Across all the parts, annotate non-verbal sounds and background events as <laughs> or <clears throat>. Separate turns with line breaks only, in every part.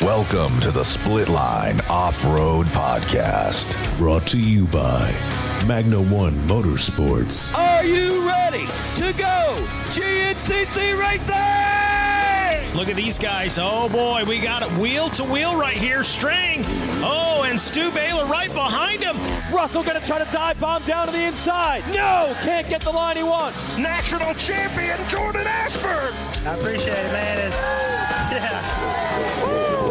Welcome to the Split Line Off Road Podcast.
Brought to you by Magna One Motorsports,
Are you ready to go GNCC racing?
Look at these guys. Oh boy, we got it wheel to wheel right here. Strang. Oh, and Stu Baylor right behind him.
Russell gonna try to dive bomb down to the inside. No, can't get the line he wants.
National champion Jordan Ashford.
I appreciate it, man. It's, yeah.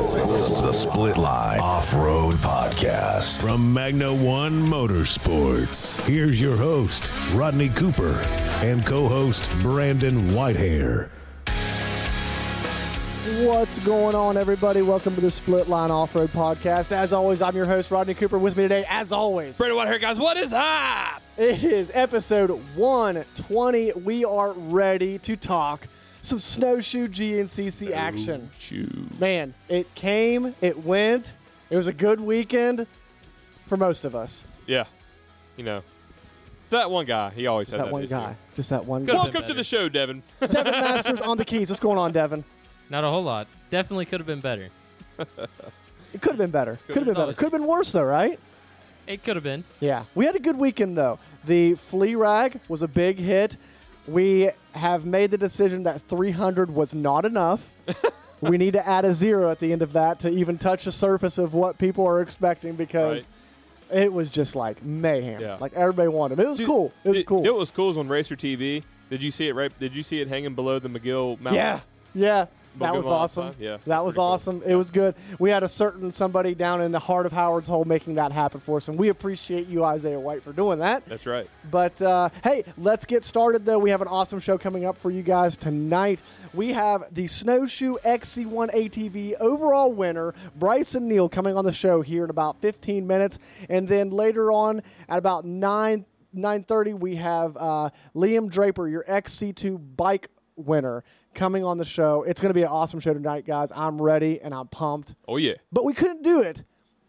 The Split Line Off Road Podcast.
from Magna One Motorsports. Here's your host, Rodney Cooper, and co host, Brandon Whitehair.
What's going on, everybody? Welcome to the Split Line Off Road Podcast. As always, I'm your host, Rodney Cooper. With me today, as always,
Brandon White here, guys. What is up?
it is episode 120. We are ready to talk some snowshoe GNCC action. Man, it came, it went. It was a good weekend for most of us.
Yeah. You know. It's that one guy. He always has
That
that
one
issue.
guy, just that one guy.
Welcome to the show, Devin.
Devin Masters on the keys. What's going on, Devin?
Not a whole lot. Definitely could have been better.
It could have been better. Could have been better.
always-
Could have been worse, though, right?
It could have been.
Yeah, we had a good weekend though. The flea rag was a big hit. We have made the decision that 300 was not
<laughs>
enough. we need to add a zero at the end of that to even touch the surface of what people are expecting because it was just like mayhem.
Yeah.
Like everybody wanted. 'em. It was cool. It was
It-
cool.
It was cool was on Racer TV. Did you see it right? Did you see it hanging below the McGill Mountain?
Yeah. Yeah. That
Booking
was
lot
awesome.
sign? Yeah,
That was
pretty cool.
awesome. It was good. We had a certain somebody down in the heart of Howard's Hole making that happen for us, and we appreciate you, Isaiah White, for doing that.
That's right.
But uh, hey, let's get started though. We have an awesome show coming up for you guys tonight. We have the Snowshoe XC1 ATV overall winner, Bryson Neal, coming on the show here in about 15 minutes. And then later on at about 9 9:30, we have uh, Liam Draper, your XC2 bike winner, coming on the show. It's going to be an awesome show tonight, guys. I'm ready and I'm pumped.
Oh yeah.
But we couldn't do it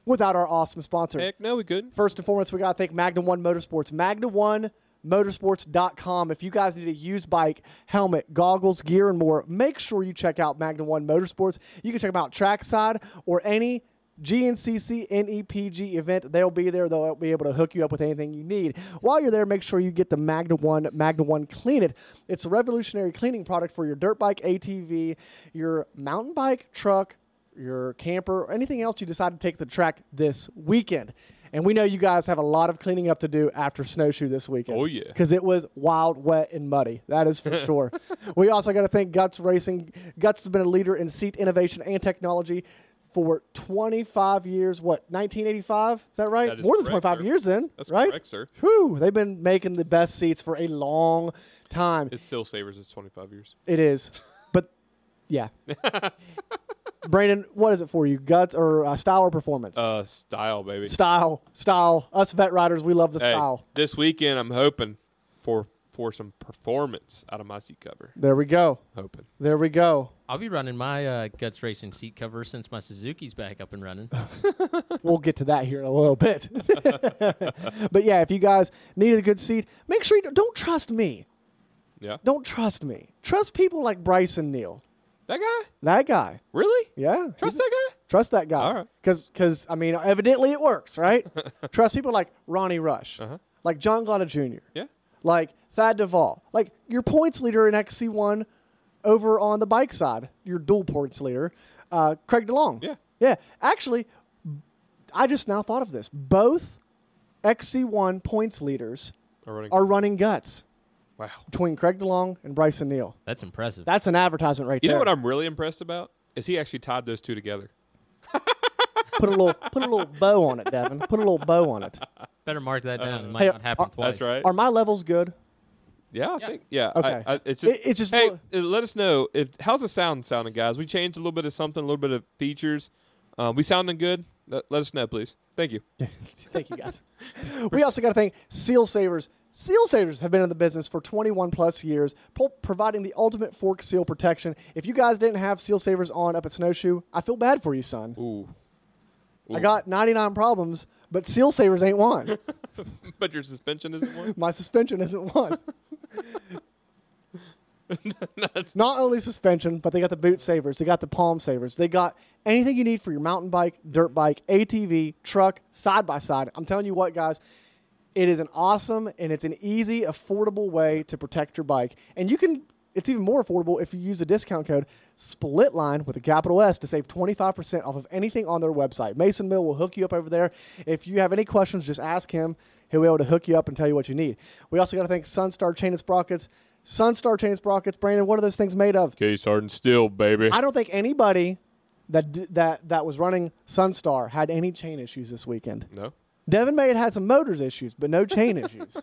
without our awesome sponsors.
Heck no, we couldn't.
First and foremost, we got to thank Magna One Motorsports. Magna One motorsports.com if you guys need a used bike helmet goggles gear and more make sure you check out magna one motorsports you can check them out trackside or any gncc nepg E event they'll be there they'll be able to hook you up with anything you need while you're there make sure you get the magna one magna one clean it it's a revolutionary cleaning product for your dirt bike atv your mountain bike truck your camper, or anything else you decide to take to the track this weekend. And we know you guys have a lot of cleaning up to do after snowshoe this weekend.
Oh, yeah.
because it was wild, wet, and muddy. That is
<laughs>
for sure. We also got to thank Guts Racing. Guts has been a leader in seat innovation and technology for 25 years. What 1985? Is that right?
That is
More than
correct,
25
sir.
years then,
That's
right?
correct, sir.
Whew, they've been making the best seats for a long time.
It still savors its 25 years.
It is. But yeah. Brandon, what is it for you? Guts or uh, style or performance?
Uh, style, baby.
style, style. Us vet riders, we love the
Hey,
style.
this weekend I'm hoping for for some performance out of my seat cover.
There we go.
Hoping.
There we go.
I'll be running my uh, guts racing seat cover since my Suzuki's back up and running.
We'll get to that here in a little
<laughs>
bit. but yeah, if you guys need a good seat, make sure you don't, don't trust me.
Yeah.
Don't trust me. Trust people like Bryson Neal.
That guy?
That guy.
Really?
Yeah.
Trust that guy?
Trust that guy.
All right.
Because, I mean, evidently it works, right?
<laughs>
Trust people like Ronnie Rush,
Uh-huh.
like John Glada Jr.,
Yeah.
like Thad Duvall, like your points leader in XC1 over on the bike side, your dual points leader, uh, Craig DeLong.
Yeah.
Yeah. Actually, I just now thought of this. Both XC1 points leaders
Are running.
are running guts
wow.
between Craig DeLong and Bryson Neal.
That's impressive.
That's an advertisement right
You
there.
know what I'm really impressed about is he actually tied those two together.
put a little put a little bow on it, Devin. Put a little bow on
<laughs>
it.
Better mark that down. It might
Hey,
not happen
uh,
twice.
That's right.
Are my levels good?
Yeah, I think. Yeah.
Okay.
I, I, it's
It-
just,
it's just
hey,
li-
uh, let us know if how's the sound sounding, guys. We changed a little bit of something, a little bit of features. Um, we sounding good. Let, let us know, please. Thank you.
Thank you guys. <laughs> we also got to thank Seal Savers. Seal Savers have been in the business for 21 plus years, pro- providing the ultimate fork seal protection. If you guys didn't have Seal Savers on up at Snowshoe, I feel bad for you, son.
Ooh, <laughs>
I got 99 problems, but Seal Savers ain't one.
but your suspension isn't one.
My suspension isn't one. Not only suspension, but they got the boot savers, they got the palm savers, they got anything you need for your mountain bike, dirt bike, ATV, truck, side by side. I'm telling you what, guys, it is an awesome and it's an easy, affordable way to protect your bike. And you can, it's even more affordable if you use the discount code SPLITLINE with a capital S to save 25% off of anything on their website. Mason Mill will hook you up over there. If you have any questions, just ask him. He'll be able to hook you up and tell you what you need. We also got to thank Sunstar Chain and Sprockets. Sunstar Chain and Sprockets, Brandon, what are those things made of?
<laughs> Case hard and steel, baby.
I don't think anybody that, d- that, that was running Sunstar had any chain issues this weekend.
no.
Devin May had had some motors issues, but no chain issues.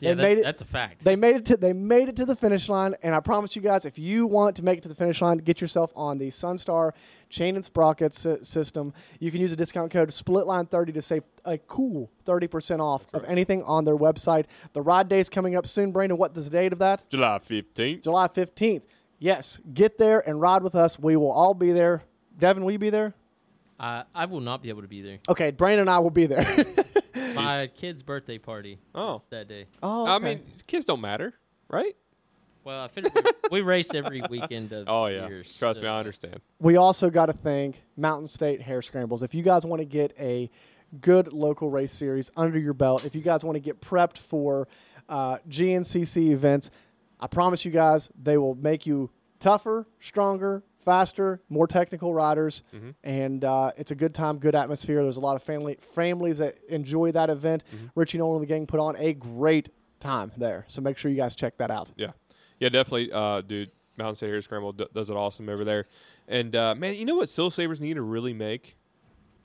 Yeah,
They
that-
made it-
that's a fact.
They made it to they made it to the finish line, and I promise you guys, if you want to make it to the finish line, get yourself on the Sunstar Chain and Sprocket sy- system. You can use a discount code SPLITLINE30 to save a cool 30% off of anything on their website. The ride day is coming up soon, Brandon. What is the date of that?
July 15th.
July 15th. Yes, get there and ride with us. We will all be there. Devin, will you be there?
I, Uh, I will not be able to be there.
Okay, Brandon and I will be there. <laughs>
My kid's birthday party.
Oh.
is that day.
oh,
I
okay.
mean, kids don't matter, right?
Well, I figured we, we race every weekend of
Oh,
the
yeah.
years,
Trust
so-
me, I understand.
we also got to thank Mountain State Hair Scrambles. If you guys want to get a good local race series under your belt, if you guys want to get prepped for uh, GNCC events, I promise you guys they will make you tougher, stronger, faster, more technical riders, and uh, it's a good time, good atmosphere. There's a lot of family families that enjoy that event. Richie Nolan and the gang put on a great time there, so make sure you guys check that out.
Yeah, yeah, definitely, uh, dude. Mountain State Hair Scramble d- does it awesome over there, and uh, man, you know what? Still savers need to really make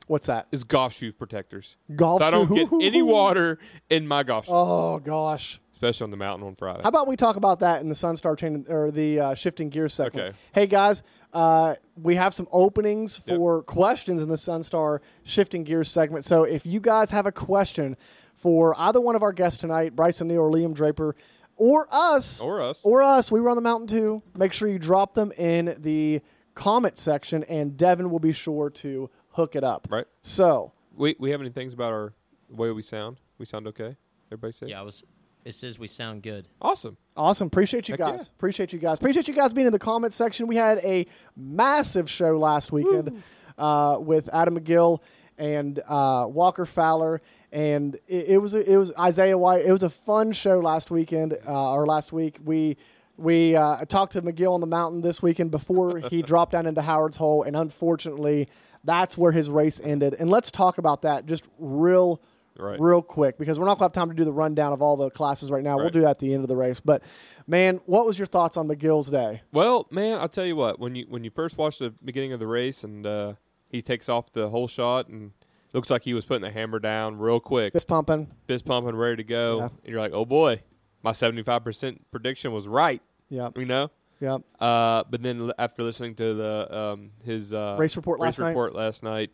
What's that?
is golf shoe protectors.
Golf
so I don't
shoe-
get
<laughs>
any water in my golf shoe,
Oh gosh.
especially on the mountain on Friday.
How about we talk about that in the Sunstar chain or the uh, shifting gear segment?
Okay.
Hey guys, uh, we have some openings for questions in the Sunstar shifting gear segment. So if you guys have a question for either one of our guests tonight, Bryson Neal or Liam Draper, or us,
Or us.
or us, we were on the mountain too. Make sure you drop them in the comment section, and Devin will be sure to hook it up.
Right.
So
we we have any things about our way we sound? We sound okay. Everybody say
Yeah, I was. It says we sound good.
awesome.
Awesome. Appreciate you
Heck
guys.
yeah.
Appreciate you guys. Appreciate you guys being in the comments section. We had a massive show last weekend uh, with Adam McGill and uh, Walker Fowler, and it, it was a, it was Isaiah White. It was a fun show last weekend uh, or last week. We we uh, talked to McGill on the mountain this weekend
<laughs>
before he dropped down into Howard's Hole, and unfortunately, that's where his race ended. And let's talk about that just real
Right.
real quick because we're not going to have time to do the rundown of all the classes right now. We'll
Right.
do that at the end of the race. But man, what was your thoughts on McGill's day?
Well, man, I'll tell you what. When you when you first watch the beginning of the race and uh, he takes off the whole shot and looks like he was putting the hammer down real quick,
Fist pumping.
fist pumping, ready to go,
Yeah.
and you're like, oh boy, my seventy five percent prediction was right.
Yeah.
You know.
Yeah.
Uh, but then l- after listening to the um, his uh,
Race report last night?
report last night,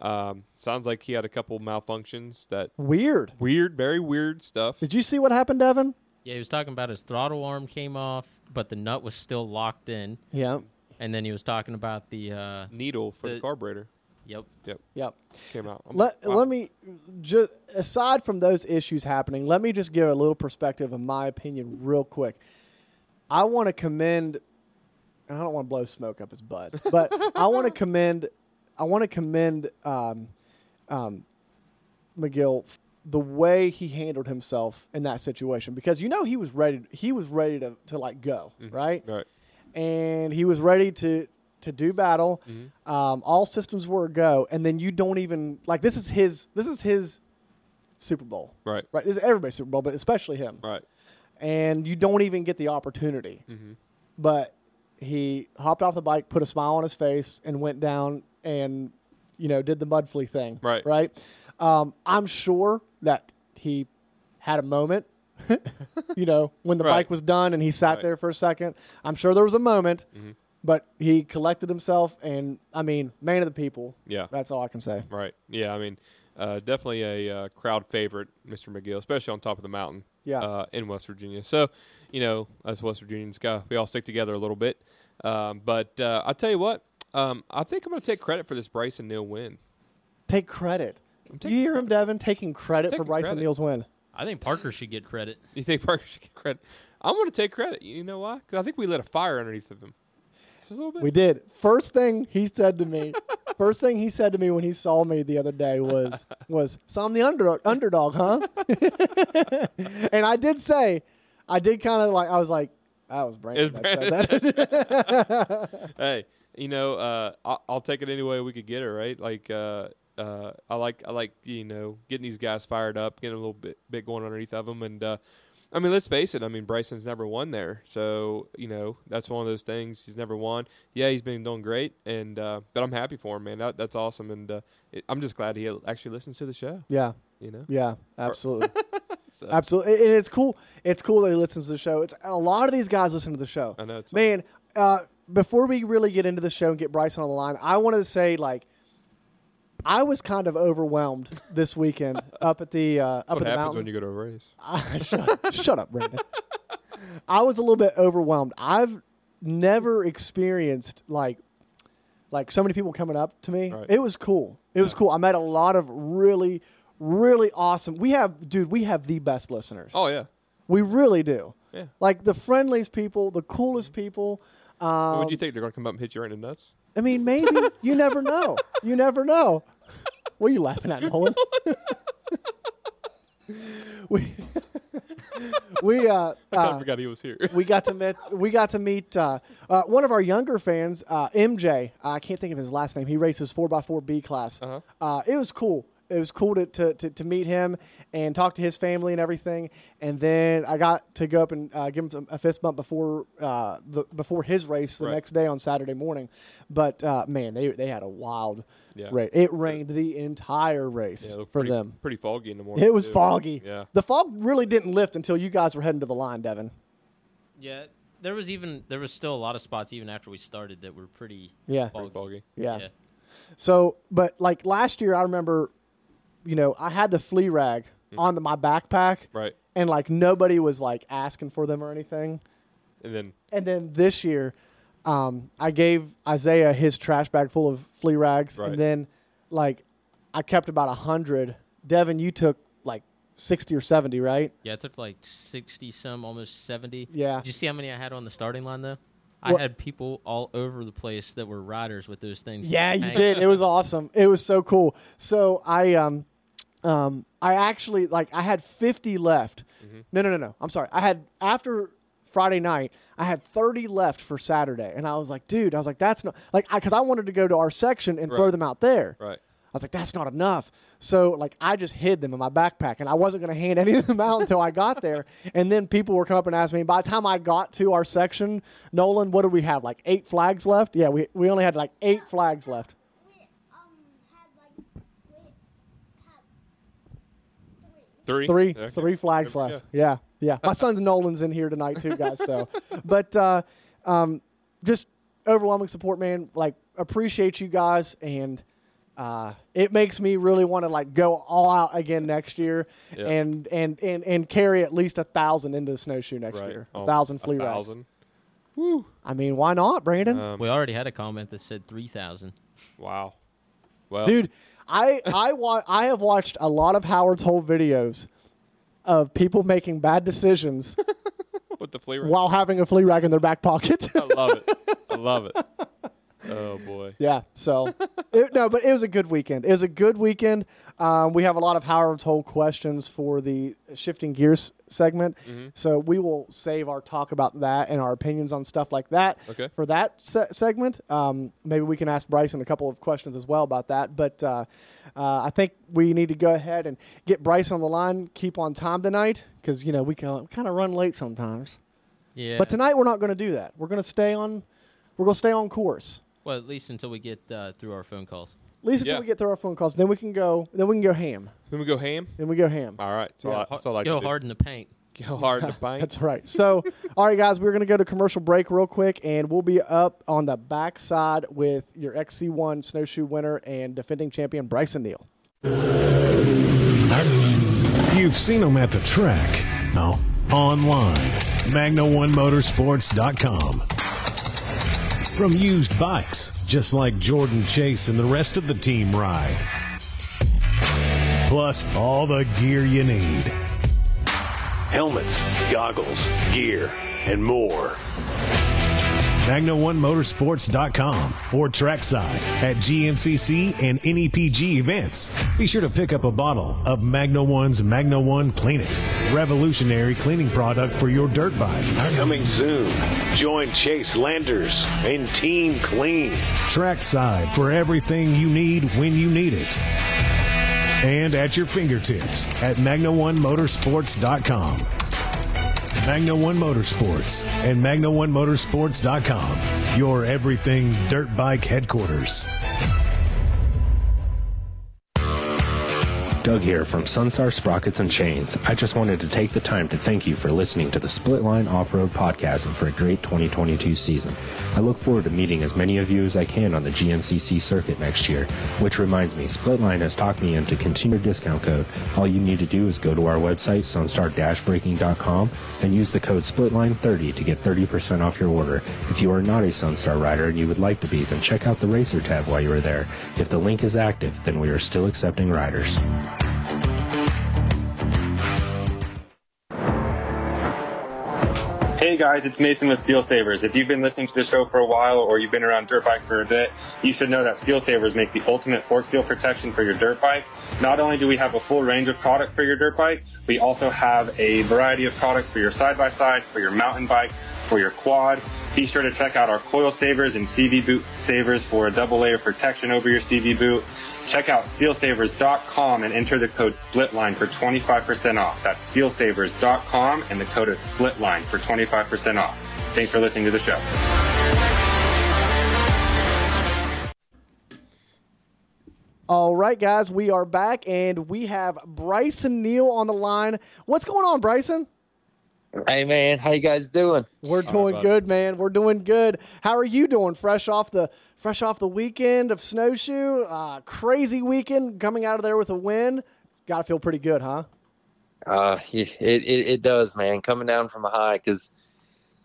um, sounds like he had a couple malfunctions. That
Weird.
weird, very weird stuff.
Did you see what happened, Devin?
Yeah, he was talking about his throttle arm came off, but the nut was still locked in,
Yeah.
and then he was talking about the. Uh,
Needle for the,
The-
carburetor.
yep.
Yep,
Yep.
came out. I'm
Let,
like, wow.
let me just aside from those issues happening, let me just give a little perspective of my opinion real quick. I want to commend and I don't want to blow smoke up his butt, but I want to commend I want to commend um, McGill f- the way he handled himself in that situation because you know he was ready he was ready to, to like go
Mm-hmm.
right
Right.
and he was ready to to do battle um, all systems were a go and then you don't even like this is his this is his Super Bowl
Right.
right this is everybody's Super Bowl but especially him
Right.
and you don't even get the opportunity.
Mm-hmm.
But he hopped off the bike, put a smile on his face, and went down and you know did the mud flea thing.
Right.
Right. Um, I'm sure that he had a moment. <laughs> you know, when the
Right.
bike was done and he sat
Right. Mm-hmm.
there for a second, I'm sure there was a moment, but he collected himself and I mean, man of the people.
Yeah.
That's all I can say.
Right. Yeah. I mean, uh, definitely a uh, crowd favorite, Mr. McGill, especially on top of the mountain.
Yeah.
Uh, in West Virginia. So, you know, us West Virginians, guy, we all stick together a little bit. Um, but uh, I tell you what, um, I think I'm going to take credit for this Bryson Neal win.
Take credit. Do
taking
you hear him, Devin, taking credit for
Taking
Bryson
credit.
Neal's win?
I think Parker should get credit.
You think <laughs> Parker should get credit? I'm going to take credit. You know why? Because I think we lit a fire underneath of him. Just a little bit.
We did. First thing he said to me, first thing he said to me when he saw me the other day was, was, "So I'm the under, underdog, huh?" <laughs> and I did say, I did kind of like, I was like, "That was Brandon."
It's
that said that."
hey, you know, uh, I'll, I'll take it any way we could get it, right? Like, uh, uh, I like, I like, you know, getting these guys fired up, getting a little bit, bit going underneath of them, and uh, I mean, let's face it. I mean, Bryson's never won there, so you know that's one of those things. He's never won. Yeah, he's been doing great, and uh, but I'm happy for him, man. That, that's awesome, and uh, it, I'm just glad he actually listens to the show.
<laughs> yeah,
You know,
yeah, absolutely,
<laughs>
absolutely. And it's cool. It's cool that he listens to the show. It's a lot of these guys listen to the show.
I know, it's-
man. Uh, before we really get into the show and get Bryson on the line, I wanted to say like. I was kind of overwhelmed this
<laughs>
weekend up at the uh, up at the
what happens
mountain.
when you go to a race.
shut, shut up, Brandon. I was a little bit overwhelmed. I've never experienced like like so many people coming up to me.
Right.
It was cool. It was cool. I met a lot of really really awesome. We have dude, we have the best listeners.
Oh yeah,
We really do.
Yeah.
Like the friendliest people, the coolest people. Um,
what do you think they're gonna come up and hit you right in the nuts?
I mean, maybe
<laughs>
you never know. You never know. What are you laughing at, Nolan? <laughs> we <laughs> we uh,
I
uh,
forgot he was here. <laughs>
we got to meet we got to meet uh, uh, one of our younger fans, uh, MJ. I can't think of his last name. He races four x four B class.
Uh-huh.
uh it was cool. It was cool to, to, to, to meet him and talk to his family and everything. And then I got to go up and uh, give him some, a fist bump before uh, the before his race the
Right.
next day on Saturday morning. But uh, man, they they had a wild
Yeah.
race. It rained the entire race
Yeah, it looked
for
pretty,
them.
pretty foggy in the morning.
It was
too.
foggy.
Yeah.
The fog really didn't lift until you guys were heading to the line, Devin.
Yeah, there was even there was still a lot of spots even after we started that were pretty
Yeah.
foggy.
Pretty foggy.
Yeah. So, but like last year, I remember, you know, I had the flea rag on the, my backpack,
Mm-hmm. Right.
And like nobody was like asking for them or anything.
And then
And then this year, um, I gave Isaiah his trash bag full of flea rags,
Right.
and then like I kept about a hundred. Devin, you took like sixty or seventy, right?
Yeah, it took like 60 some, almost 70.
Yeah.
Did you see how many I had on the starting line, though? I
What-
had people all over the place that were riders with those things.
Yeah, you
hanging.
did. It was awesome. It was so cool. So I um um I actually like I had 50 left. No, no, no, no. I'm sorry. I had after Friday night, I had 30 left for Saturday, and I was like, dude, I was like, that's not like because I, wanted to go to our section and throw
Right.
them out there.
right.
I was like, that's not enough. So like I just hid them in my backpack and I wasn't gonna hand <laughs> any of them out until I got there. And then people were coming up and asking me, by the time I got to our section, Nolan, what did we have? Like eight flags left? Yeah, we, we only had like eight flags left.
We um had like we had three.
Three.
Three
Okay.
three flags
There we
left.
go.
Yeah. yeah. My son's Nolan's in here tonight too, guys.
<laughs>
So but uh um just overwhelming support, man. Like appreciate you guys and uh, it makes me really want to like go all out again next year
Yeah.
and, and and and carry at least a thousand into the snowshoe next
Right.
year.
Oh,
a thousand flea
a
rides.
thousand. Um,
I mean, why not, Brandon?
We already had a comment that said 3,000.
Wow. Well,
Dude, I I wa- I have watched a lot of Howard's whole videos of people making bad decisions <laughs>
with the flea rag.
while having a flea rag in their back pocket. <laughs>
I love it. I love it. Oh boy.
Yeah. So, it, no, but it was a good weekend. It was a good weekend. Um, we have a lot of Howard's Hole questions for the shifting gears segment. So we will save our talk about that and our opinions on stuff like that
Okay.
for that se- segment. Um, maybe we can ask Bryson a couple of questions as well about that. But uh, uh, I think we need to go ahead and get Bryson on the line. Keep on time tonight because you know we kind of run late sometimes.
Yeah.
But tonight we're not going to do that. We're going to stay on. We're going to stay on course.
Well, at least until we get uh, through our phone calls.
At least until
Yeah.
we get through our phone calls, then we can go. Then we can go ham.
Then we go ham.
Then we go ham.
All right. So I, that's all I
Go
can
hard in the paint.
Do. Go hard to bite.
<laughs> That's right. So, all right, guys, we're gonna go to commercial break real quick, and we'll be up on the backside with your XC1 snowshoe winner and defending champion Bryson Neal.
You've seen them at the track. Now, online. MagnaOneMotorsports.com. From used bikes, just like Jordan Chase and the rest of the team ride. Plus, all the gear you need.
helmets, goggles, gear, and more.
Magna1Motorsports.com or trackside at GNCC and NEPG events. Be sure to pick up a bottle of Magna One's Magna One Clean It, revolutionary cleaning product for your dirt bike.
Coming soon, join Chase Landers and Team Clean.
Trackside for everything you need when you need it. And at your fingertips at magna1motorsports.com. Magna One Motorsports and magna1motorsports.com, your everything dirt bike headquarters.
Doug here from Sunstar Sprockets and Chains. I just wanted to take the time to thank you for listening to the Splitline Off Road Podcast and for a great 2022 season. I look forward to meeting as many of you as I can on the GNCC circuit next year. Which reminds me, Splitline has talked me into continued discount code. All you need to do is go to our website, sunstar-breaking.com, and use the code SPLITLINE30 to get 30% off your order. If you are not a Sunstar rider and you would like to be, then check out the Racer tab while you are there. If the link is active, then we are still accepting riders.
Hey guys, it's Mason with Steel Savers. If you've been listening to the show for a while or you've been around dirt bikes for a bit, you should know that Steel Savers makes the ultimate fork seal protection for your dirt bike. Not only do we have a full range of product for your dirt bike, we also have a variety of products for your side by side, for your mountain bike, for your quad. Be sure to check out our coil savers and CV boot savers for a double layer protection over your CV boot. Check out sealsavers.com and enter the code SPLITLINE for 25% off. That's sealsavers.com and the code is SPLITLINE for 25% off. Thanks for listening to the show.
All right, guys, we are back and we have Bryson Neal on the line. What's going on, Bryson?
Hey man, how you guys doing?
We're doing good, man. We're doing good. How are you doing? Fresh off the fresh off the weekend of snowshoe, uh, crazy weekend. Coming out of there with a win, it's got to feel pretty good, huh?
Uh, it, it it does, man. Coming down from a high because,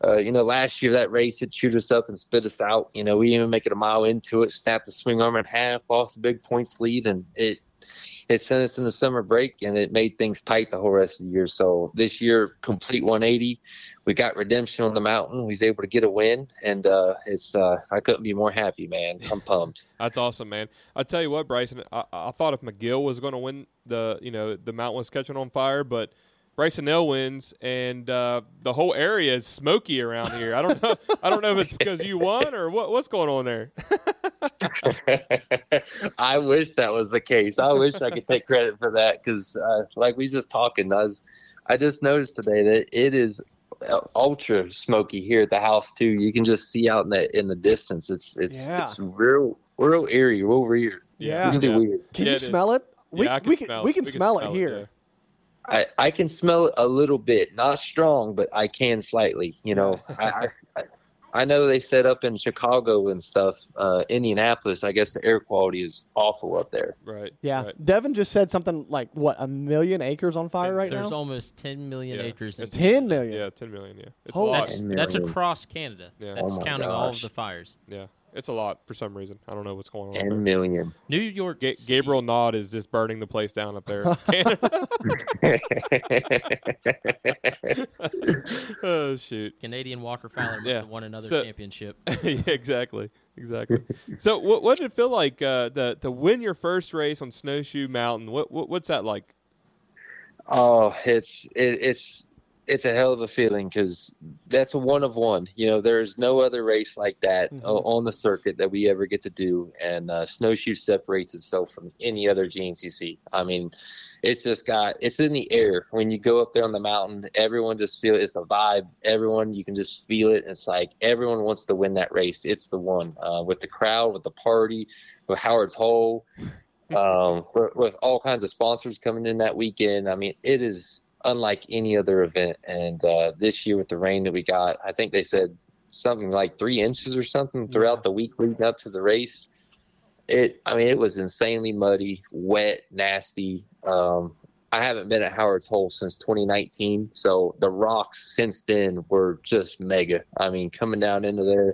uh, you know, last year that race had chewed us up and spit us out. You know, we didn't even make it a mile into it, snapped the swing arm in half, lost a big points lead, and it it sent us in the summer break and it made things tight the whole rest of the year. So this year, complete 180. We got redemption on the mountain. We was able to get a win, and uh, it's uh, I couldn't be more happy, man. I'm pumped.
That's awesome, man. I tell you what, Bryson, I, I thought if McGill was going to win the, you know, the mountain was catching on fire, but Bryson Nell wins, and uh, the whole area is smoky around here. I don't know. <laughs> I don't know if it's because you won or what, what's going on there.
<laughs> I wish that was the case. I wish I could take credit for that because, uh, like we just talking, I was, I just noticed today that it is uh, ultra smoky here at the house too. You can just see out in the in the distance. It's it's
Yeah.
it's real real eerie, real weird. really weird.
Can you smell it? We,
Yeah, I can
we can,
smell
we
it.
can
We can
smell,
smell
it
it,
here.
I, I can smell it a little bit, not strong, but I can slightly. You know, I, I I know they set up in Chicago and stuff, uh, Indianapolis. I guess the air quality is awful up there.
Right.
yeah. Devin just said something like what a million acres on fire right
There's
now.
almost 10 million acres. In
10 million.
Yeah, 10 million. Yeah, it's
Holy
a lot.
That's-
that's across Canada.
Yeah.
That's counting all of the fires.
Yeah, it's a lot for some reason. I don't know what's going on.
10
there.
million.
New York.
Ga- Gabriel Nod is just burning the place down up
<laughs>
there. <laughs> oh shoot!
Canadian waterfowler must
Yeah.
have won another
So-
championship. <laughs>
<laughs> yeah, exactly, exactly. so, what what did it feel like uh, to to win your first race on Snowshoe Mountain? What, what what's that like?
<laughs> Oh, it's it, it's it's a hell of a feeling because that's a one of one. You know, there's no other race like that o- on the circuit that we ever get to do, and uh, snowshoe separates itself from any other GNCC. I mean, it's just got it's in the air when you go up there on the mountain. Everyone just feel it's a vibe. Everyone you can just feel it. It's like everyone wants to win that race. It's the one uh, with the crowd, with the party, with Howard's Hole um, with, with all kinds of sponsors coming in that weekend. I mean, it is unlike any other event. And uh, this year with the rain that we got, I think they said something like three inches or something throughout the week leading up to the race. It, I mean, it was insanely muddy, wet, nasty. Um, I haven't been at Howard's Hole since 2019, so the rocks since then were just mega. I mean, coming down into there,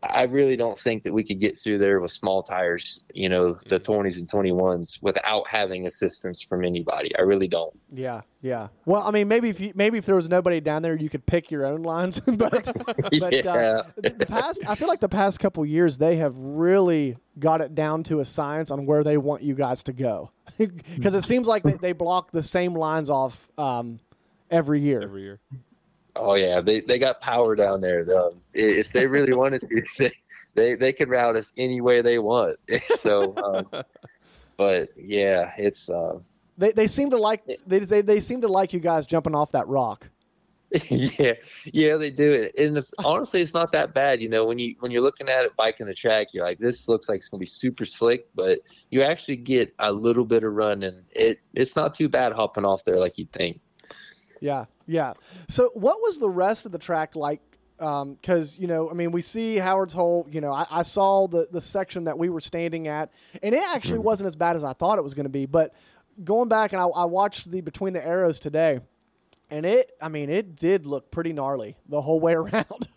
I really don't think that we could get through there with small tires, you know, the
Mm-hmm.
20s and 21s without having assistance from anybody. I really don't.
Yeah, yeah. Well, I mean, maybe if you, maybe if there was nobody down there, you could pick your own lines. <laughs> but <laughs> but
<laughs> Yeah.
uh, the the past, I feel like the past couple years, they have really got it down to a science on where they want you guys to go, <laughs> because it seems like they, they block the same lines off um, every year. Every
year.
Oh yeah, they, they got power down there. Though. I- If they really wanted to, <laughs> they, they they could route us any way they want. <laughs> So,
<laughs>
um, but yeah, it's uh,
They, they seem to like they, they they seem to like you guys jumping off that rock.
<laughs> yeah, yeah, they do it. And it's, honestly, it's not that bad. You know, when you when you're looking at it biking the track, you're like, this looks like it's gonna be super slick, but you actually get a little bit of run, and it it's not too bad hopping off there like you think.
Yeah, yeah. So, what was the rest of the track like? Because you know, I mean, we see Howard's Hole. You know, I, I saw the the section that we were standing at, and it actually wasn't as bad as I thought it was going to be. But going back and I, I watched the Between the Arrows today, and it, I mean, it did look pretty gnarly the whole way <laughs> around.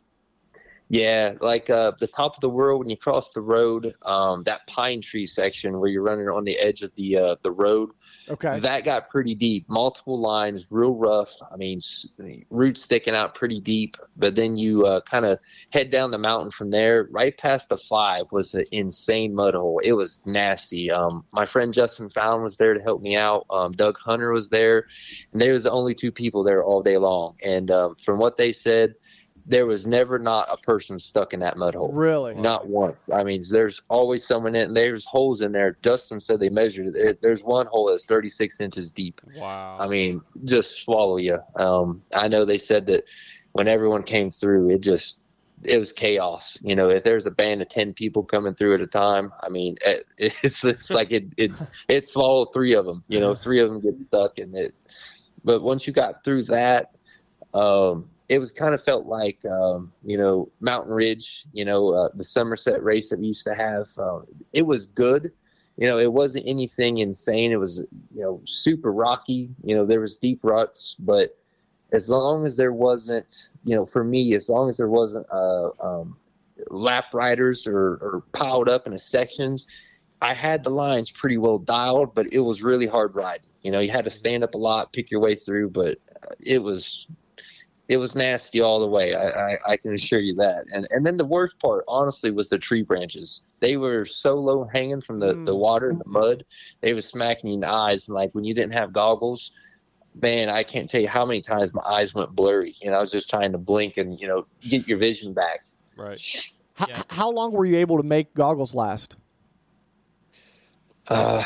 Yeah, like uh, the top of the world when you cross the road, um, that pine tree section where you're running on the edge of the uh, the road.
Okay.
That got pretty deep, multiple lines, real rough. I mean, s- roots sticking out pretty deep. But then you uh, kind of head down the mountain from there. Right past the five was an insane mud hole. It was nasty. Um, my friend Justin Fallon was there to help me out. Um, Doug Hunter was there, and they was the only two people there all day long. And um, from what they said there was never not a person stuck in that mud hole.
Really?
Not once. I mean, there's always someone in. There's holes in there. Dustin said they measured it. There- There's one hole that's 36 inches deep.
Wow.
I mean, just swallow you. Um, I know they said that when everyone came through, it just it was chaos. You know, if there's a band of 10 people coming through at a time, I mean, it, <laughs> it's it's like it it it swallowed three of them. You know, three of them get stuck, and it. But once you got through that, um, it was kind of felt like um, you know Mountain Ridge, you know uh, the Somerset race that we used to have. Um, it was good, you know. It wasn't anything insane. It was you know super rocky. You know there was deep ruts, but as long as there wasn't, you know, for me, as long as there wasn't uh, um, lap riders or, or piled up in a sections, I had the lines pretty well dialed, but it was really hard riding. You know, you had to stand up a lot, pick your way through, but it was it was nasty all the way. I, I, I can assure you that. And and then the worst part, honestly, was the tree branches. They were so low hanging from the, the water and the mud. They were smacking you in the eyes. And like when you didn't have goggles, man, I can't tell you how many times my eyes went blurry. And I was just trying to blink and, you know, get your vision back.
Right.
How, how long were you able to make goggles last?
Uh,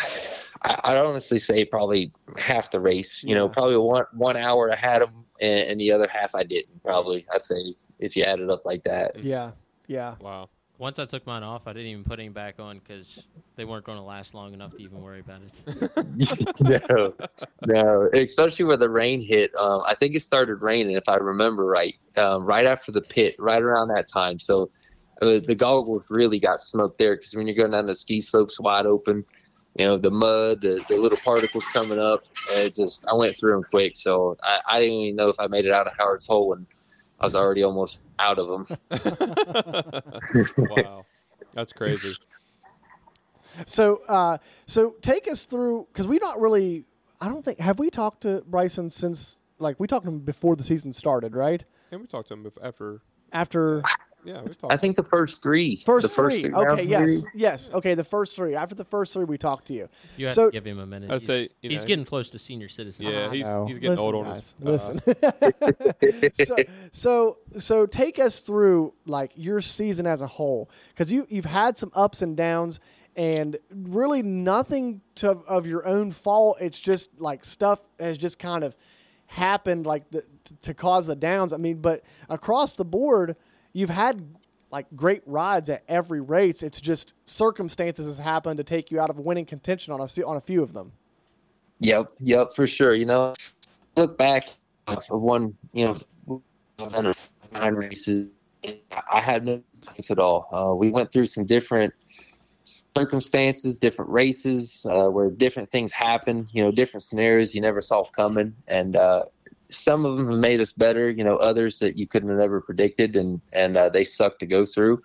I, I'd honestly say probably half the race, you know, probably one, one hour I had them and, and the other half I didn't probably. I'd say if you add it up like that.
Yeah, yeah.
<laughs>
Wow.
Once I took mine off, I didn't even put any back on because they weren't going to last long enough to even worry about it.
<laughs>
<laughs>
no, no, especially where the rain hit. Um, I think it started raining, if I remember right, um, right after the pit, right around that time. So uh, the goggles really got smoked there because when you're going down the ski slopes wide open, you know, the mud, the, the little particles coming up, it just, I went through them quick. So I, I didn't even know if I made it out of Howard's Hole and I was already almost out of
<laughs>
them.
wow. That's crazy.
So, uh, so take us through because we not really. I don't think have we talked to Bryson since like we talked to him before the season started, right?
And we talked to him bef- after.
After
Yeah, we talked.
I think the first three.
first,
the first
three,
three
okay,
round
yes,
three.
yes, okay, the first three. After the first three, we talked to you.
You have
so
to give him a minute.
I'd
he's,
say, you
he's
know,
getting close to senior citizen.
Yeah, he's
know.
he's getting
Listen,
old on
guys,
his. uh,
listen. <laughs>
<laughs>
so, so, so take us through like your season as a whole because you you've had some ups and downs and really nothing to, of your own fault. It's just like stuff has just kind of happened like the, t- to cause the downs. I mean, but across the board, you've had like great rides at every race. It's just circumstances has happened to take you out of winning contention on a se- on a few of them.
Yep, yep, for sure. You know, look back of one, you know, I've done nine races. I had no complaints at all. Uh, we went through some different circumstances, different races uh, where different things happen. You know, different scenarios you never saw coming, and uh, some of them have made us better. You know, others that you couldn't have ever predicted, and and uh, they suck to go through.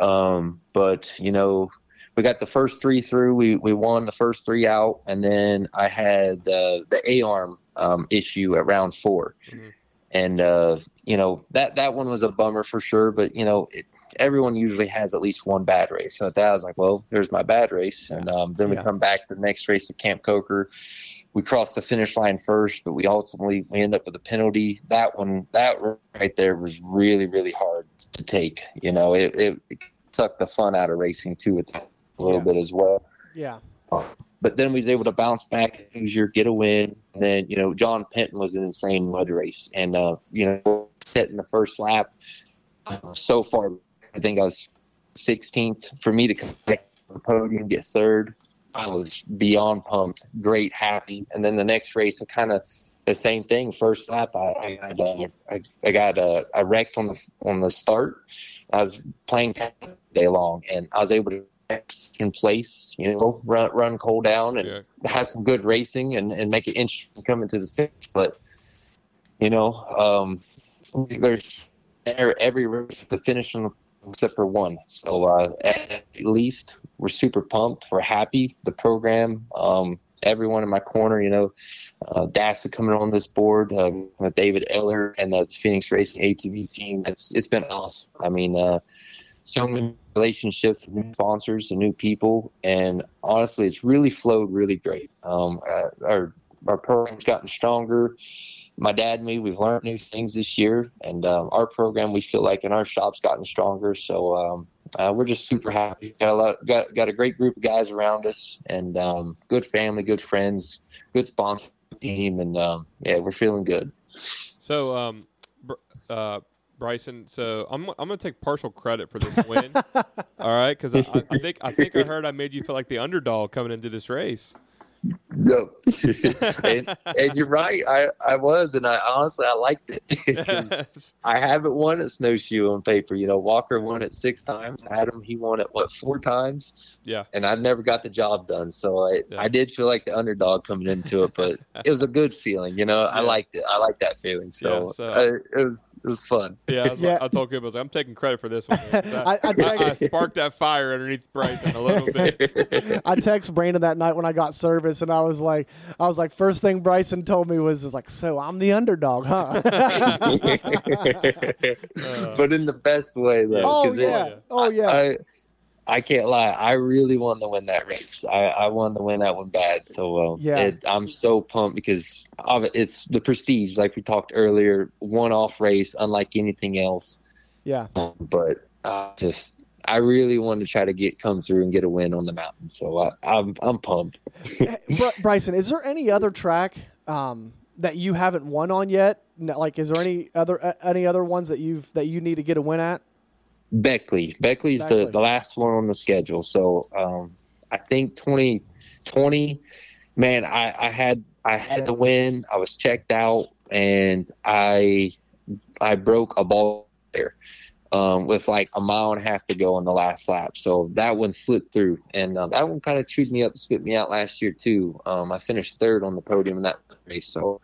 Um, but you know, we got the first three through. We we won the first three out, and then I had the the A arm um, issue at round 4
Mm-hmm.
and uh, you know that that one was a bummer for sure. But you know, it, everyone usually has at least one bad race. So at that, I was like, well, there's my bad race, and um, then we
Yeah.
come back the next race at Camp Coker. We crossed the finish line first, but we ultimately we end up with a penalty. That one, that right there was really really hard to take. You know, it, it, it took the fun out of racing too a little bit as well
Yeah.
but then we was able to bounce back, Hoosier, get a win. And then, you know, John Penton was an insane mud race. And, uh, you know, hitting the first lap uh, so far, I think I was 16th. For me to come back to the podium, get third, I was beyond pumped, great, happy. And then the next race, I kind of the same thing. First lap, I, I got, uh, I, I got, uh, I wrecked on the on the start. I was playing all day long, and I was able to wreck in place, you know, run run Cole down, and have some good racing, and, and make it interesting coming to the finish. But you know, um, there's every every race the finish on the except for one. So uh, at least we're super pumped. We're happy. The program, um, everyone in my corner, you know, uh, Dasa coming on this board um, with David Eller and the Phoenix Racing ATV team. It's it's been awesome. I mean, uh, so many relationships, with new sponsors, and new people, and honestly, it's really flowed really great. Um, uh, our our program's gotten stronger my dad and me, we've learned new things this year, and um, our program we feel like in our shop's gotten stronger. So um, uh, we're just super happy. Got a lot, got got a great group of guys around us, and um, good family, good friends, good sponsor team, and um, yeah, we're feeling good.
So, um, Br- uh, Bryson, so I'm I'm gonna take partial credit for this
<laughs>
win. all right, because I, I- I think I think I heard I made you feel like the underdog coming into this race.
<laughs> No, and, and you're right. I, I was, and I honestly I liked it. <laughs>
<laughs>
'Cause I haven't won at snowshoe on paper. You know, Walker won it six times. Adam he won it what four times.
Yeah.
and I never got the job done. So I I did feel like the underdog coming into it, but it was a good feeling. You know, I liked it. I liked that feeling. So,
Yeah, so-
uh, it, was, it was fun. <laughs>
Yeah, I, was, I told Kip, I was like, I'm taking credit for this one. man.
<laughs> I- I
I,
think-
I sparked that fire underneath Bryson a little
<laughs>
Uh.
bit.
I text Brandon that night when I got service, and I was like, I was like, first thing Bryson told me was, is like, so I'm the underdog,
<laughs>
huh?
but in the best way though.
Oh,
'cause
yeah. oh yeah.
I, I can't lie. I really want to win that race. I, I wanted to win that one bad. So uh,
Yeah.
it, I'm so pumped because of it- it's the prestige, like we talked earlier, one off race, unlike anything else.
yeah.
Um, but uh, just I really want to try to get come through and get a win on the mountain. So I, I'm I'm pumped.
Br- Bryson, is there any other track um, that you haven't won on yet? No, like, is there any other uh, any other ones that you've that you need to get a win at?
Beckley. Beckley's The,
Beckley.
the last one on the schedule. So um, I think 2020, man, I, I had I had the win. I was checked out and I I broke a ball there um, with like a mile and a half to go on the last lap. So that one slipped through, and uh, that one kind of chewed me up, spit me out last year too. Um, I finished third on the podium in that race, so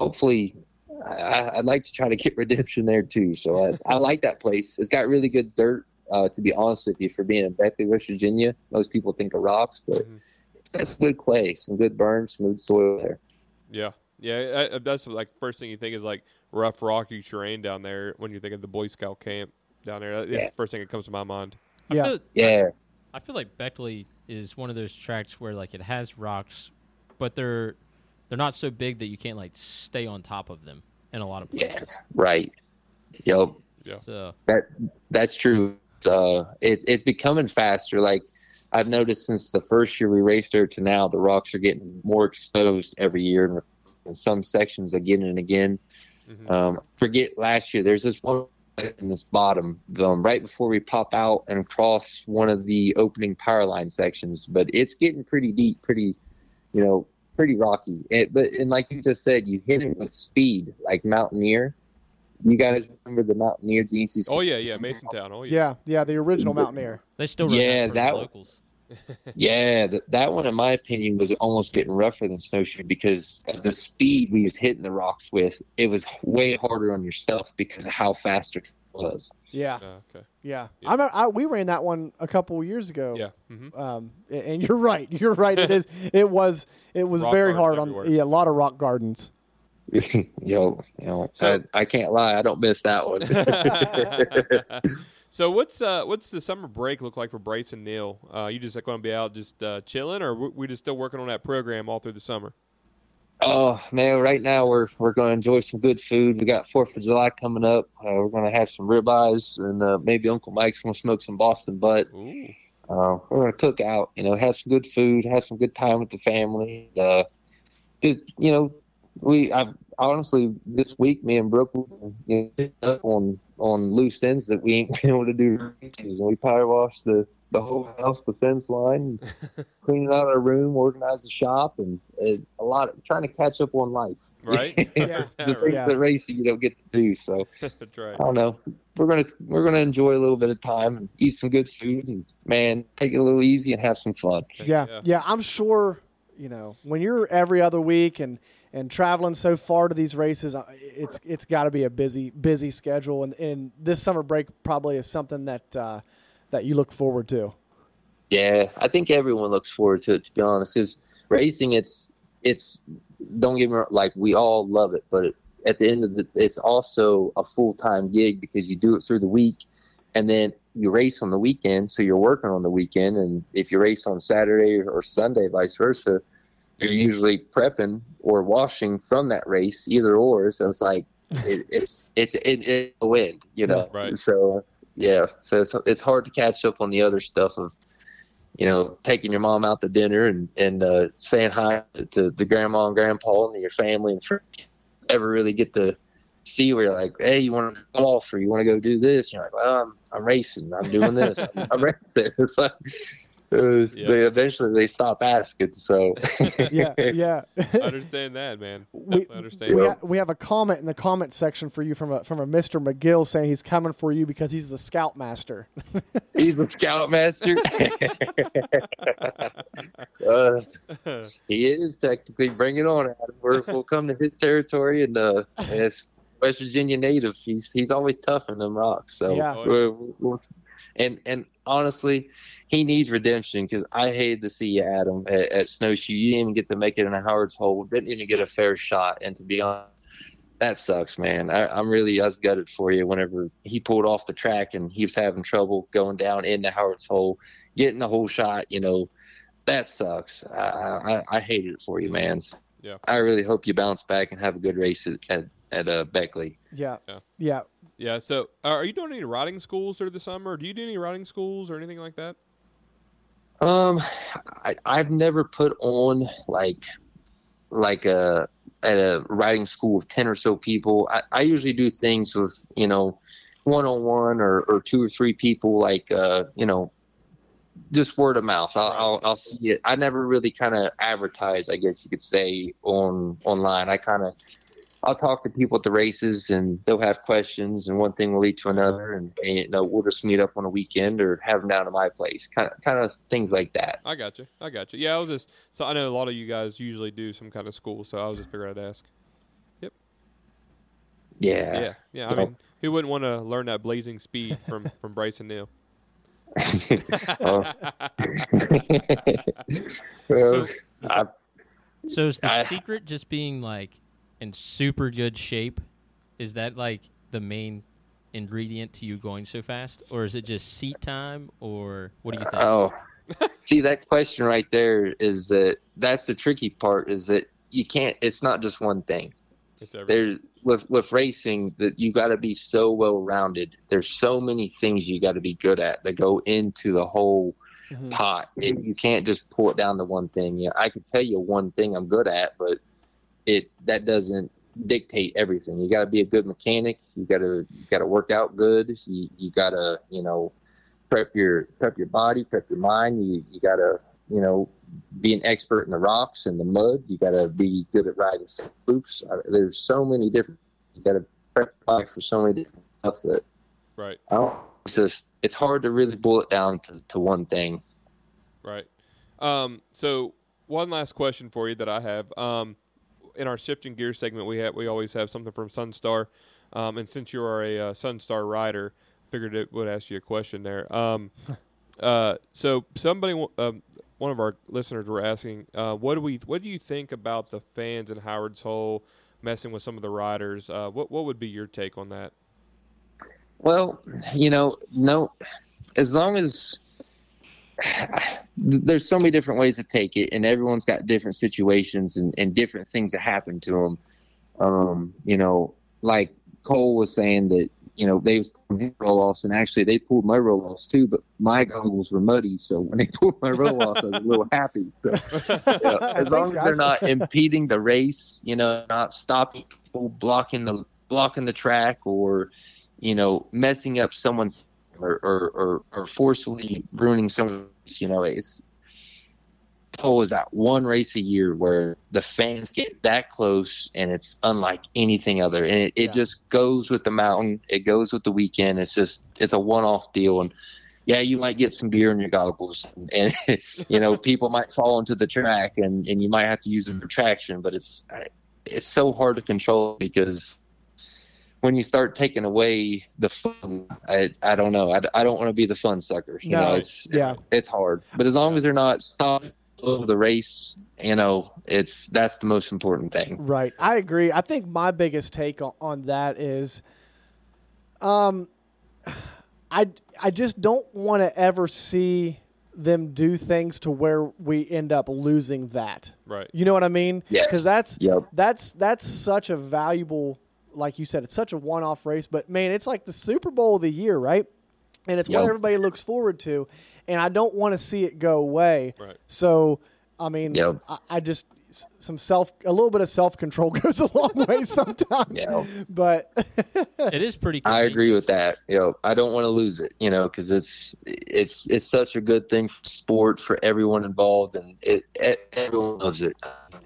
hopefully. I- I, I'd like to try to get <laughs> redemption there too. So I, I like that place. It's got really good dirt. Uh, to be honest with you, for being in Beckley, West Virginia, most people think of rocks, but it's got some good clay, some good burn, some good soil there.
Yeah, yeah. I, I- that's like first thing you think is like rough, rocky terrain down there when you think of the Boy Scout camp down there. That's
Yeah.
the first thing that comes to my mind.
I feel,
Yeah.
I feel like Beckley is one of those tracks where like it has rocks, but they're they're not so big that you can't like stay on top of them in a lot of places.
Right. Yep.
Yeah.
So
That that's true. Uh, it, it's becoming faster. Like I've noticed since the first year we raced there to now, the rocks are getting more exposed every year, and in some sections again and again.
Mm-hmm.
Um, forget last year. There's this one in this bottom um, right before we pop out and cross one of the opening power line sections, but it's getting pretty deep, pretty you know, pretty rocky. It, but and like you just said, you hit it with speed, like Mountaineer. You guys remember the Mountaineer GNCC?
Oh yeah, yeah, Mason Town. Oh yeah.
Yeah, yeah, the original Mountaineer.
They still
yeah, that
locals.
yeah, that, that one in my opinion was almost getting rougher than snowshoe because of the speed we was hitting the rocks with. It was way harder on yourself because of how fast you're was. <laughs>
Yeah.
Uh, okay.
Yeah. I'm a, I, we ran that one a couple of years ago.
Yeah. Mhm.
Um, a- and, you're right. <laughs> You're right. It is. It was. It was
Rock
very hard
gardens
on.
everywhere.
Yeah, a lot of rock gardens.
you know, you know I, I can't lie, I don't miss that
<laughs>
one.
<laughs> so what's uh what's the summer break look like for Bryce and Neil? Uh, you just like, going to be out just uh, chilling, or we- we just still working on that program all through the summer?
Oh man, right now we're we're going to enjoy some good food. We got Fourth of July coming up. Uh, we're going to have some ribeyes, and uh, maybe Uncle Mike's going to smoke some Boston butt. Uh, we're going to cook out. You know, have some good food, have some good time with the family. Uh, just you know, we I've honestly this week me and Brooke you know, picked up on on loose ends that we ain't <laughs> been able to do. And we power washed the the whole house, the fence line,
<laughs>
cleaning out our room, organize the shop, and uh, a lot of trying to catch up on life. <laughs>
Right? <laughs>
the
Yeah,
things
right.
that racing you don't get to do. So
That's right.
I don't know. We're gonna we're gonna enjoy a little bit of time and eat some good food and man, take it a little easy and have some fun.
Yeah. yeah. I'm sure. You know, when you're every other week and and traveling so far to these races, I- it's it's got to be a busy busy schedule. And and this summer break probably is something that uh, that you look forward to.
Yeah, I think everyone looks forward to it. To be honest, because racing, it's it's don't get me wrong, like we all love it, but at the end of the, it's also a full time gig because you do it through the week, and then you race on the weekend, so you're working on the weekend, and if you race on Saturday or Sunday, vice versa, you're usually prepping or washing from that race, either or. So it's like it, it's it's it, it's a wind, you know. Right. So yeah, so it's it's hard to catch up on the other stuff of you know, taking your mom out to dinner and and uh, saying hi to the grandma and grandpa and your family and friends. Ever really get to see where you're like, hey, you want to go off or you want to go do this? you're like, well, I'm I'm racing, I'm doing this, I'm, I'm racing. <laughs> It's like, it was-
Yeah.
they eventually they stop asking. So
yeah, yeah. <laughs>
I understand that, man.
We,
I understand.
we, ha- we have a comment in the comment section for you from a from a Mr. McGill saying he's coming for you because he's the scout master.
he's a scoutmaster. <laughs> uh,
<laughs>
he is technically. Bring it on, Adam. We're, we'll come to his territory, and uh, as West Virginia native, he's he's always tough in them rocks. So,
Yeah.
Oh,
we're- we're- and and honestly, he needs redemption because I hated to see you, Adam, at, at snowshoe. You didn't even get to make it in a Howard's Hole. Didn't even get a fair shot. And to be honest. That sucks, man. I, I'm really I was gutted for you. Whenever he pulled off the track and he was having trouble going down into Howard's hole, getting the whole shot, you know, that sucks. I, I, I- I hated it for you, man. So
Yeah.
I really hope you bounce back and have a good race at at, at uh, Beckley.
<laughs> Yeah.
Yeah.
Yeah.
Yeah. So, uh, are you doing any riding schools through the summer? Do you do any riding schools or anything like that?
Um, I, I've never put on like like a at a riding school of ten or so people. I, I usually do things with you know one on one or or two or three people, like uh, you know just word of mouth. I'll, I'll, I'll see it. I never really kind of advertise, I guess you could say, on online. I kind of, I'll talk to people at the races, and they'll have questions, and one thing will lead to another, and, and, you know, we'll just meet up on a weekend or have them down to my place, kind of, kind of things like that.
I got you. I got you. Yeah, I was just. So I know a lot of you guys usually do some kind of school. So I was just figuring I'd ask.
Yeah.
Yeah. Yeah. I mean, who wouldn't want to learn that blazing speed from from Bryson Neal?
<laughs>
<laughs>
Oh. <laughs> Well, I-
So is the
I-
secret just being like in super good shape? Is that like the main ingredient to you going so fast, or is it just seat time, or what do you think?
Oh, see that question right there is that that's the tricky part is that you can't. It's not just one thing.
It's
There's with with racing that you got to be so well rounded. There's so many things you got to be good at that go into the whole
mm-hmm.
pot. It, you can't just pull it down to one thing. Yeah, I could tell you one thing I'm good at, but it that doesn't dictate everything. You got to be a good mechanic. You got to you got to work out good. You you got to you know prep your prep your body, prep your mind. You you got to you know be an expert in the rocks and the mud. You got to be good at riding slopes. I- There's so many different. You got to prep your body for so many different stuff that
Right.
I don't. It's just it's hard to really boil it down to, to one thing.
Right. Um, so one last question for you that I have. Um, in our shifting gear segment, we have we always have something from Sunstar. Um, and since you are a uh, Sunstar rider, figured it would ask you a question there. Um, uh, so somebody, w- um, one of our listeners, were asking, uh, what do we, what do you think about the fans in Howard's Hole messing with some of the riders? Uh, what what would be your take on that? <laughs>
Well, you know, no, as long as <sighs> there's so many different ways to take it, and everyone's got different situations and, and different things that happen to them. Um, you know, like Cole was saying that, you know, they was pulling his roll offs, and actually they pulled my roll offs too, but my goggles were muddy. So when they pulled my roll offs, I was a little happy.
<laughs>
So, you know, as long as they're not impeding the race, you know, not stopping people, blocking the blocking the track, or you know, messing up someone's or or or, or forcefully ruining someone's, you know, it's Toll is that one race a year where the fans get that close and it's unlike anything other. And it, it just goes with the mountain, it goes with the weekend. It's just it's a one off deal and yeah, you might get some beer in your goggles, and, <laughs> you know people might fall into the track, and, and you might have to use them for traction. But it's it's so hard to control because when you start taking away the fun, I, I don't know. I, I don't want to be the fun sucker. You
No,
know, it's
yeah.
it's hard. But as long as they're not stopping over the race, you know, it's that's the most important thing.
Right. I agree. I think my biggest take on, on that is um I I just don't want to ever see them do things to where we end up losing that. <laughs>
Right.
You know what I mean?
Yes.
Cuz that's
Yep.
that's that's such a valuable like you said it's such a one-off race, but man, it's like the Super Bowl of the year, right? And it's what
Yep.
everybody looks forward to, and I don't want to see it go away.
Right.
So, I mean,
Yep.
I, I just s- some self a little bit of self control <laughs> goes a long way sometimes.
Yeah.
But <laughs>
it is pretty.
I agree with that. You know, I don't want to lose it. You know, because it's it's it's such a good thing for sport for everyone involved, and it, it everyone loves it.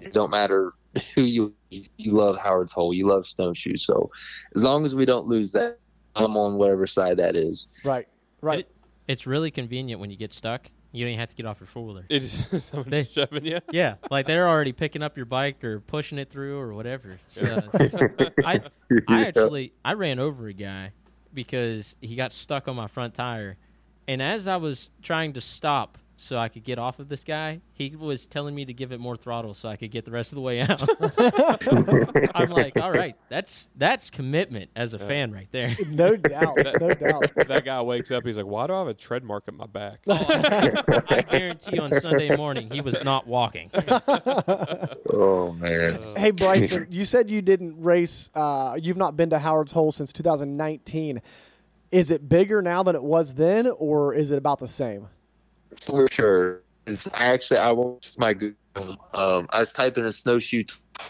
It don't matter who you you love Howard's Hole, you love Snowshoe. So as long as we don't lose that, I'm on whatever side that is. <laughs>
Right. Right.
it's really convenient when you get stuck. You don't even have to get off your four wheeler.
It is <laughs> someone just shoving you.
Yeah, like they're already picking up your bike or pushing it through or whatever. So, I, I actually I ran over a guy because he got stuck on my front tire, and as I was trying to stop so I could get off of this guy, he was telling me to give it more throttle so I could get the rest of the way out. I'm like, all right, that's that's commitment as a
Yeah.
fan right there.
No doubt. no doubt.
<laughs> That guy wakes up. He's like, "Why do I have a tread mark at my back?"
I guarantee you on Sunday morning he was not walking.
Oh man. <laughs>
Hey Bryson, you said you didn't race. Uh, you've not been to Howard's Hole since 2019. Is it bigger now than it was then, or is it about the same?
for sure. It's actually I watched my Google. Um, I was typing in snowshoe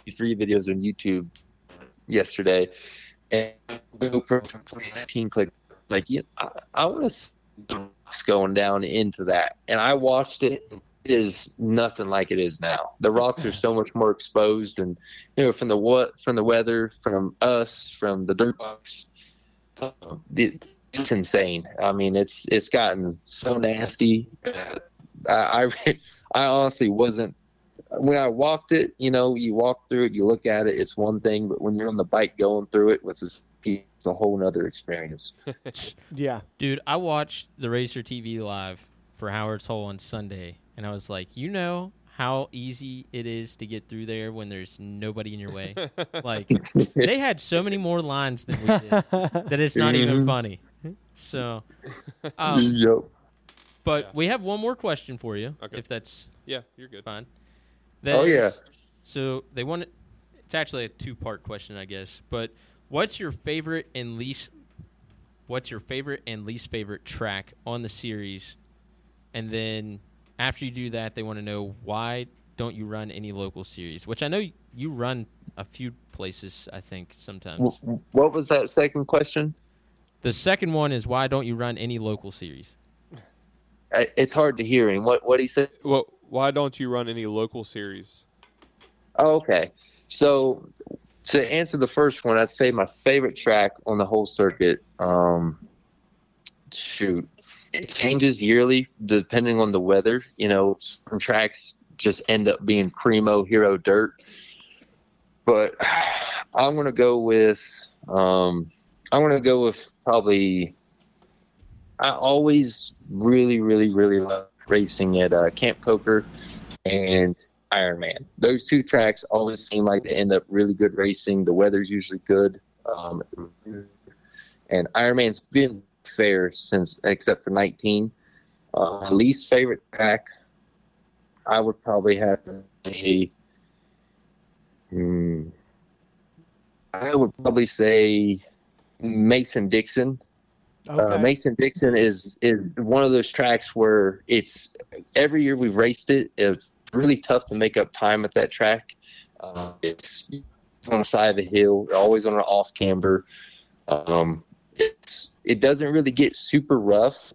three videos on YouTube yesterday, and GoPro from 2019 click like you. I, I want to see the rocks going down into that, and I watched it. It is nothing like it is now. The rocks are so much more exposed, and you know from the what from the weather, from us, from the dirt bikes, it- it's insane. I mean, it's it's gotten so nasty. Uh, I I, <laughs> I honestly wasn't when I walked it. You know, you walk through it, you look at it, it's one thing, but when you're on the bike going through it, which is it's a whole nother experience.
Yeah.
Dude, I watched the Racer TV live for Howard's Hole on Sunday, and I was like, you know how easy it is to get through there when there's nobody in your way. like they had so many more lines than we
<laughs>
did that it's not even
Mhm.
funny. So, um,
Yep.
but we have one more question for you, if that's
<laughs> Yeah, you're good.
Fine.
Oh, yeah.
So they want it's actually a two part question, I guess. But what's your favorite and least what's your favorite and least favorite track on the series? And then after you do that, they want to know why don't you run any local series? Which I know y- you run a few places, I think sometimes.
W- What was that second question?
the second one is why don't you run any local series?
I, it's hard to hear him. What what he said?
Well, why don't you run any local series?
Oh, okay. So to answer the first one, I'd say my favorite track on the whole circuit. Um, shoot, it changes yearly depending on the weather. You know, some tracks just end up being primo hero dirt. But I'm going to go with um, I'm going to go with probably. I always really, really, really love racing at uh, Camp Poker and Ironman. Those two tracks always seem like they end up really good racing. The weather's usually good, um, and Ironman's been fair since except for 19. Uh, my least favorite track, I would probably have to say. hmm, I would probably say Mason Dixon. Uh,
Okay.
Mason Dixon is is one of those tracks where it's every year we've raced it. It's really tough to make up time at that track. Uh, it's on the side of the hill, always on an off camber. Um, it's it doesn't really get super rough.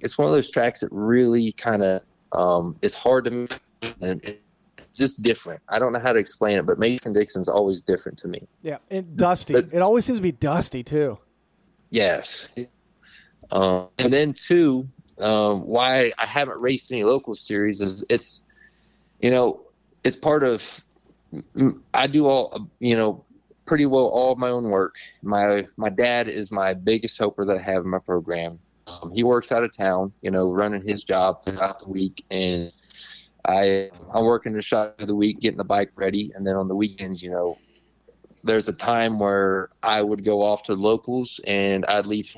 It's one of those tracks that really kind of um, it's hard to make and it's just different. I don't know how to explain it, but Mason Dixon's always different to me.
Yeah, and dusty. It always seems to be dusty too.
Yes. Um, and then two, um, why I haven't raced any local series is it's, you know, it's part of I do all uh, you know pretty well all of my own work. My my dad is my biggest helper that I have in my program. Um, he works out of town, you know, running his job throughout the week, and I I work in the shop of the week, getting the bike ready, and then on the weekends, you know, there's a time where I would go off to locals and I'd leave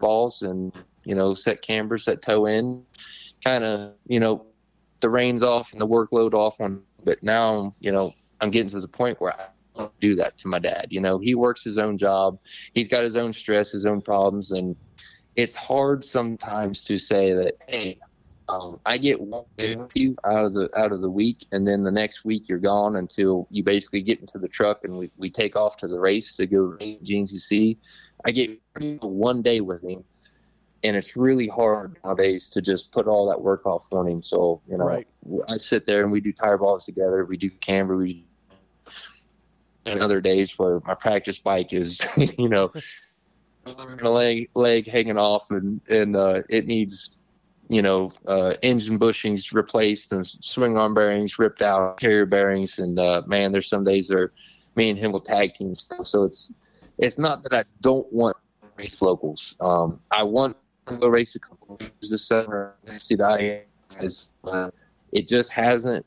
balls and you know set camber, set toe in, kind of you know the reins off and the workload off on. But now I'm, you know I'm getting to the point where I don't do that to my dad. You know he works his own job, he's got his own stress, his own problems, and it's hard sometimes to say that hey. Um, I get one day with you out of the out of the week, and then the next week you're gone until you basically get into the truck and we, we take off to the race to go to GNCC. I get one day with him, and it's really hard nowadays to just put all that work off on him. So you know,
Right.
I sit there and we do tire balls together. We do camber. We and other days where my practice bike is, <laughs> you know, a leg leg hanging off and and uh, it needs you know uh, engine bushings replaced and swing arm bearings ripped out carrier bearings and uh, man there's some days where me and him will tag team stuff so it's it's not that i don't want to race locals um, i want to go race a couple of years this summer and see the IAA guys. Uh, it just hasn't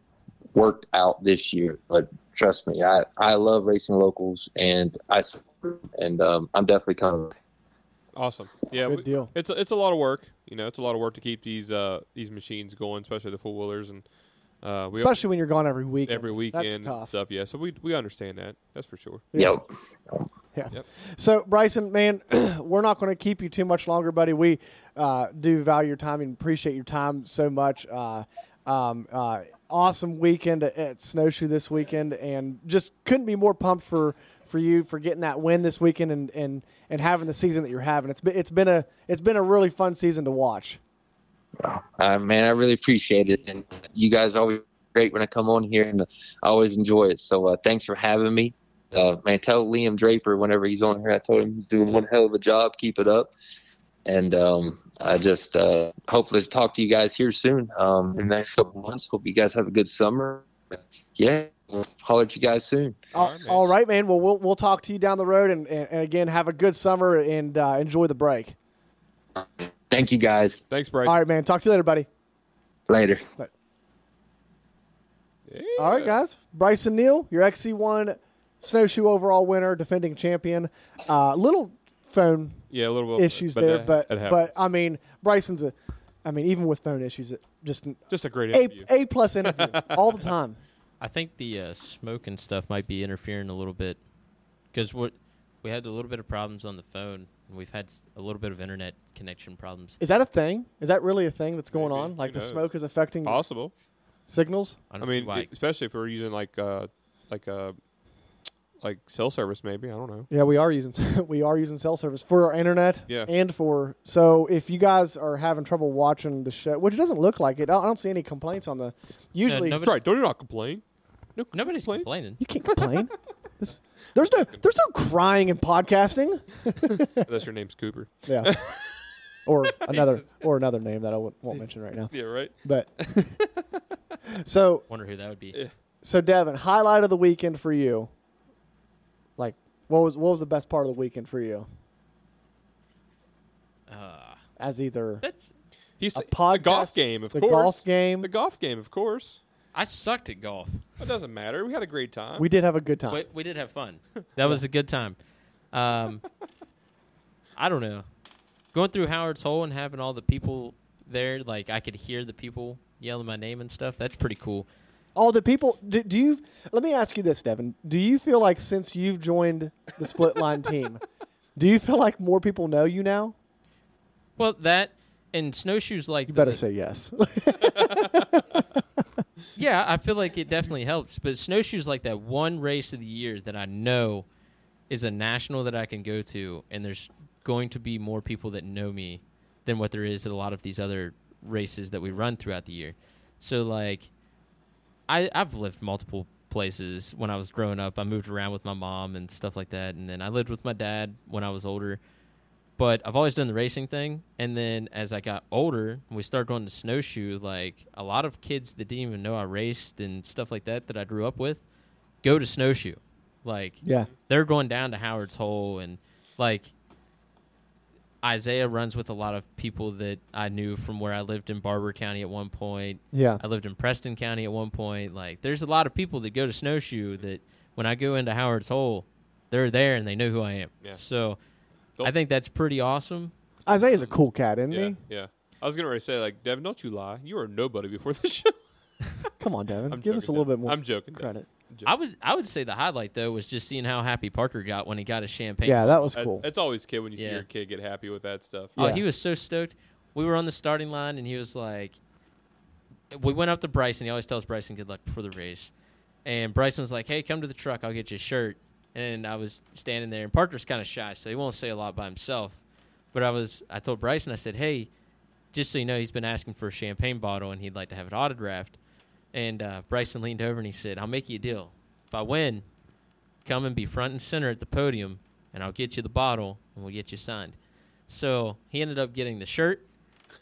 worked out this year but trust me i i love racing locals and i support them, and um, i'm definitely coming
Awesome. Yeah,
Good
we-
deal.
It's a, it's a lot of work. You know, it's a lot of work to keep these uh, these machines going, especially the four wheelers and uh, we
Especially when you're gone every weekend.
every weekend
That's
and
tough.
stuff. Yeah, so we we understand that. That's for sure.
Yep.
Yeah.
Yep.
So Bryson, man, <clears throat> we're not going to keep you too much longer, buddy. We uh, do value your time and appreciate your time so much. Uh, um, uh, awesome weekend at, at Snowshoe this weekend, and just couldn't be more pumped for for you for getting that win this weekend and and, and having the season that you're having. It's been it's been a it's been a really fun season to watch.
uh, man, I really appreciate it, and you guys are always great when I come on here, and I always enjoy it. So uh, thanks for having me. Uh, man, tell Liam Draper whenever he's on here, I told him he's doing one hell of a job. Keep it up, and um, I just uh, hopefully talk to you guys here soon um, in the next couple months. Hope you guys have a good summer. Yeah, we'll holler at you guys soon.
All right, all right man. Well, we'll we'll talk to you down the road, and and, and again, have a good summer and uh, enjoy the break.
Thank you guys.
Thanks, Bryson.
All right, man. Talk to you later, buddy.
Later.
All right, guys. Bryson Neal, your XC1 snowshoe overall winner, defending champion. Uh, little phone
Yeah, a little bit
issues
but
there,
that-
but
that
but
happens.
I mean, Bryson's a, I mean, even with phone issues, it just an
Just a great
A
interview.
A plus
<laughs>
interview all the time.
I think the uh, smoke and stuff might be interfering a little bit because what we had a little bit of problems on the phone and we've had s- a little bit of internet connection problems.
Is that a thing? Is that really a thing that's going on? Like the
Who knows?
smoke is affecting
possible.
signals?
I, mean, e- especially if we're using like uh like uh like cell service, maybe I don't know.
Yeah, we are using <laughs> we are using cell service for our internet.
Yeah.
and for so if you guys are having trouble watching the show, which it doesn't look like it, I don't, I don't see any complaints on the. Usually,
That's right. Don't you not complain. No,
nobody's complaining.
You can't complain. This- there's no there's no crying in podcasting.
<laughs> Unless your name's Cooper. <laughs>
yeah. Or another or another name that I won't, won't mention right now.
Yeah, right.
But so
<laughs>
Wonder who that would be.
so Devin, highlight of the weekend for you. What was what was the best part of the weekend for you?
Uh,
As either
that's
He's
a
the
podcast,
golf game, of
the
course.
golf game.
The golf game, of course.
I sucked at
<laughs>
golf.
It doesn't matter. We had a great time.
We did have a good time.
We, we did have fun. That was a good time. Um, I don't know. Going through Howard's Hole and having all the people there, like I could hear the people yelling my name and stuff. That's pretty cool.
All the people. Do, do you? Let me ask you this, Devin. Do you feel like since you've joined the <laughs> split line team, do you feel like more people know you now?
Well, that and snowshoes like
You better say yes. <laughs>
<laughs> yeah, I feel like it definitely helps. But snowshoes like that one race of the year that I know is a national that I can go to, and there's going to be more people that know me than what there is at a lot of these other races that we run throughout the year. So like, I I've lived multiple places when I was growing up. I moved around with my mom and stuff like that, and then I lived with my dad when I was older. But I've always done the racing thing, and then as I got older, we started going to snowshoe. Like a lot of kids that didn't even know I raced and stuff like that that I grew up with, go to snowshoe. Like
Yeah.
they're going down to Howard's Hole, and like Isaiah runs with a lot of people that I knew from where I lived in Barber County at one point.
Yeah.
I lived in Preston County at one point. Like, there's a lot of people that go to Snowshoe that when I go into Howard's Hole, they're there and they know who I am.
Yeah.
So I think that's pretty awesome.
Isaiah's a cool cat, isn't
Yeah,
he?
yeah. I was gonna already say like, Devin, don't you lie. You were nobody before the <laughs> show.
Come on, Devin. Give us a little bit more.
I'm joking. Devin.
Credit.
I would I would say the highlight though was just seeing how happy Parker got when he got his champagne.
Yeah, that was
That's,
cool.
that's always kid when you see
Yeah.
your kid get happy with that stuff.
Oh, he was so stoked. We were on the starting line, and he was like, "We went up to Bryson. He always tells Bryson good luck before the race." And Bryson was like, "Hey, come to the truck. I'll get you a shirt." And I was standing there, and Parker's kind of shy, so he won't say a lot by himself. But I was, I told Bryson, I said, "Hey, just so you know, he's been asking for a champagne bottle, and he'd like to have it autographed." And uh, Bryson leaned over and he said, "I'll make you a deal. If I win, come and be front and center at the podium, and I'll get you the bottle, and we'll get you signed." So he ended up getting the shirt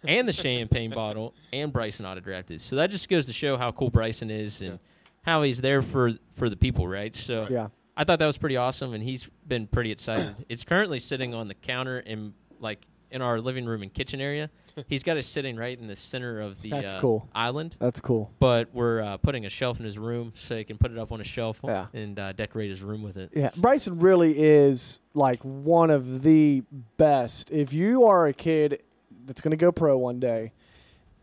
and the champagne bottle, and Bryson autographed it. So that just goes to show how cool Bryson is and how he's there for for the people, right? So
Yeah.
I thought that was pretty awesome, and he's been pretty excited. it's currently sitting on the counter in like in our living room and kitchen area. He's got it sitting right in the center of the
That's
uh,
cool.
island.
That's cool.
But we're uh, putting a shelf in his room so he can put it up on a shelf
Yeah.
and uh, decorate his room with it.
Yeah, Bryson really is like one of the best. If you are a kid that's going to go pro one day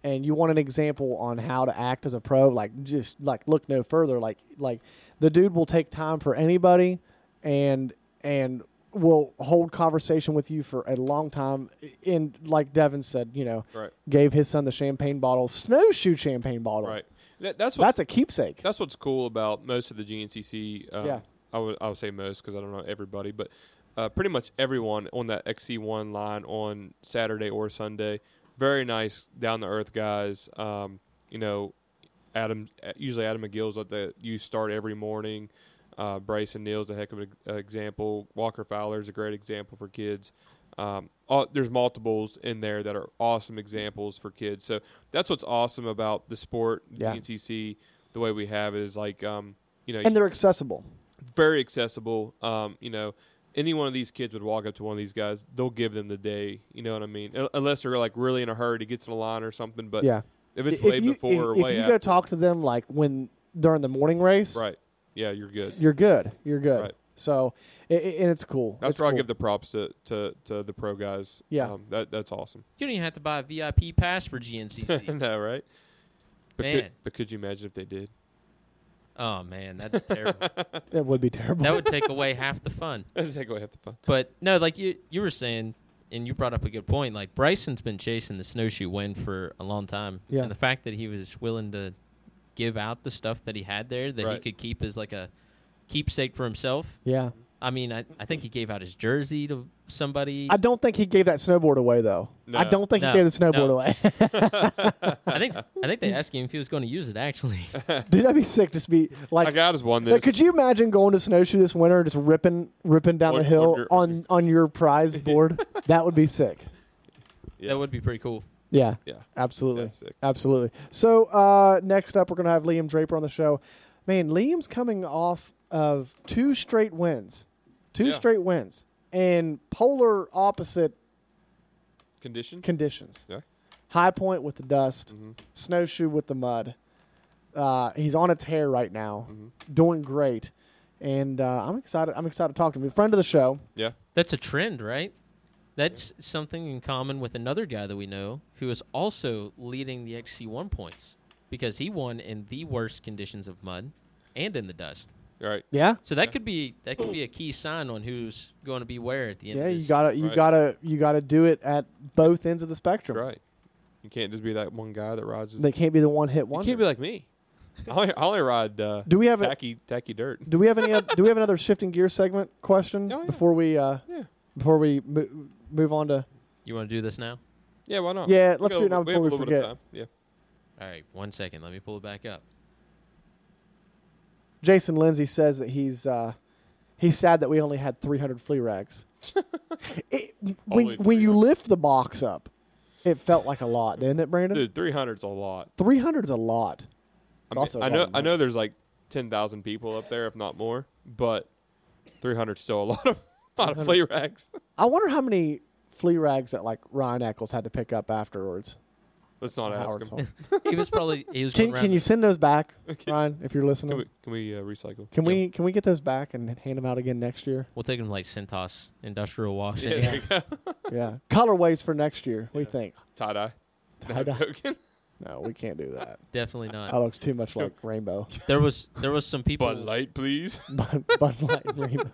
and you want an example on how to act as a pro, like just like look no further. Like like the dude will take time for anybody and and will hold conversation with you for a long time and like Devin said, you know,
Right.
gave his son the champagne bottle, snowshoe champagne bottle.
Right. That- that's what.
That's a keepsake.
That's what's cool about most of the GNCC. Um,
Yeah.
I would I would say most because I don't know everybody, but uh, pretty much everyone on that XC1 line on Saturday or Sunday. Very nice, down to earth guys. Um, you know, Adam usually Adam McGill's at the you start every morning. Uh, Bryson Neal's a heck of an uh, example. Walker Fowler's a great example for kids. Um, all, there's multiples in there that are awesome examples for kids. So that's what's awesome about the sport,
Yeah.
GNCC, the way we have it is like, um, you know,
And they're accessible.
very accessible. Um, you know, any one of these kids would walk up to one of these guys, they'll give them the day. You know what I mean? Un- Unless they're like really in a hurry to get to the line or something. But
Yeah.
if it's
If
way
you-
before
if-
or
if
way
you
after,
go talk to them like when during the morning race,
right? Yeah, you're good.
you're good. You're good.
Right.
So i i and it's cool.
That's
It's
where
cool.
I give the props to, to, to the pro guys.
Yeah.
um, that that's awesome. <laughs>
You don't even have to buy a VIP pass for
<laughs>
GNCC.
no, right? But
Man.
could, but could you imagine if they did? <laughs>
oh man, that'd be terrible.
That would be terrible.
that would take away half the fun.
Take away half the fun.
But no, like you you were saying, and you brought up a good point. Like Bryson's been chasing the snowshoe win for a long time,
Yeah.
and the fact that he was willing to give out the stuff that he had there that he
Right.
could keep as like a keepsake for himself.
<laughs> yeah.
I mean, I, I think he gave out his jersey to somebody.
I don't think he gave that snowboard away though. I
No.
don't think
No.
he gave the snowboard
No.
away.
I think I think they asked him if he was going to use it actually.
<laughs> Dude, that'd be sick. Just be like,
Like I just won
like,
this.
could you imagine going to snowshoe this winter and just ripping ripping down
On-
the hill
on your-
on on your
<laughs>
prize board? that would be sick.
That would be pretty cool.
Yeah.
Yeah.
Absolutely.
That's sick.
Absolutely. So uh, next up, we're going to have Liam Draper on the show. Man, Liam's coming off of two straight wins. Two
Yeah.
straight wins in polar opposite
Condition?
conditions.
Yeah. Mm-hmm.
High Point with the dust, Snowshoe with the mud. Uh, he's on a tear right now,
Mm-hmm.
doing great, and uh, I'm excited. I'm excited to talk to him. Friend of the show,
Yeah.
That's a trend, right? That's something in common with another guy that we know who is also leading the XC1 points because he won in the worst conditions of mud and in the dust.
Right.
Yeah.
So that could be that could be a key sign on who's going to be where at the end.
yeah,
of
you
this.
gotta, you gotta, you gotta do it at both ends of the spectrum.
Right. You can't just be that one guy that rides.
They can't be the one hit
You
one.
can't be like <laughs> me. I only, I only ride. Uh,
Do we have a-
tacky tacky dirt?
Do we have any? oth- do we have another shifting gear segment question before we? Uh, Before we mo- move on to
You want to do this now?
Yeah, why not?
Yeah,
We
let's
got
do
a
it now
little- have
before
a
we
little bit
forget.
of time. Yeah.
All right, one second. Let me pull it back
<laughs>
up.
Jason Lindsay says that he's uh, he's sad that we only had 300 flea rags. It- when
Only
when you lift the box up, it felt like a lot, didn't it, Brandon?
Dude, 300's a lot.
300 is a lot.
I,
But
mean,
also,
I
a
know
lot
I know there's like ten thousand people up there, if not more, but 300's still a <laughs> lot of lot
300.
of flea rags.
I wonder how many flea rags that like Ryan Eccles had to pick up afterwards.
<laughs> Let's not
Howard's
ask <laughs>
home.
him.
He was probably he was
Can,
around
can you send those
<laughs>
back, Ryan, if you're listening?
Can we, can we uh, recycle?
Can we can we get those back and hand them out again next year?
We'll take him to, like Centos Industrial Wash.
Yeah, there you go. <laughs>
yeah, colorways for next year. We think.
Tie dye.
Tie-dye.
joking.
No, we can't do that.
Definitely not.
<laughs> That looks too much like <laughs> rainbow.
There was there was some people.
Bud Light,
<laughs>
please.
Bud, Light rainbow.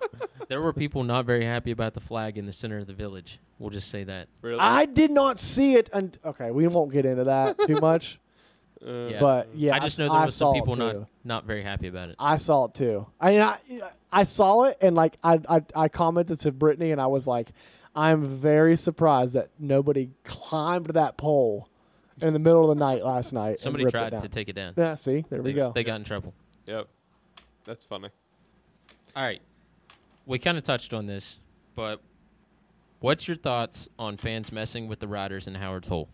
There were people not very happy about the flag in the center of the village. We'll just say that.
Really?
I did not see it. And okay, we won't get into that <laughs> too much. But yeah,
Uh, I just know
I
there was some
saw
people
it
not
too.
not very happy about it.
I saw it too. I mean, I, I saw it and like I, I I commented to Brittany and I was like, I'm very surprised that nobody climbed that pole in the middle of the night last night. and
Somebody
ripped it
tried
down.
to take it down.
Yeah, see, there we
They-
go.
They got in trouble.
Yep. That's funny.
All right. We kind of touched on this, but what's your thoughts on fans messing with the riders in Howard's Hole?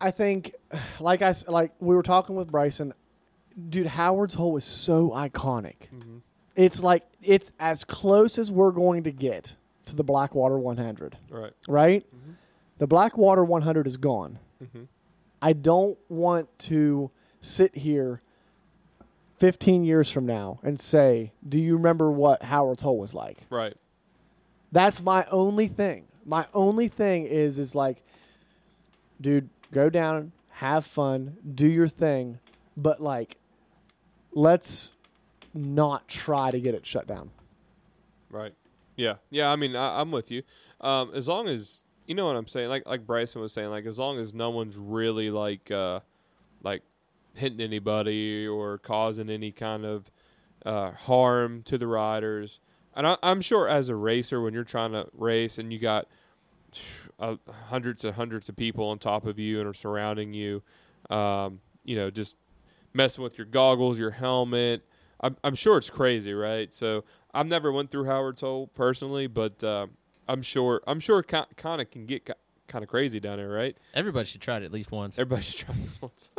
I think, <sighs> like I s- like we were talking with Bryson, dude. Howard's Hole is so iconic. It's like it's as close as we're going to get to the Blackwater 100,
Right.
right? The Blackwater 100 is gone.
Mhm.
I don't want to sit here 15 years from now and say, "Do you remember what Howard's Hole was like?"
Right.
That's my only thing. My only thing is is like, dude, go down, have fun, do your thing, but like, let's not try to get it shut down.
Right. Yeah. Yeah. I mean, I, I'm with you. Um, as long as you know what I'm saying, like like Bryson was saying, like as long as no one's really like uh, like hitting anybody or causing any kind of uh, harm to the riders, and I, I'm sure as a racer, when you're trying to race and you got uh, hundreds and hundreds of people on top of you and are surrounding you, um, you know, just messing with your goggles, your helmet. I'm, I'm sure it's crazy, right? So I've never went through Howard's Hole personally, but uh, I'm sure I'm sure kind of can get kind of crazy down there, right?
Everybody should try it at least once.
Everybody <laughs> should try this once.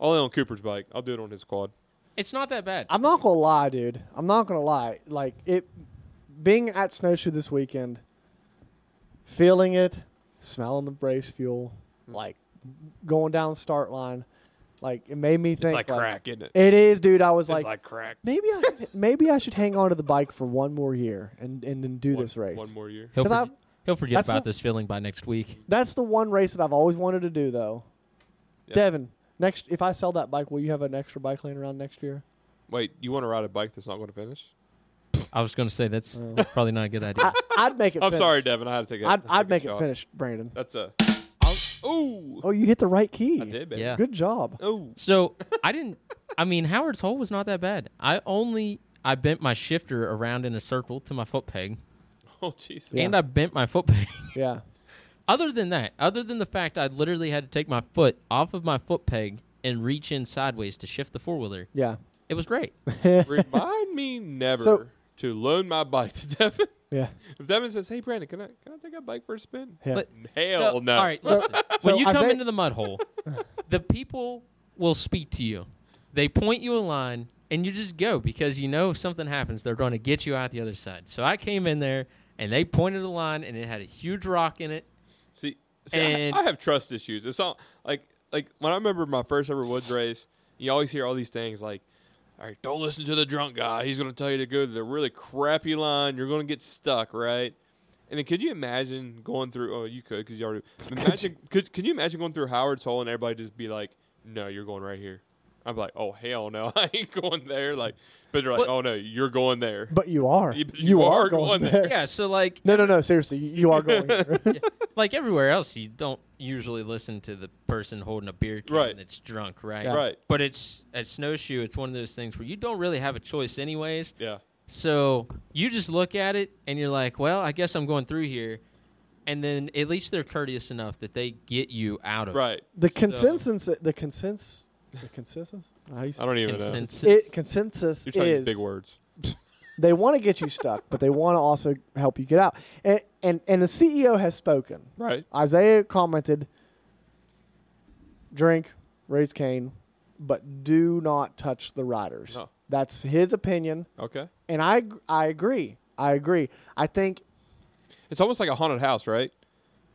Only on Cooper's bike. I'll do it on his quad.
It's not that bad.
I'm not gonna lie, dude. I'm not gonna lie. Like it, being at snowshoe this weekend, feeling it, smelling the brace fuel,
Hmm.
like going down the start line, like it made me think
like crack, isn't it?
It is, dude. I was
It's like crack.
Maybe I should, maybe I should hang on to the bike for one more year and and, and do this race.
one more year.
He'll,
'Cause
for-
I've-
he'll forget
that's
about
the-
this feeling by next week.
That's the one race that I've always wanted to do, though. Devin, next if I sell that bike, will you have an extra bike laying around next year?
Wait, you want to ride a bike that's not going to finish?
I was going to say that's,
Oh.
that's probably not a good
<laughs>
idea.
I'd make it.
<laughs> I'm
finish.
sorry, Devin. I had to take it.
I'd,
take
I'd
a
make it
shot.
finish, Brandon.
That's a.
Oh, you hit the right key. I
did, baby.
Yeah.
Good job.
Oh.
So I didn't. I mean, Howard's Hole was not that bad. I only I bent my shifter around in a circle to my foot peg,
<laughs> Oh, Jesus.
and I bent my foot peg.
Yeah.
Other than that, other than the fact I literally had to take my foot off of my foot peg and reach in sideways to shift the four wheeler,
Yeah.
it was great.
Remind me never
So-
to loan my bike to Devin.
Yeah.
If Devin says, "Hey, Brandon, can I can I take a bike for a spin?"
Yeah. But-
<laughs> <laughs> Hell no.
All right, listen.
so
when you come
Isaiah-
into the mud hole, the people will speak to you. They point you a line and you just go because you know if something happens, they're going to get you out the other side. So I came in there and they pointed a line and it had a huge rock in it.
See, See, I-
and
I, have trust issues. It's all like like when I remember my first ever woods race. You always hear all these things like, "All right, don't listen to the drunk guy. He's going to tell you to go to the really crappy line. You're going to get stuck, right?" And then could you imagine going through? Oh, you could because you already imagine. could can you imagine going through Howard's Hole and everybody just be like, "No, you're going right here." I'm like, "Oh hell no, <laughs> I ain't going there." Like, but they're like, "Oh no, you're going there."
But you are.
You- you are going there.
yeah. So like
No, no, no. Seriously, you you are going.
<laughs>
here.
like everywhere else, you don't usually listen to the person holding a beer can
Right.
that's drunk, right?
Yeah. Right.
But it's at snowshoe, it's one of those things where you don't really have a choice, anyways.
Yeah.
So you just look at it and you're like, well, I guess I'm going through here. And then at least they're courteous enough that they get you out of
Right.
The consensus. The consensus. The consensus. How you say
<laughs> I don't even
Consensus.
know.
It consensus
You're trying to use
is
big words.
they want to get you stuck, but they want to also help you get out. And and and the CEO has spoken.
Right.
Isaiah commented, "Drink, raise Cain, but do not touch the riders."
No.
That's his opinion,
Okay.
and I ag- I agree. I agree. I think
It's almost like a haunted house, right?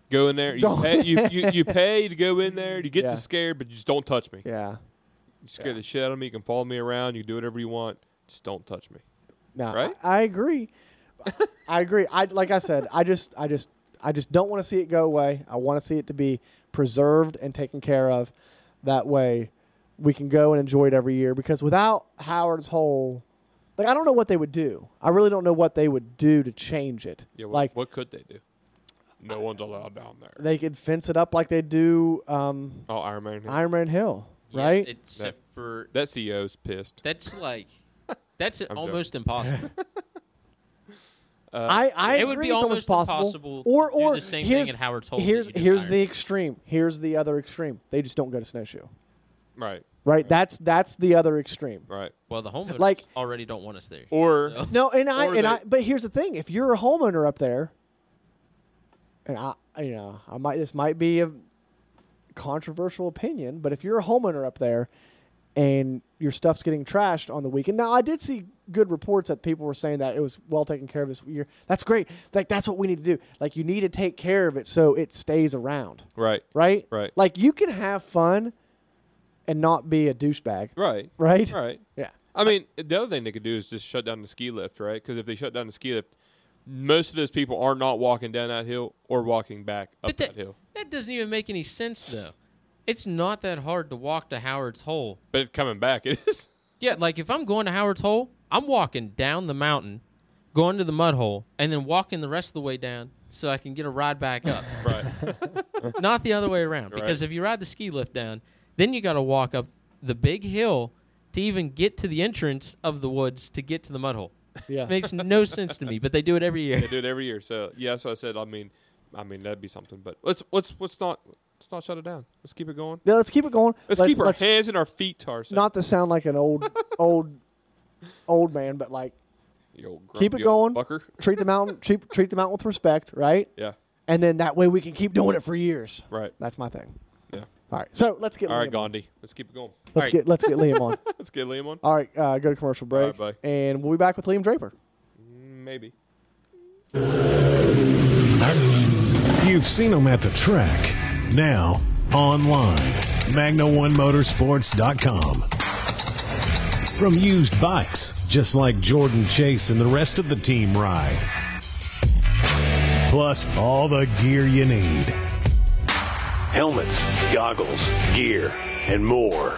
Go in there. You
Don't-
pay, you, you, you pay to go in there. You get
Yeah.
the scare, but you just don't touch me.
yeah.
You scare the shit out of me. You can follow me around. You can do whatever you want. Just don't touch me.
No,
Right?
I, I agree. I agree. I like I said. I just, I just, I just don't want to see it go away. I want to see it to be preserved and taken care of. That way, we can go and enjoy it every year. Because without Howard's Hole, like I don't know what they would do. I really don't know what they would do to change it.
Yeah. What,
like
what could they do? No one's allowed down there.
they could fence it up like they do um,
Oh, Iron Man.
Iron Man Hill, right?
Except for
that CEO's pissed.
that's
<laughs>
like that's
joking.
almost impossible.
Uh,
I, I
It would
agree
be
it's
almost
possible.
impossible to
or
do
or
the same thing
here's,
at Howard's Hole that
Here's
you do
here's
Iron
the extreme. Here's the other extreme. They just don't go to snowshoe.
right.
Right. That's that's the other extreme.
Right.
well,
<laughs>
the homeowners
Like-
already don't want us there.
Or
So-
No, and I
Or
and
they-
I. But here's the thing: if you're a homeowner up there, and I, you know, I might this might be a controversial opinion, but if you're a homeowner up there and your stuff's getting trashed on the weekend, now I did see good reports that people were saying that it was well taken care of this year. That's great. Like that's what we need to do. Like you need to take care of it so it stays around,
right.
right?
Right.
Like you can have fun and not be a douchebag,
Right.
right?
Right.
Yeah.
I mean, the other thing they could do is just shut down the ski lift, right? Because if they shut down the ski lift, most of those people are not walking down that hill or walking back up
But
that,
that,
hill.
that doesn't even make any sense, though. It's not that hard to walk to Howard's Hole.
But if coming back, it is. <laughs>
Yeah, like if I'm going to Howard's Hole, I'm walking down the mountain, going to the mud hole, and then walking the rest of the way down so I can get a ride back up.
<laughs> Right.
not the other way around. Because if you ride the ski lift down, then you got to walk up the big hill to even get to the entrance of the woods to get to the mud hole.
Yeah.
Makes
<laughs>
no sense to me, but they do it every year.
They do it every year. So yeah, that's what I said. I mean, I mean that'd be something. But let's let's let's not let's not shut it down. Let's keep it going.
Now let's keep it going.
Let's, keep our hands and our feet to ourselves.
not to sound like an old old old man, but like
You old
keep it
grumpy old
going.
fucker. <laughs>
treat the mountain treat treat the mountain with respect, right?
Yeah.
And then that way we can keep doing it for years.
Right.
That's my thing.
Yeah.
All right. So let's get
All right,
Liam on.
Gandhi. Let's keep it going.
Let's get let's get Liam
<laughs>
on.
Let's get Liam on.
All right, uh, go to commercial break,
All right,
and we'll be back with Liam Draper.
Maybe.
You've seen them at the track. Now, online. Magna1Motorsports.com. From used bikes, just like Jordan Chase and the rest of the team ride. Plus, all the gear you need.
Helmets, goggles, gear, and more.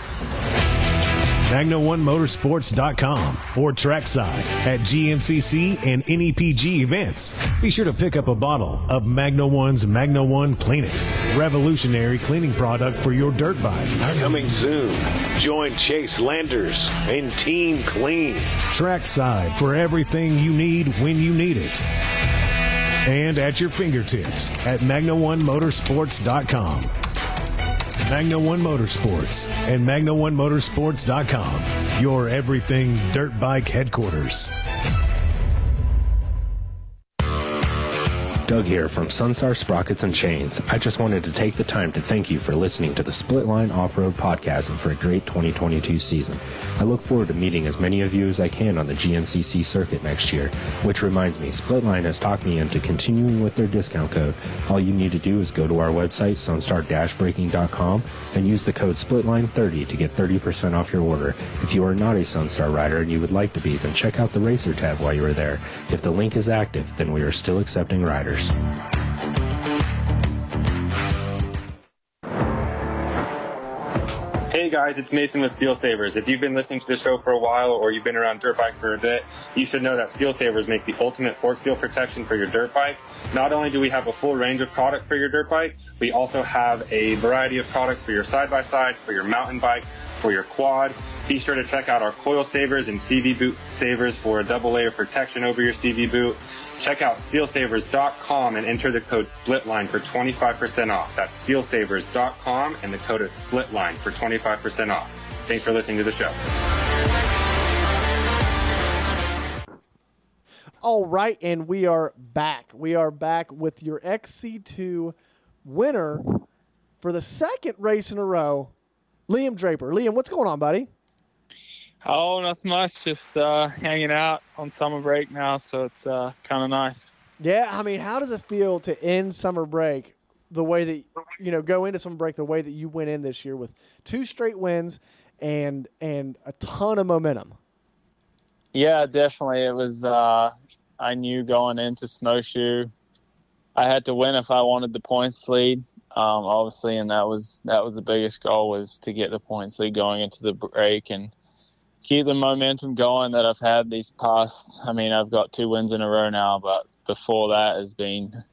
Magna1Motorsports.com or trackside at GNCC and NEPG events. Be sure to pick up a bottle of Magna One's Magna One Clean It, revolutionary cleaning product for your dirt bike.
Coming soon. Join Chase Landers and Team Clean.
Trackside for everything you need when you need it. And at your fingertips at magna1motorsports.com. Magna One Motorsports and magna1motorsports.com, your everything dirt bike headquarters.
Doug here from Sunstar Sprockets and Chains. I just wanted to take the time to thank you for listening to the Split Line Off Road Podcast and for a great 2022 season. I look forward to meeting as many of you as I can on the GNCC circuit next year. Which reminds me, Splitline has talked me into continuing with their discount code. All you need to do is go to our website, sunstar-breaking.com, and use the code SPLITLINE30 to get 30% off your order. If you are not a Sunstar rider and you would like to be, then check out the Racer tab while you are there. If the link is active, then we are still accepting riders.
Hey guys, it's Mason with Steel Savers. If you've been listening to the show for a while or you've been around dirt bikes for a bit, you should know that Steel Savers makes the ultimate fork seal protection for your dirt bike. Not only do we have a full range of product for your dirt bike, we also have a variety of products for your side by side, for your mountain bike, for your quad. Be sure to check out our coil savers and CV boot savers for a double layer protection over your CV boot. Check out sealsavers.com and enter the code SPLITLINE for 25% off. That's sealsavers.com and the code is SPLITLINE for 25% off. Thanks for listening to the show.
All right, and we are back. We are back with your XC2 winner for the second race in a row, Liam Draper. Liam, what's going on, buddy?
Oh, not much. Just uh, hanging out on summer break now, so it's uh, kind of nice.
Yeah, I mean, how does it feel to end summer break the way that you know go into summer break the way that you went in this year with two straight wins and and a ton of momentum?
Yeah, definitely. It was. Uh, I knew going into snowshoe, I had to win if I wanted the points lead. Um, obviously, and that was that was the biggest goal was to get the points lead going into the break and keep the momentum going that I've had these past. I mean, I've got two wins in a row now, but before that has been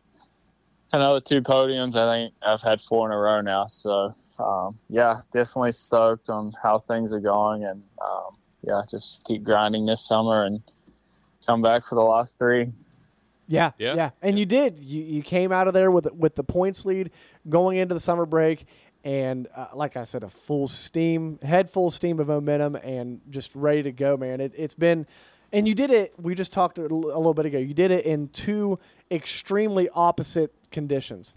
another two podiums. I think I've had four in a row now. So, um, yeah, definitely stoked on how things are going, and um, yeah, just keep grinding this summer and come back for the last three.
Yeah, yeah, And you did. You you came out of there with with the points lead going into the summer break, and uh, like I said, a full steam head full steam of momentum and just ready to go, man. It, it's been, and you did it. We just talked a l- a little bit ago. You did it in two extremely opposite conditions.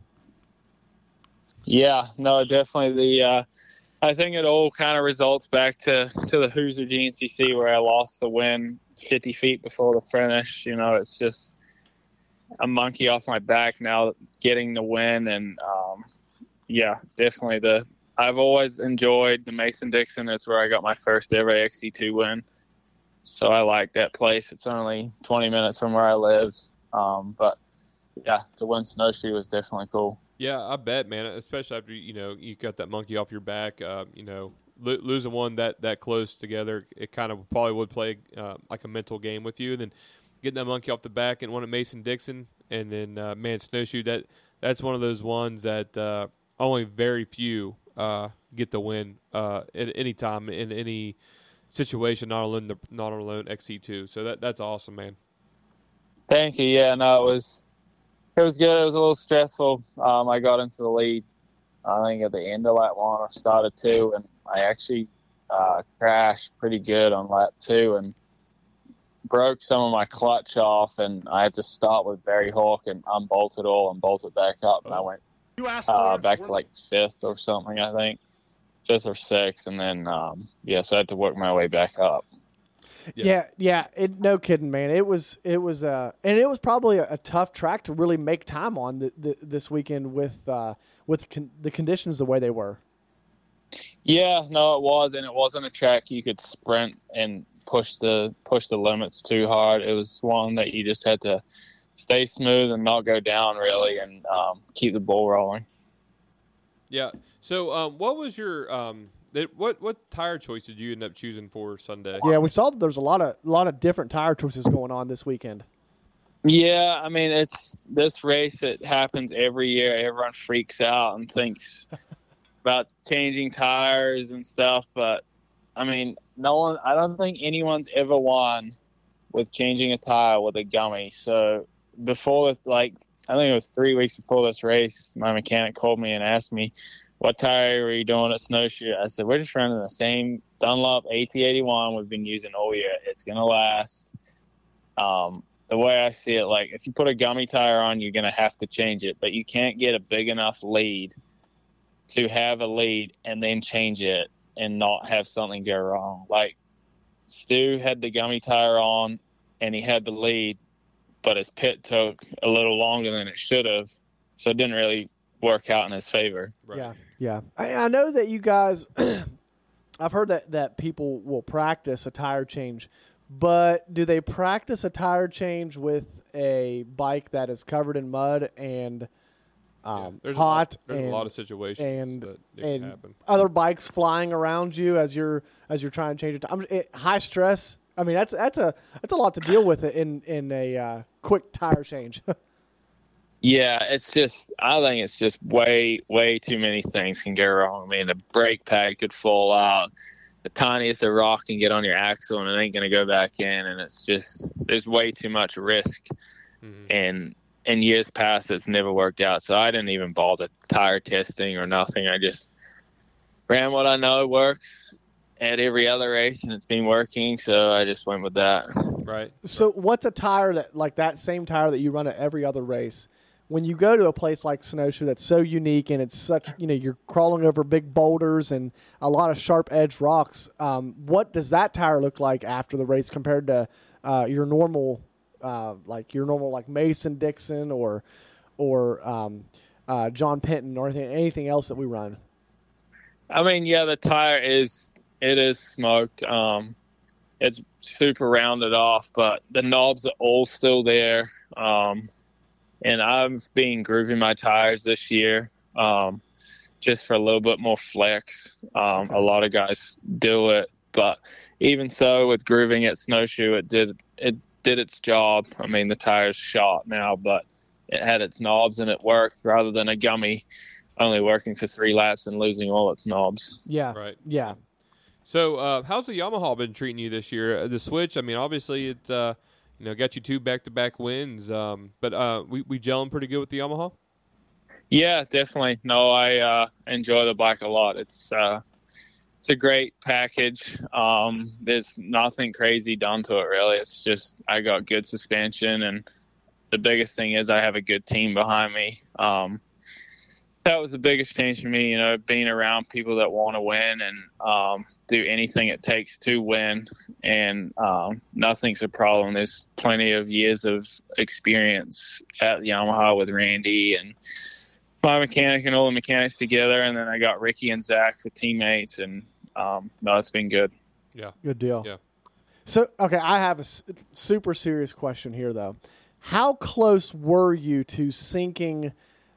Yeah, no, definitely the. Uh, I think it all kind of results back to to the Hoosier GNCC where I lost the win 50 feet before the finish. You know, it's just a monkey off my back now getting the win and um, yeah, definitely the. I've always enjoyed the Mason Dixon. That's where I got my first ever XC2 win. So I like that place. It's only 20 minutes from where I live. Um, but yeah, to win snowshoe was definitely cool.
Yeah, I bet, man. Especially after you know you got that monkey off your back. Uh, you know, lo- losing one that that close together, it kind of probably would play uh, like a mental game with you. And then getting that monkey off the back and one at Mason Dixon, and then uh, man, snowshoe. That that's one of those ones that uh, only very few uh, get the win uh, at any time in any situation. Not alone, the not alone XC two. So that that's awesome, man.
Thank you. Yeah, no, it was it was good. It was a little stressful. Um, I got into the lead. I think at the end of lap one, I started two, and I actually uh, crashed pretty good on lap two, and broke some of my clutch off, and I had to start with Barry Hawk and unbolt it all and bolt it back up, and I went uh, back to like fifth or something, I think, fifth or sixth, and then um, yeah, so I had to work my way back up.
Yeah, yeah. It, no kidding, man. It was it was uh and it was probably a, a tough track to really make time on th- th- this weekend with uh with con- the conditions the way they were.
Yeah, no, it was, and it wasn't a track you could sprint and push the push the limits too hard. It was one that you just had to stay smooth and not go down really, and um, keep the ball rolling.
Yeah. So um, what was your um, th- what what tire choice did you end up choosing for Sunday?
Yeah, we saw that there's a lot of a lot of different tire choices going on this weekend.
Yeah, I mean it's this race that happens every year. Everyone freaks out and thinks about changing tires and stuff, but I mean, no one. I don't think anyone's ever won with changing a tire with a gummy. So before this, like I think it was three weeks before this race, my mechanic called me and asked me, "What tire were you doing at Snowshoe?" I said, "We're just running the same Dunlop AT81 we've been using all year. It's gonna last." Um, the way I see it, like if you put a gummy tire on, you're going to have to change it, but you can't get a big enough lead to have a lead and then change it and not have something go wrong. Like Stu had the gummy tire on and he had the lead, but his pit took a little longer than it should have. So it didn't really work out in his favor.
Yeah, yeah. I, I know that you guys. <clears throat> I've heard that that people will practice a tire change, but do they practice a tire change with a bike that is covered in mud and um,
There's
hot?
A lot, there's
and,
a lot of situations
and
that it can
and
happen.
other bikes flying around you as you're as you're trying to change it. I'm, it high stress. I mean, that's that's a that's a lot to deal with in in a uh, quick tire change. <laughs>
Yeah, it's just I think it's just way way too many things can go wrong. I mean, the brake pad could fall out, the tiniest of rock can get on your axle and it ain't gonna go back in, and it's just there's way too much risk. And in years past, it's never worked out. So I didn't even bother tire testing or nothing. I just ran what I know works at every other race, and it's been working. So I just went with that.
Right.
So what's a tire that like that same tire that you run at every other race? When you go to a place like Snowshoe that's so unique and it's such you know you're crawling over big boulders and a lot of sharp edge rocks. Um, what does that tire look like after the race compared to uh, your normal uh, like your normal like Mason Dixon or or um, uh, John Penton or anything anything else that we run?
I mean, yeah, the tire is it is smoked. Um, it's super rounded off, but the knobs are all still there. Um, and I've been grooving my tires this year, um, just for a little bit more flex. Um, a lot of guys do it, but even so, with grooving at snowshoe, it did it did its job. I mean, the tire's shot now, but it had its knobs and it worked rather than a gummy only working for three laps and losing all its knobs.
Yeah.
Right.
Yeah.
So, uh, how's the Yamaha been treating you this year? Uh, The Switch, I mean, obviously it, uh, you know, got you two back-to-back wins. Um, but uh, we we gelling pretty good with the Yamaha.
Yeah, definitely. No, I uh, enjoy the bike a lot. It's uh, it's a great package. Um, there's nothing crazy done to it really. It's just I got good suspension, and the biggest thing is I have a good team behind me. Um, that was the biggest change for me. You know, being around people that want to win and um, do anything it takes to win, and um, nothing's a problem. There's plenty of years of experience at Yamaha with Randy and my mechanic and all the mechanics together, and then I got Ricky and Zach for teammates, and um, no, it's been good.
Yeah,
Good deal.
Yeah.
So, okay, I have a s- super serious question here, though. How close were you to sinking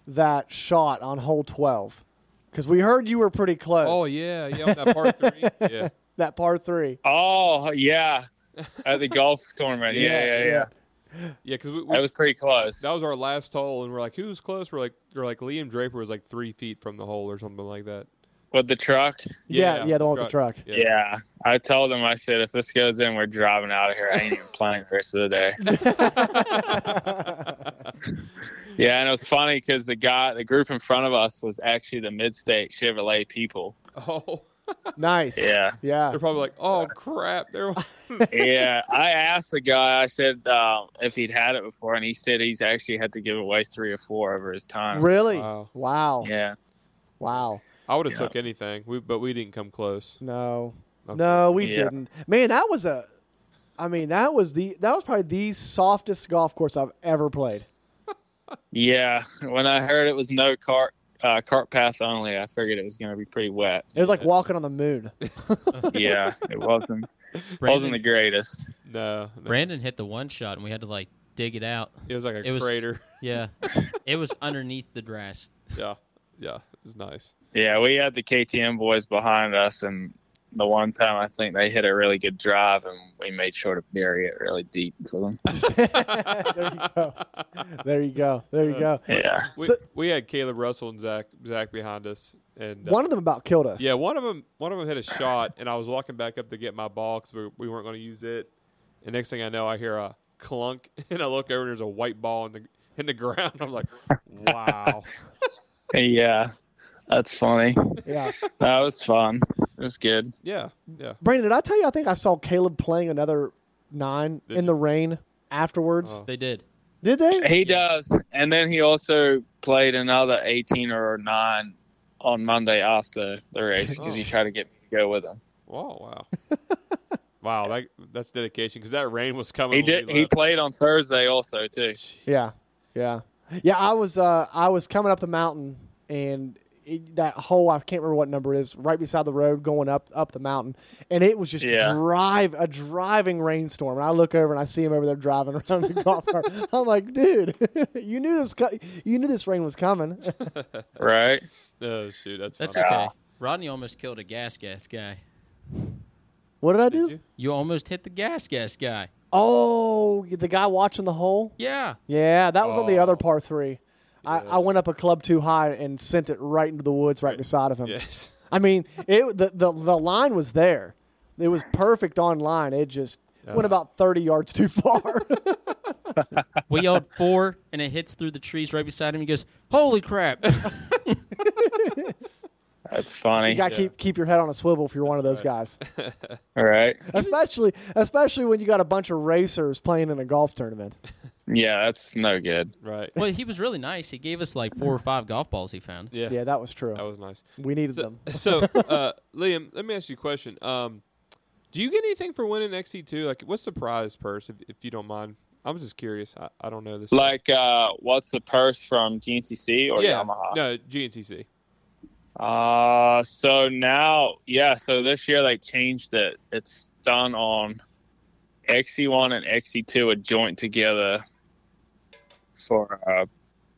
that shot on hole 12? Because we heard you were pretty close.
Oh yeah, yeah, on that part three. <laughs> Yeah.
That par three.
Oh yeah, at the golf tournament. Yeah, yeah, yeah.
Yeah, because we,
That was pretty close.
That was our last hole, and we're like, "Who's close?" We're like, "We're like Liam Draper was like three feet from the hole or something like that."
With the truck.
Yeah, yeah, the one with the truck.
Yeah. I told him. I said, if this goes in, we're driving out of here. I ain't even playing the rest of the day.
<laughs>
<laughs> yeah, and it was funny because the guy, the group in front of us, was actually the mid-state Chevrolet people.
Oh,
Nice.
Yeah.
Yeah.
they're probably like, "Oh crap!" They're
yeah, I asked the guy. I said uh, if he'd had it before, and he said he's actually had to give away three or four over his time.
Really? Wow.
Yeah.
Wow.
I would have
Yeah.
took anything, we, but we didn't come close.
No. No, we
Yeah.
didn't. Man, that was a. I mean, that was the that was probably the softest golf course I've ever played.
Yeah. When I heard it was no cart uh, cart path only, I figured it was going to be pretty wet.
It was like walking on the
<laughs>
moon.
yeah, it wasn't.
Brandon-
Wasn't the greatest.
No,
Brandon hit the one shot, and we had to like dig it out.
It was like a crater. <laughs>
Yeah, it was underneath the grass.
Yeah, yeah, it was nice.
Yeah, we had the KTM boys behind us, and the one time I think they hit a really good drive, and we made sure to bury it really deep for
<laughs>
them.
there you go. There you go. There you go.
<laughs> we,
So-
we had Caleb Russell and Zach Zach behind us, and uh,
One of them about killed us.
Yeah, one of them one of them hit a shot, and I was walking back up to get my ball because we, we weren't going to use it. And next thing I know, I hear a clunk, <laughs> and I look over, and there's a white ball in the in the <laughs> ground.
<laughs>
I'm like, wow.
yeah, that's funny.
<laughs> Yeah.
That was fun. It was good.
Yeah, yeah.
Brandon, did I tell you Oh. I think I saw Caleb playing another nine in the rain afterwards?
They did.
Did they?
He does, and then he also played another eighteen or nine on Monday after the race because he tried to get me to go with him.
Wow, <laughs> wow, wow! That that's dedication because that rain was coming.
He
when we
did. He
left.
played on Thursday also too.
Yeah, yeah, yeah. I was uh, I was coming up the mountain, and it, that hole I can't remember what number it is, right beside the road going up up the mountain, and it was just
Yeah.
drive a driving rainstorm. And I look over and I see him over there driving <laughs> around the golf cart. I'm like, dude, <laughs> you knew this co- you knew this rain was <laughs> coming.
Right.
<laughs> Oh shoot, that's
That's
funny.
okay. Rodney almost killed a gas gas guy.
what did I do?
You almost hit the gas gas guy.
Oh, the guy watching the hole.
Yeah.
Yeah, that was on the
Oh.
other par three. I, I went up a club too high and sent it right into the woods right beside of him.
<laughs> Yes.
I mean, it the, the, the line was there. It was perfect on line. It just
Yeah.
went about 30 yards too far. <laughs>
We yelled four, and it hits through the trees right beside him. He goes, "Holy crap!"
That's funny.
you got to keep, keep your head on a swivel if you're one of those guys.
All right.
especially especially when you got a bunch of racers playing in a golf tournament.
Yeah, that's no good.
Right.
Well, he was really nice. He gave us like four or five golf balls he found.
Yeah.
Yeah, that was true. That
was nice. <laughs>
We needed them.
so, uh, Liam, let me ask you a question. Um, do you get anything for winning XC2? Like, what's the prize purse, if, if you don't mind? I'm just curious. I, I don't know this.
Like, uh, what's the purse from GNCC or
yeah,
Yamaha?
No, GNCC.
Uh, so now, yeah, so this year they changed it. It's done on XC1 and XC2 are joint together for a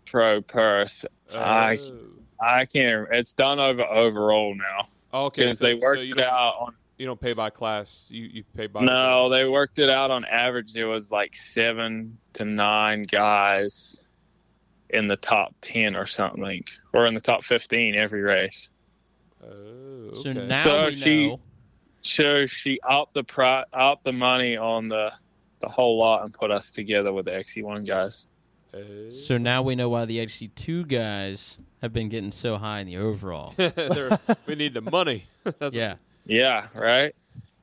pro purse. I,
Oh.
I can't, it's done over overall now.
Okay,
Because
so-
they
so
worked
you
it
don't-
out on.
You don't pay by class. You you pay by.
No, they worked it out on average. There was like seven to nine guys in the top 10 or something, or in the top 15 every race.
Oh,
So
okay. <laughs>
now
So
we
she-
know.
So she upped the pri- upped the money on the the whole lot and put us together with the XC1 guys.
So now we know why the XC2 guys have been getting so high in the overall.
They're- we need the money. That's
Yeah.
yeah, right.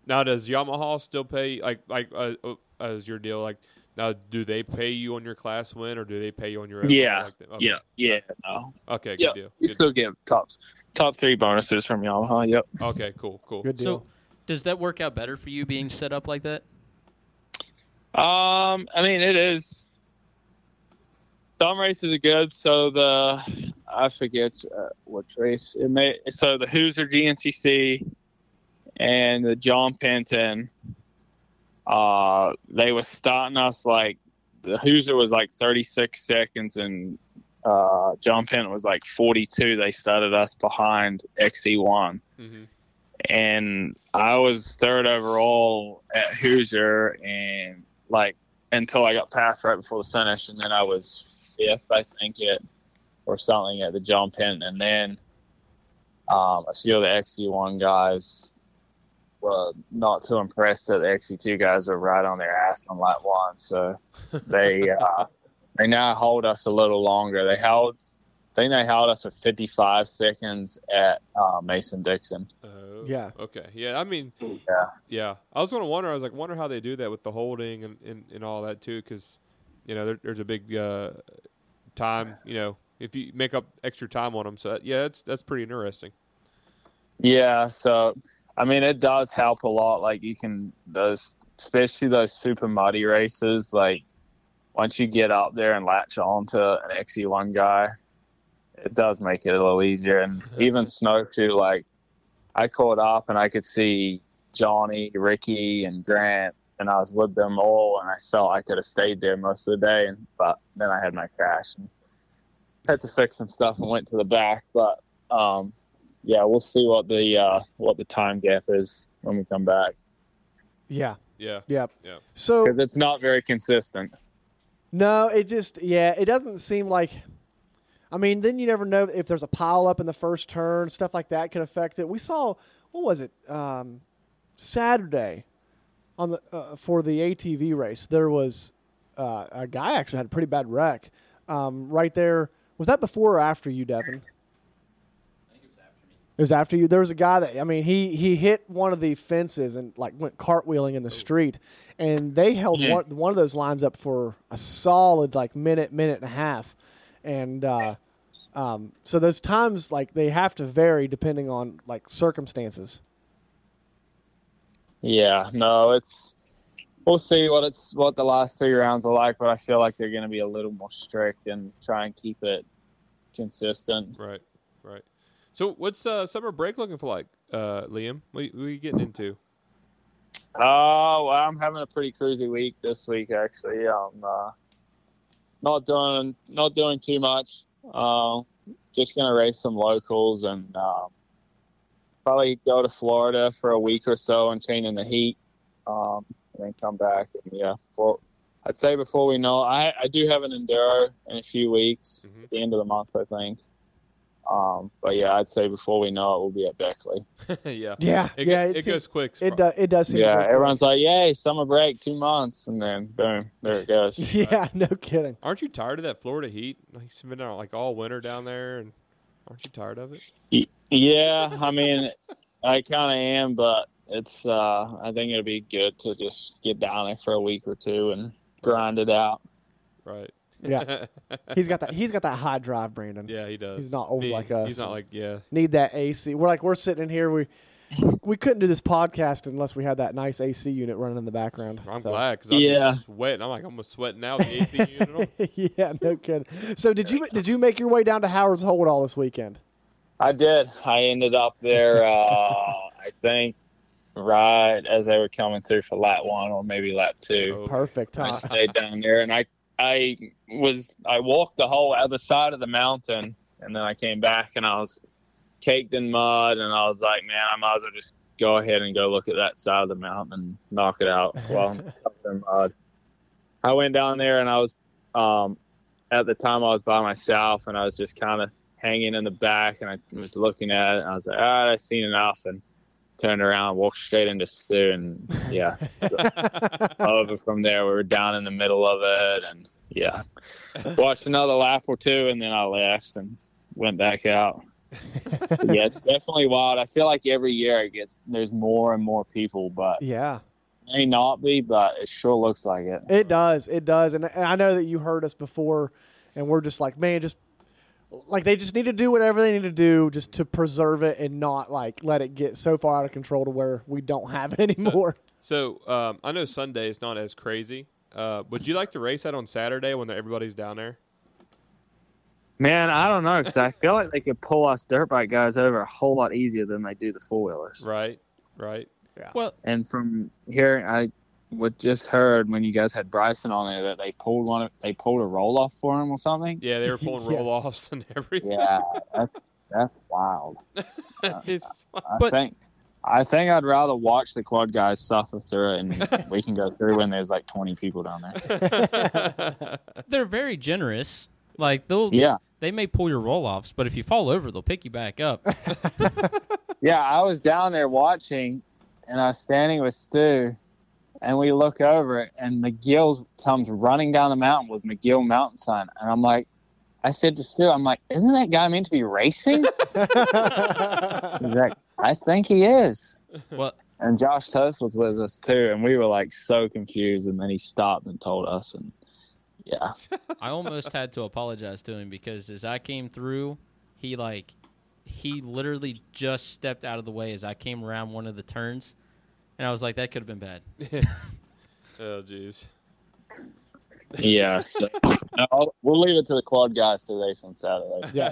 Now, does Yamaha still pay like like uh, uh, as your deal? Like, now do they pay you on your class win, or do they pay you on your own?
Yeah,
Like, okay.
yeah, yeah. No.
Okay, good
Yeah,
deal.
You still get top top three bonuses from Yamaha. Yep.
Okay, cool, cool.
So does that work out better for you being set up like that?
Um, I mean, it is. Some races are good. So the I forget uh, which race it may. So the Hoosier GNCC and the John Penton, uh, they were starting us like the Hoosier was like 36 seconds and uh, John Penton was like 42. They started us behind XE1 and I was third overall at Hoosier, and like until I got passed right before the finish, and then I was fifth, I think, it or something at the John Penn, and then um, a few of the XC1 guys were not too impressed that the XC2 guys were right on their ass on lap one, so they uh, they now hold us a little longer. They held. I think they held us for 55 seconds at uh, Mason Dixon.
yeah.
Uh, Okay. Yeah. I mean,
yeah.
Yeah. I was going to wonder. I was like, wonder how they do that with the holding and, and, and all that too, because you know there, there's a big uh, time. You know, if you make up extra time on them, so that, yeah, that's that's pretty interesting.
Yeah, so I mean, it does help a lot. Like you can those, especially those super muddy races. Like once you get up there and latch on to an XE1 guy, it does make it a little easier. And even snow too. Like I caught up and I could see Johnny, Ricky, and Grant, and I was with them all, and I felt I could have stayed there most of the day. And but then I had my crash and had to fix some stuff and went to the back. But um, yeah, we'll see what the uh, what the time gap is when we come back.
Yeah.
Yeah.
Yeah.
Yeah.
So
because it's not very consistent.
No, it just yeah, it doesn't seem like. I mean, then you never know if there's a pile up in the first turn, stuff like that could affect it. We saw what was it um, Saturday on the uh, for the ATV race. There was uh, a guy actually had a pretty bad wreck um, right there. Was that before or after you, Devin? It was after you. There was a guy that I mean, he he hit one of the fences and like went cartwheeling in the street, and they held
Yeah.
one one of those lines up for a solid like minute minute and a half, and uh, um, so those times like they have to vary depending on like circumstances.
Yeah, no, it's we'll see what it's what the last two rounds are like, but I feel like they're going to be a little more strict and try and keep it consistent.
Right, right. So what's uh, summer break looking for like, uh, Liam? What you, what you getting into? <laughs>
Oh, well, I'm having a pretty cruisy week this week actually. I'm uh, not doing not doing too much. Uh, just gonna race some locals and um, probably go to Florida for a week or so and train in the heat, um, and then come back. And, yeah, for, I'd say before we know, I I do have an enduro in a few weeks, at the end of the month, I think. Um, but yeah, I'd say before we know it, we'll be at Beckley.
yeah,
Yeah,
It,
yeah,
go- it
seems-
goes quick.
It does. It does seem.
Yeah,
like-
everyone's like, "Yay, summer break, two months," and then boom, there it goes.
<laughs> Yeah, no kidding.
Aren't you tired of that Florida heat? Like, it's been out like all winter down there, and aren't you tired of it?
Yeah, I mean, I kind of am, but it's. uh I think it'd be good to just get down there for a week or two and grind it out.
Right. <laughs>
Yeah, he's got that. He's got that high drive, Brandon.
Yeah, he does.
He's not old
He-
like us.
He's not like yeah.
Need that AC. We're like we're sitting in here. We we couldn't do this podcast unless we had that nice AC unit running in the background.
I'm
So-
glad because I'm just sweating. I'm like I'm almost sweating out the AC unit.
<laughs>
on.
yeah, no kidding. So did you did you make your way down to Howard's Hole at all this weekend?
I did. I ended up there. uh I think right as they were coming through for lap one or maybe lap two.
Oh,
Perfect.
I
Huh?
<laughs> stayed down there, and I I was I walked the whole other side of the mountain, and then I came back, and I was caked in mud, and I was like, man, I might as well just go ahead and go look at that side of the mountain and knock it out while I'm covered in mud. I went down there, and I was um, at the time I was by myself, and I was just kind of hanging in the back, and I was looking at it, and I was like, "Ah, all right, I've seen enough, and turned around, walked straight into Stu, and yeah, over from there. We were down in the middle of it, and yeah, watched another lap or two, and then I left and went back out. yeah, it's definitely wild. I feel like every year it gets there's more and more people, but
Yeah.
may not be, but it sure looks like it.
It does. It does. And, and I know that you heard us before, and we're just like, man, just like they just need to do whatever they need to do just to preserve it and not like let it get so far out of control to where we don't have it <laughs> anymore.
So um, I know Sunday is not as crazy. Uh, would you like to race that on Saturday when everybody's down there?
Man, I don't know because I feel like they could pull us dirt bike guys over a whole lot easier than they do the four wheelers.
Right, right.
Yeah.
Well,
and from here, I what just heard when you guys had Bryson on there that they pulled one, of- they pulled a roll off for him or something.
<laughs>
Yeah, they were pulling
Yeah.
roll offs and <laughs> everything.
<laughs> Yeah, that's that's wild.
<laughs>
It's- <laughs>
I think I think I'd rather watch the quad guys suffer through it, and we can go through when there's like 20 people down
Oh,
there.
They're very generous. Like they'll
Yeah.
They may pull your roll offs, but if you fall over, they'll pick you back up.
yeah, I was down there watching, and I was standing with Stu, and we look over, and McGill comes running down the mountain with McGill Mountain Sign, and I'm like, I said to Stu, I'm like, isn't that guy meant to be racing? He's like, I think he is.
Well,
And Josh Toast was with us too, and we were like so confused. And then he stopped and told us, and yeah,
I almost had to apologize to him because as I came through, he like he literally just stepped out of the way as I came around one of the turns, and I was like, that could have been bad.
oh jeez.
yeah. So, <laughs> no, we'll leave it to the quad guys to race on Saturday.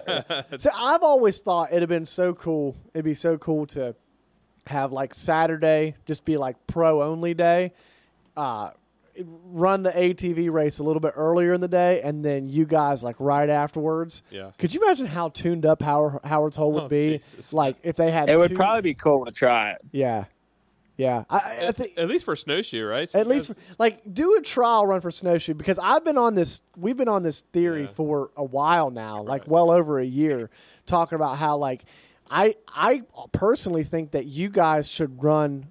<laughs>
so I've always thought it'd have been so cool. It'd be so cool to have like Saturday just be like pro only day. Uh, run the ATV race a little bit earlier in the day, and then you guys like right afterwards.
Yeah.
Could you imagine how tuned up Howard, Howard's Hole would
Oh,
be? Like if they had.
It would
two-
probably be cool to try it.
Yeah. Yeah. I,
at, at least for snowshoe, right?
At least, for, like, do a trial run for snowshoe because I've been on this. We've been on this theory for a while now, like well over a year, talking about how like I I personally think that you guys should run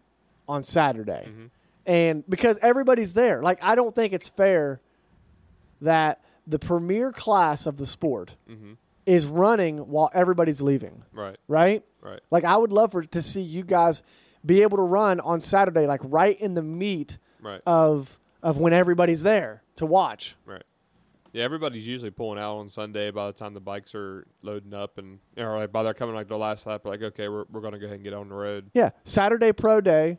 on Saturday, and because everybody's there, like I don't think it's fair that the premier class of the sport
Mhm.
is running while everybody's leaving.
Right.
Right?
Right.
Like I would love for to see you guys be able to run on Saturday, like right in the meat
Right.
of of when everybody's there to watch.
Right. Yeah, everybody's usually pulling out on Sunday by the time the bikes are loading up and or like by they're coming like the last lap, like, okay, we're we're gonna go ahead and get on the road.
Yeah. Saturday pro day,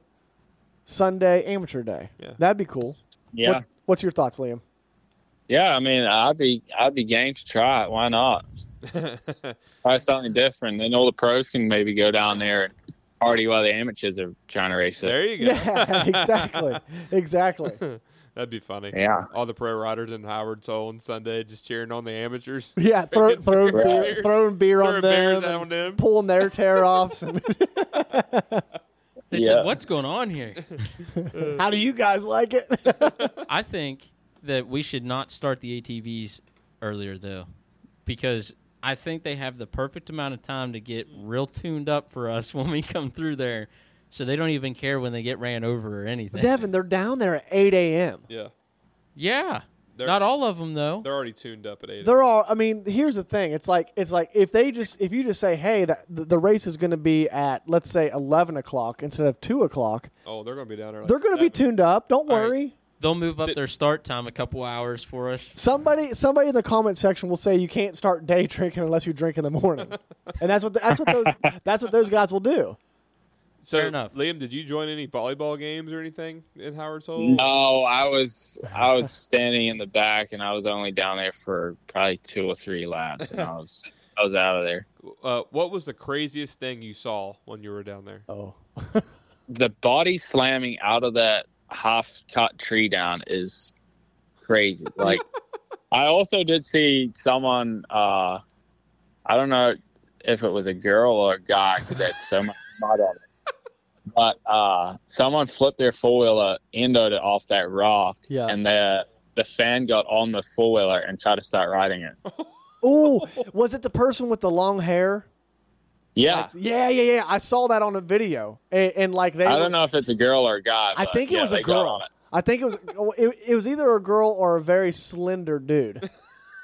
Sunday amateur day.
Yeah.
That'd be cool.
Yeah.
What- what's your thoughts, Liam?
Yeah, I mean, I'd be I'd be game to try it. Why not? try something different, and all the pros can maybe go down there and party while the amateurs are trying to race it.
There you go.
Yeah, <laughs> exactly.
<laughs>
exactly.
That'd be funny.
Yeah.
All the pro riders in Howard so on Sunday just cheering on the amateurs.
<laughs> Yeah, throw, throwing, beer, throwing beer on
Throwing beers
them, and
on them.
pulling their tear
<laughs>
offs. And
They
Yeah.
said, "What's going on here?"
How do you guys like it?
I think that we should not start the ATVs earlier though, because I think they have the perfect amount of time to get real tuned up for us <laughs> when we come through there, so they don't even care when they get ran over or anything.
<laughs> Devin, they're down there at 8 a.m.
Yeah.
yeah,
They're-
not all of them though.
They're already tuned up at eight.
They're all. I mean, here's the thing. It's like it's like if they just if you just say, hey, that the, the race is going to be at let's say 11 o'clock instead of two o'clock,
Oh, they're gonna be down there. Like
they're going to be tuned up. Don't worry.
They'll move up their start time a couple hours for us.
Somebody, somebody in the comment section will say you can't start day <laughs> drinking unless you drink in the morning, and that's what the, that's what those
<laughs>
that's what those guys will do.
so, Liam, did you join any volleyball games or anything in Howard's Hole?
No, I was I was standing in the back, and I was only down there for probably two or three laps, and I was I was out of there.
Uh, what was the craziest thing you saw when you were down there? <laughs>
Oh.
The body slamming out of that half cut tree down is
<laughs>
crazy. Like, I also did see someone. uh I don't know if it was a girl or a guy because that's so
<laughs>
much mud on it. But uh, someone flipped their four wheeler, ended it off that rock,
Yeah.
and the the fan got on the four wheeler and tried to start riding
<laughs>
it.
Oh, was it the person with the long hair?
Yeah,
Yeah, yeah, yeah. I saw that on a video, and, and like they.
I
were-
don't know if it's a girl or a guy.
I
but
think it
yeah,
was a
they got on
girl. I think it was oh, it, it was either a girl or a very slender dude.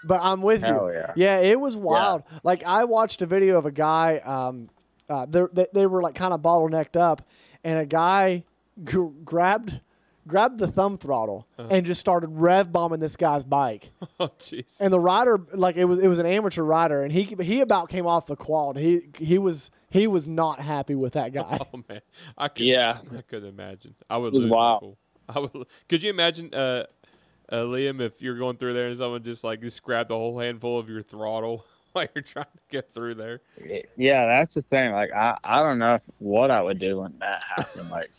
But I'm with
Hell
you.
yeah.
it was wild. Like I watched a video of a guy. Um, uh, they're- they they were like kind of bottlenecked up, and a guy gr grabbed grabbed the thumb throttle
Uh-huh.
and just started rev bombing this guy's bike.
Oh, jeez.
And the rider, like it was, it was an amateur rider, and he he about came off the quad. He he was he was not happy with that guy.
Oh man, I could,
Yeah.
<laughs> I couldn't imagine. I would
It was
lose
wild.
people. <laughs> I would. Could you imagine, uh, uh, Liam, if you're going through there and someone just like just grabbed a whole handful of your throttle <laughs> while you're trying to get through there? <laughs>
it. Yeah, that's the thing. Like, I I don't know if, what I would do when that happened. Like,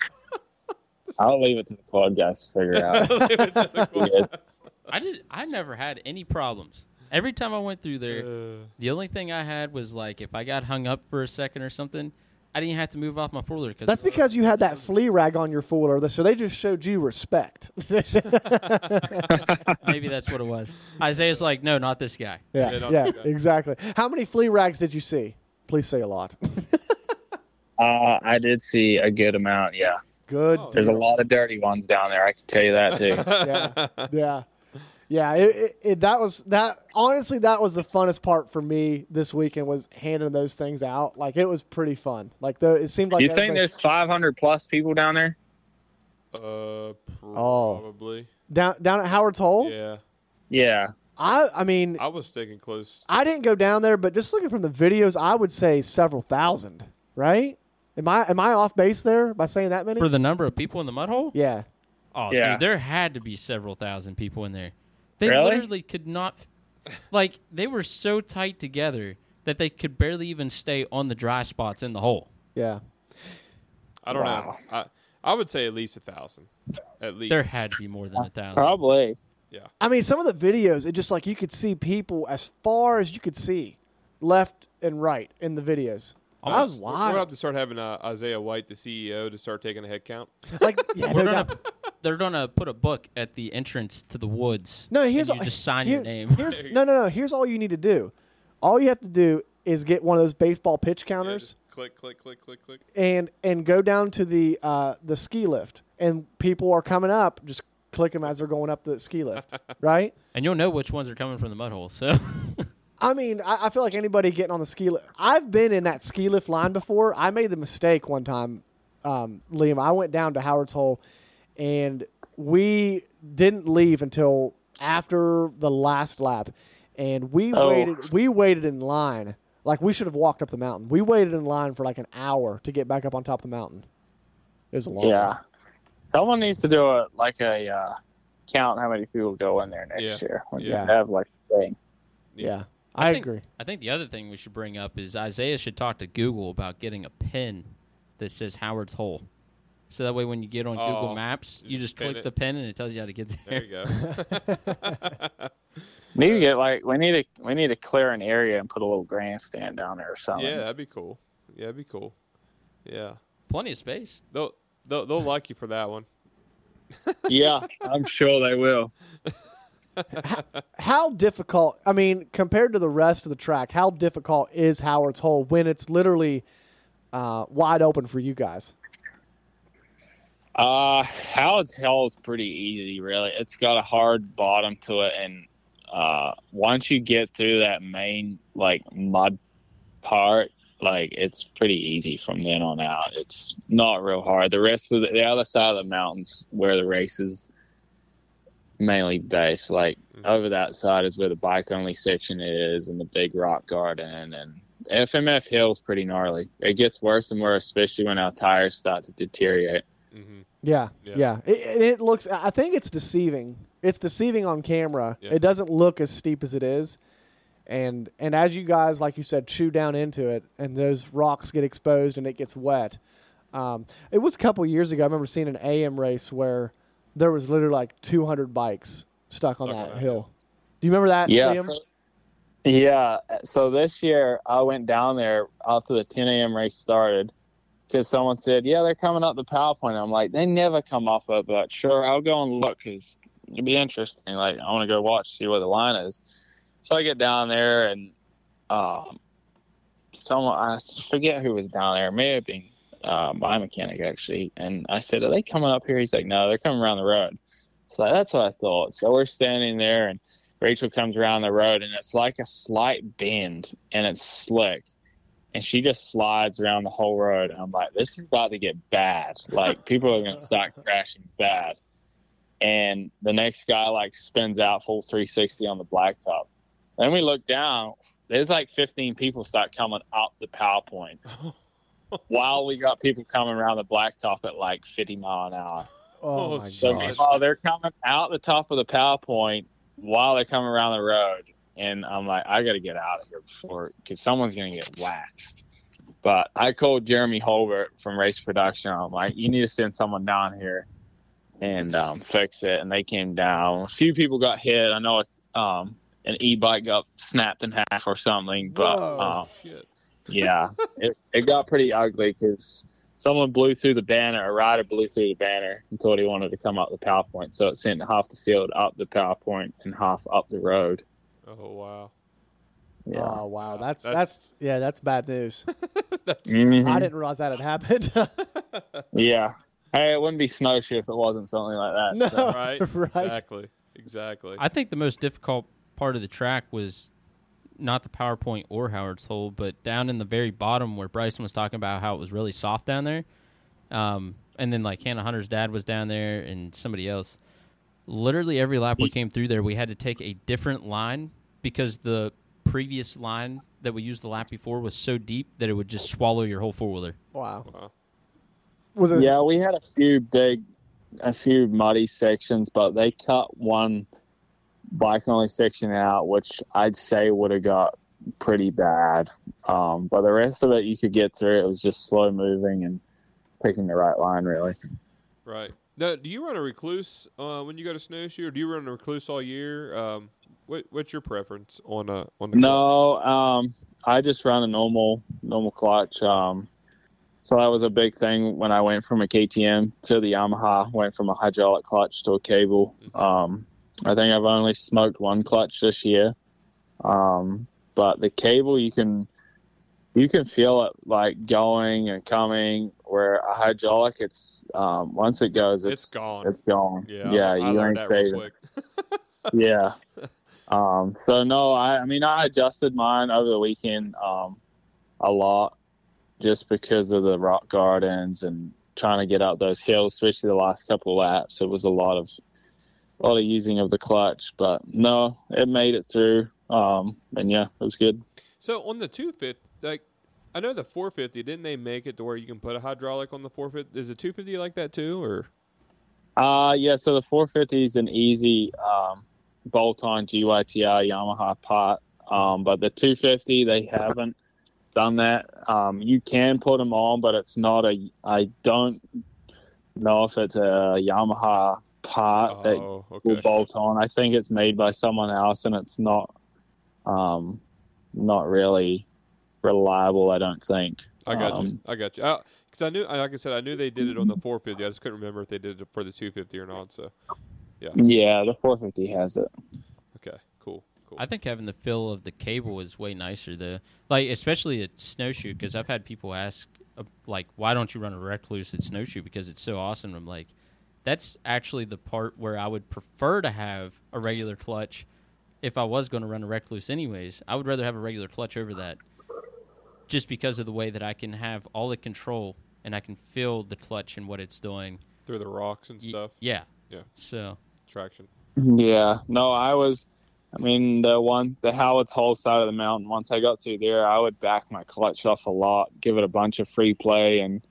I'll leave it to the quad guys to figure out.
<laughs>
<laughs>
Yeah.
I did. I never had any problems. Every time I went through there, the only thing I had was like if I got hung up for a second or something, I didn't have to move off my four wheeler because
That's because you had that flea rag on your fuller, so they just showed
<laughs>
you respect. <laughs>
maybe that's what it
<laughs>
was. Isaiah's like, no, not this guy.
Yeah, yeah, exactly. How many flea rags did you see? Please say a lot. <laughs>
Uh, I did see a good amount. Yeah.
Good.
Oh. There's a lot of dirty ones down there. I can tell you that too.
<laughs> yeah, yeah, yeah. It, it, it, that was that. Honestly, that was the funnest part for me this weekend was handing those things out. Like it was pretty fun. Like though, it seemed like
you think
everybody-
there's 500 plus people down there?
Uh, probably.
down down at Howard's Hole.
Yeah.
Yeah.
I I mean
I was thinking close.
I didn't go down there, but just looking from the videos, I would say several thousand. Right? Am I am I off base there by saying that many?
For the number of people in the mud hole?
yeah.
Oh,
Yeah.
dude, there had to be several thousand people in there. They
Really?
literally could not, like, they were so tight together that they could barely even stay on the dry spots in the hole.
Yeah.
I don't
Wow.
know. I I would say at least a thousand. At least
There had to be more than a thousand.
Probably.
Yeah.
I mean, some of the videos, it just like you could see people as far as you could see, left and right in the videos. I was
Almost- we're- We're gonna
wild.
have to start having uh, Isaiah White, the CEO, to start taking a head count.
<laughs> Like,
<laughs> We're gonna, they're gonna put a book at the entrance to the woods.
No, here's
and
all-
you just sign your
here-
name. <laughs>
Here's, no, no, no. Here's all you need to do. All you have to do is get one of those baseball pitch counters
<laughs> click, click, click, click, <laughs> click.
and and go down to the uh, the ski lift, and people are coming up. Just click them as they're going up the ski lift, right?
and you'll know which ones are coming from the mud hole. So <laughs>
I mean, I, I feel like anybody getting on the ski lift. I've been in that ski lift line before. I made the mistake one time, um, Liam. I went down to Howard's Hole, and we didn't leave until after the last lap, and we
Oh.
waited. We waited in line. Like we should have walked up the mountain. We waited in line for like an hour to get back up on top of the mountain. It was a long.
Yeah. Someone needs to do a like a uh, count how many people go in there next
Yeah.
year when
Yeah.
you have like a thing.
Yeah.
I,
I
think,
agree.
I think the other thing we should bring up is Isaiah should talk to Google about getting a pin that says Howard's Hole. So that way, when you get on
Oh,
Google Maps, you just
pin
click
it.
the pin and it tells you how to get there.
There you go.
Need to get like we need to we need to clear an area and put a little grandstand down there or something.
yeah, that'd be cool. Yeah, that'd be cool. Yeah,
<laughs> plenty of space.
They'll they'll, they'll like you for that one.
yeah, I'm sure they will.
How difficult? I mean, compared to the rest of the track, how difficult is Howard's Hole when it's literally uh, wide open for you guys?
Uh, Howard's Hill is pretty easy, really. It's got a hard bottom to it, and uh, once you get through that main like mud part, like it's pretty easy from then on out. It's not real hard. The rest of the, the other side of the mountains where the races mainly based, like over that side is where the bike only section is, and the big rock garden, and FMF Hill's pretty gnarly. It gets worse and worse, especially when our tires start to deteriorate.
Mm-hmm.
Yeah,
Yeah.
yeah.
<laughs>
It, and it looks. I think it's deceiving. It's deceiving on camera.
Yeah.
It doesn't look as steep as it is, and and as you guys, like you said, chew down into it, and those rocks get exposed, and it gets wet. Um, it was a couple years ago. I remember seeing an AM race where there was literally like 200 bikes stuck on that hill. Do you remember that?
Yeah.
Liam?
so- yeah. So this year I went down there after the 10 a.m. race started because someone said, Yeah, they're coming up the PowerPoint. I'm like, They never come off of it, but sure, I'll go and look because it'd be interesting. Like, I want to go watch, see where the line is. So I get down there and um, someone, I forget who was down there. It may have been uh, my mechanic actually. And I said, Are they coming up here? He's like, No, they're coming around the road. So that's what I thought. So we're standing there, and Rachel comes around the road, and it's like a slight bend, and it's slick, and she just slides around the whole road. I'm like, this is about to get bad. Like people are gonna start crashing bad. And the next guy like spins out full 360 on the blacktop. Then we look down. There's like 15 people start coming up the PowerPoint,
Oh,
while we got people coming around the blacktop at like 50 mile an hour.
<laughs> Oh, my
So
gosh.
meanwhile, they're coming out the top of the PowerPoint while they're coming around the road, and I'm like, I got to get out of here before because someone's gonna get waxed. But I called Jeremy Holbert from Race Production. I'm like, you need to send someone down here and um, fix it. And they came down. A few people got hit. I know um, an e-bike got snapped in half or something, but um,
shit.
yeah, it, it got pretty ugly because someone blew through the banner. A rider blew through the banner and thought he wanted to come up the PowerPoint, so it sent half the field up the PowerPoint and half up the road.
Oh wow.
Yeah.
Oh wow, that's,
That's-
that's yeah, that's
<laughs>
bad news.
Mhm.
I didn't realize that had happened. <laughs>
Yeah. Hey, it wouldn't be snowshoe if it wasn't something like that.
No,
so.
Right.
right.
Exactly. Exactly.
I think the most difficult part of the track was not the PowerPoint or Howard's Hole, but down in the very bottom where Bryson was talking about how it was really soft down there. Um, and then like Hannah Hunter's dad was down there and somebody else. Literally every lap we came through there, we had to take a different line because the previous line that we used the lap before was so deep that it would just swallow your whole four wheeler.
Wow.
Was it- yeah, we had a few big, a few muddy sections, but they cut one bike only section out, which I'd say would have got pretty bad. Um, but the rest of it, you could get through. It was just slow moving and picking the right line, really.
Right. Now, do you run a recluse uh, when you go to snowshoe, or do you run a recluse all year? Um, what, what's your preference on a on the?
No, um, I just run a normal normal clutch. Um, so that was a big thing when I went from a KTM to the Yamaha. Went from a hydraulic clutch to a cable. Um, I think I've only smoked one clutch this year, um, but the cable you can you can feel it like going and coming. Where a hydraulic, it's um, once it goes, it's,
It's gone.
It's gone.
Yeah,
yeah,
I
you
learned
ain't
that real
saving. yeah. Um, so no, I, I mean I adjusted mine over the weekend um, a lot just because of the rock gardens and trying to get up those hills, especially the last couple of laps. It was a lot of a lot of using of the clutch, but no, it made it through. Um, and yeah, it was good.
So on the two fifty, like I know the four fifty, didn't they make it to where you can put a hydraulic on the four fifty? Is the two fifty like that too, or?
Uh yeah, so the 450 is an easy um, bolt-on GYTR Yamaha pot, um, but the 250 they haven't done that. Um, you can put them on, but it's not a. I don't know if it's a Yamaha part that
Oh, okay.
will bolt on. I think it's made by someone else, and it's not, um, not really reliable. I don't think.
I got you.
Um,
I got you. Because I knew, I- like I said, I knew they did it on the 450. I just couldn't remember if they did it for the 250 or not. So, yeah.
Yeah, the 450 has it.
Okay. Cool. Cool.
I think having the feel of the cable is way nicer though. Like especially at snowshoe because I've had people ask uh, like why don't you run a recluse at snowshoe because it's so awesome. I'm like that's actually the part where I would prefer to have a regular clutch if I was going to run a recluse anyways. I would rather have a regular clutch over that just because of the way that I can have all the control and I can feel the clutch and what it's doing
through the rocks and stuff.
yeah.
Yeah.
So
traction.
Yeah, no, I was. I mean, the one, the Howard's Hole side of the mountain. Once I got to there, I would back my clutch off a lot, give it a bunch of free play, and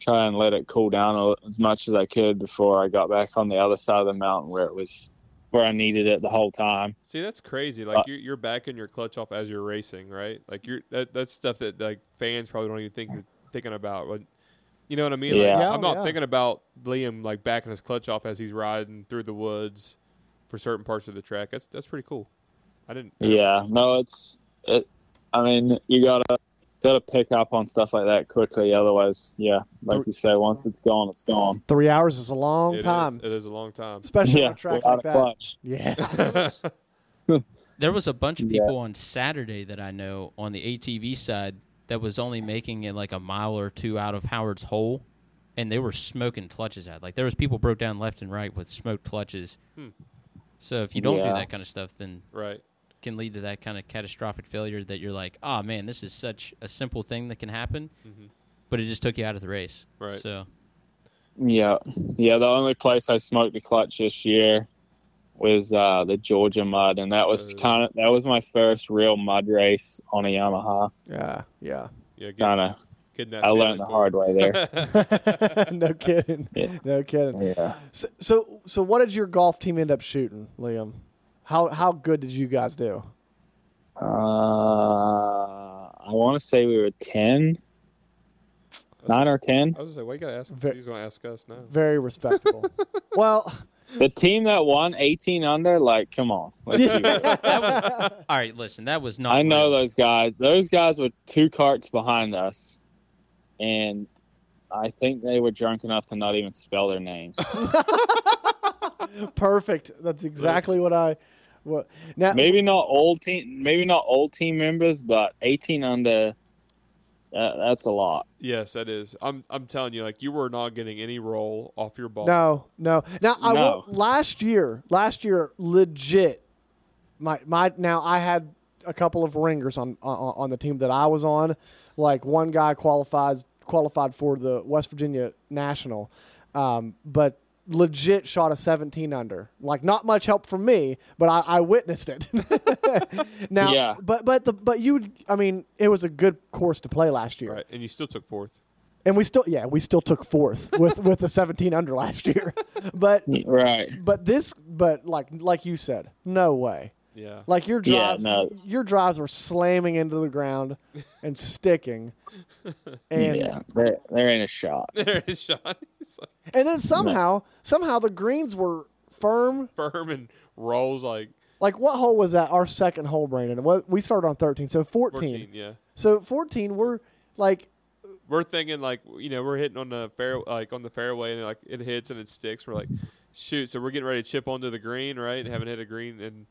try and let it cool down a- as much as I could before I got back on the other side of the mountain where it was where I needed it the whole time.
See, that's crazy.
Uh
Like you're, you're backing your clutch off as you're racing, right? Like you're that, that's stuff that like fans probably don't even think thinking about. But you know what I mean? Like,
Yeah. Yeah,
I'm not
yeah.
thinking about Liam like backing his clutch off as he's riding through the woods for certain parts of the track. That's that's pretty cool. I didn't.
Yeah, no, it's. It, I mean, you gotta gotta pick up on stuff like that quickly. Otherwise, yeah, like you say, once it's gone, it's gone.
Three hours is a long
It is-
time.
it is a long time,
Especially on
Yeah,
a track
without
like
a
that.
clutch. <laughs>
Yeah.
There was a bunch of
Yeah.
people on Saturday that I know on the ATV side that was only making it like a mile or two out of Howard's Hole, and they were smoking clutches out. Like there was people broke down left and right with smoked clutches.
Hmm.
So if you don't do
Yeah.
that kind of stuff, then
<laughs> right
can lead to that kind of catastrophic failure that you're like, oh man, this is such a simple thing that can happen, but it just took you out of the race.
Mm-hmm. Right.
So
Yeah, yeah. The only place I smoked the clutch this year was uh, the Georgia mud, and that was kind of that was my first real mud race on a Yamaha.
Yeah,
<laughs>
yeah. <laughs>
Yeah,
kind of.
Getting
I learned the hard way there.
<laughs>
no kidding. No kidding.
Yeah.
So, so, so what did your golf team end up shooting, Liam? How how good did you guys do?
uh, I want to say we were ten, nine or ten.
I was just like, why you gotta ask? he's gonna ask us now.
Very
<laughs>
respectable. well,
The team that won eighteen under, like, come on. Let's be real.
all right, listen, that was not.
I know those guys. Those guys were two carts behind us, and I think they were drunk enough to not even spell their names.
<laughs> Perfect. That's exactly what I. What now?
maybe not old team, maybe not old team members, but eighteen under. Uh, that's a lot.
Yes, that is. I'm I'm telling you, like you were not getting any roll off your ball.
No, no. Now I
No.
will, last year, last year, legit. My my. Now I had a couple of ringers on on, on the team that I was on. Like one guy qualifies qualified for the West Virginia National, um, but legit shot a 17 under. Like not much help from me, but I, I witnessed it. <laughs> now,
Yeah.
but but the but you. would- I mean, it was a good course to play last year.
Right, and you still took fourth.
And we still, yeah, we still took fourth with with a 17 under last year, <laughs> but
right,
but this, but like like you said, no way.
Yeah.
Like your
Yeah,
drives,
no.
your drives were slamming into the ground and sticking, and
yeah, there, there ain't a shot.
<laughs> There is shot. He's like
and then somehow somehow the greens were firm.
firm and rolls like
Like what hole was that? Our second hole, Brandon. What we started on 13, so 14.
14. Yeah,
So 14, we're like
we're thinking like you know we're hitting on the fair like on the fairway and like it hits and it sticks. We're like, shoot. So we're getting ready to chip onto the green, right? And haven't hit a green and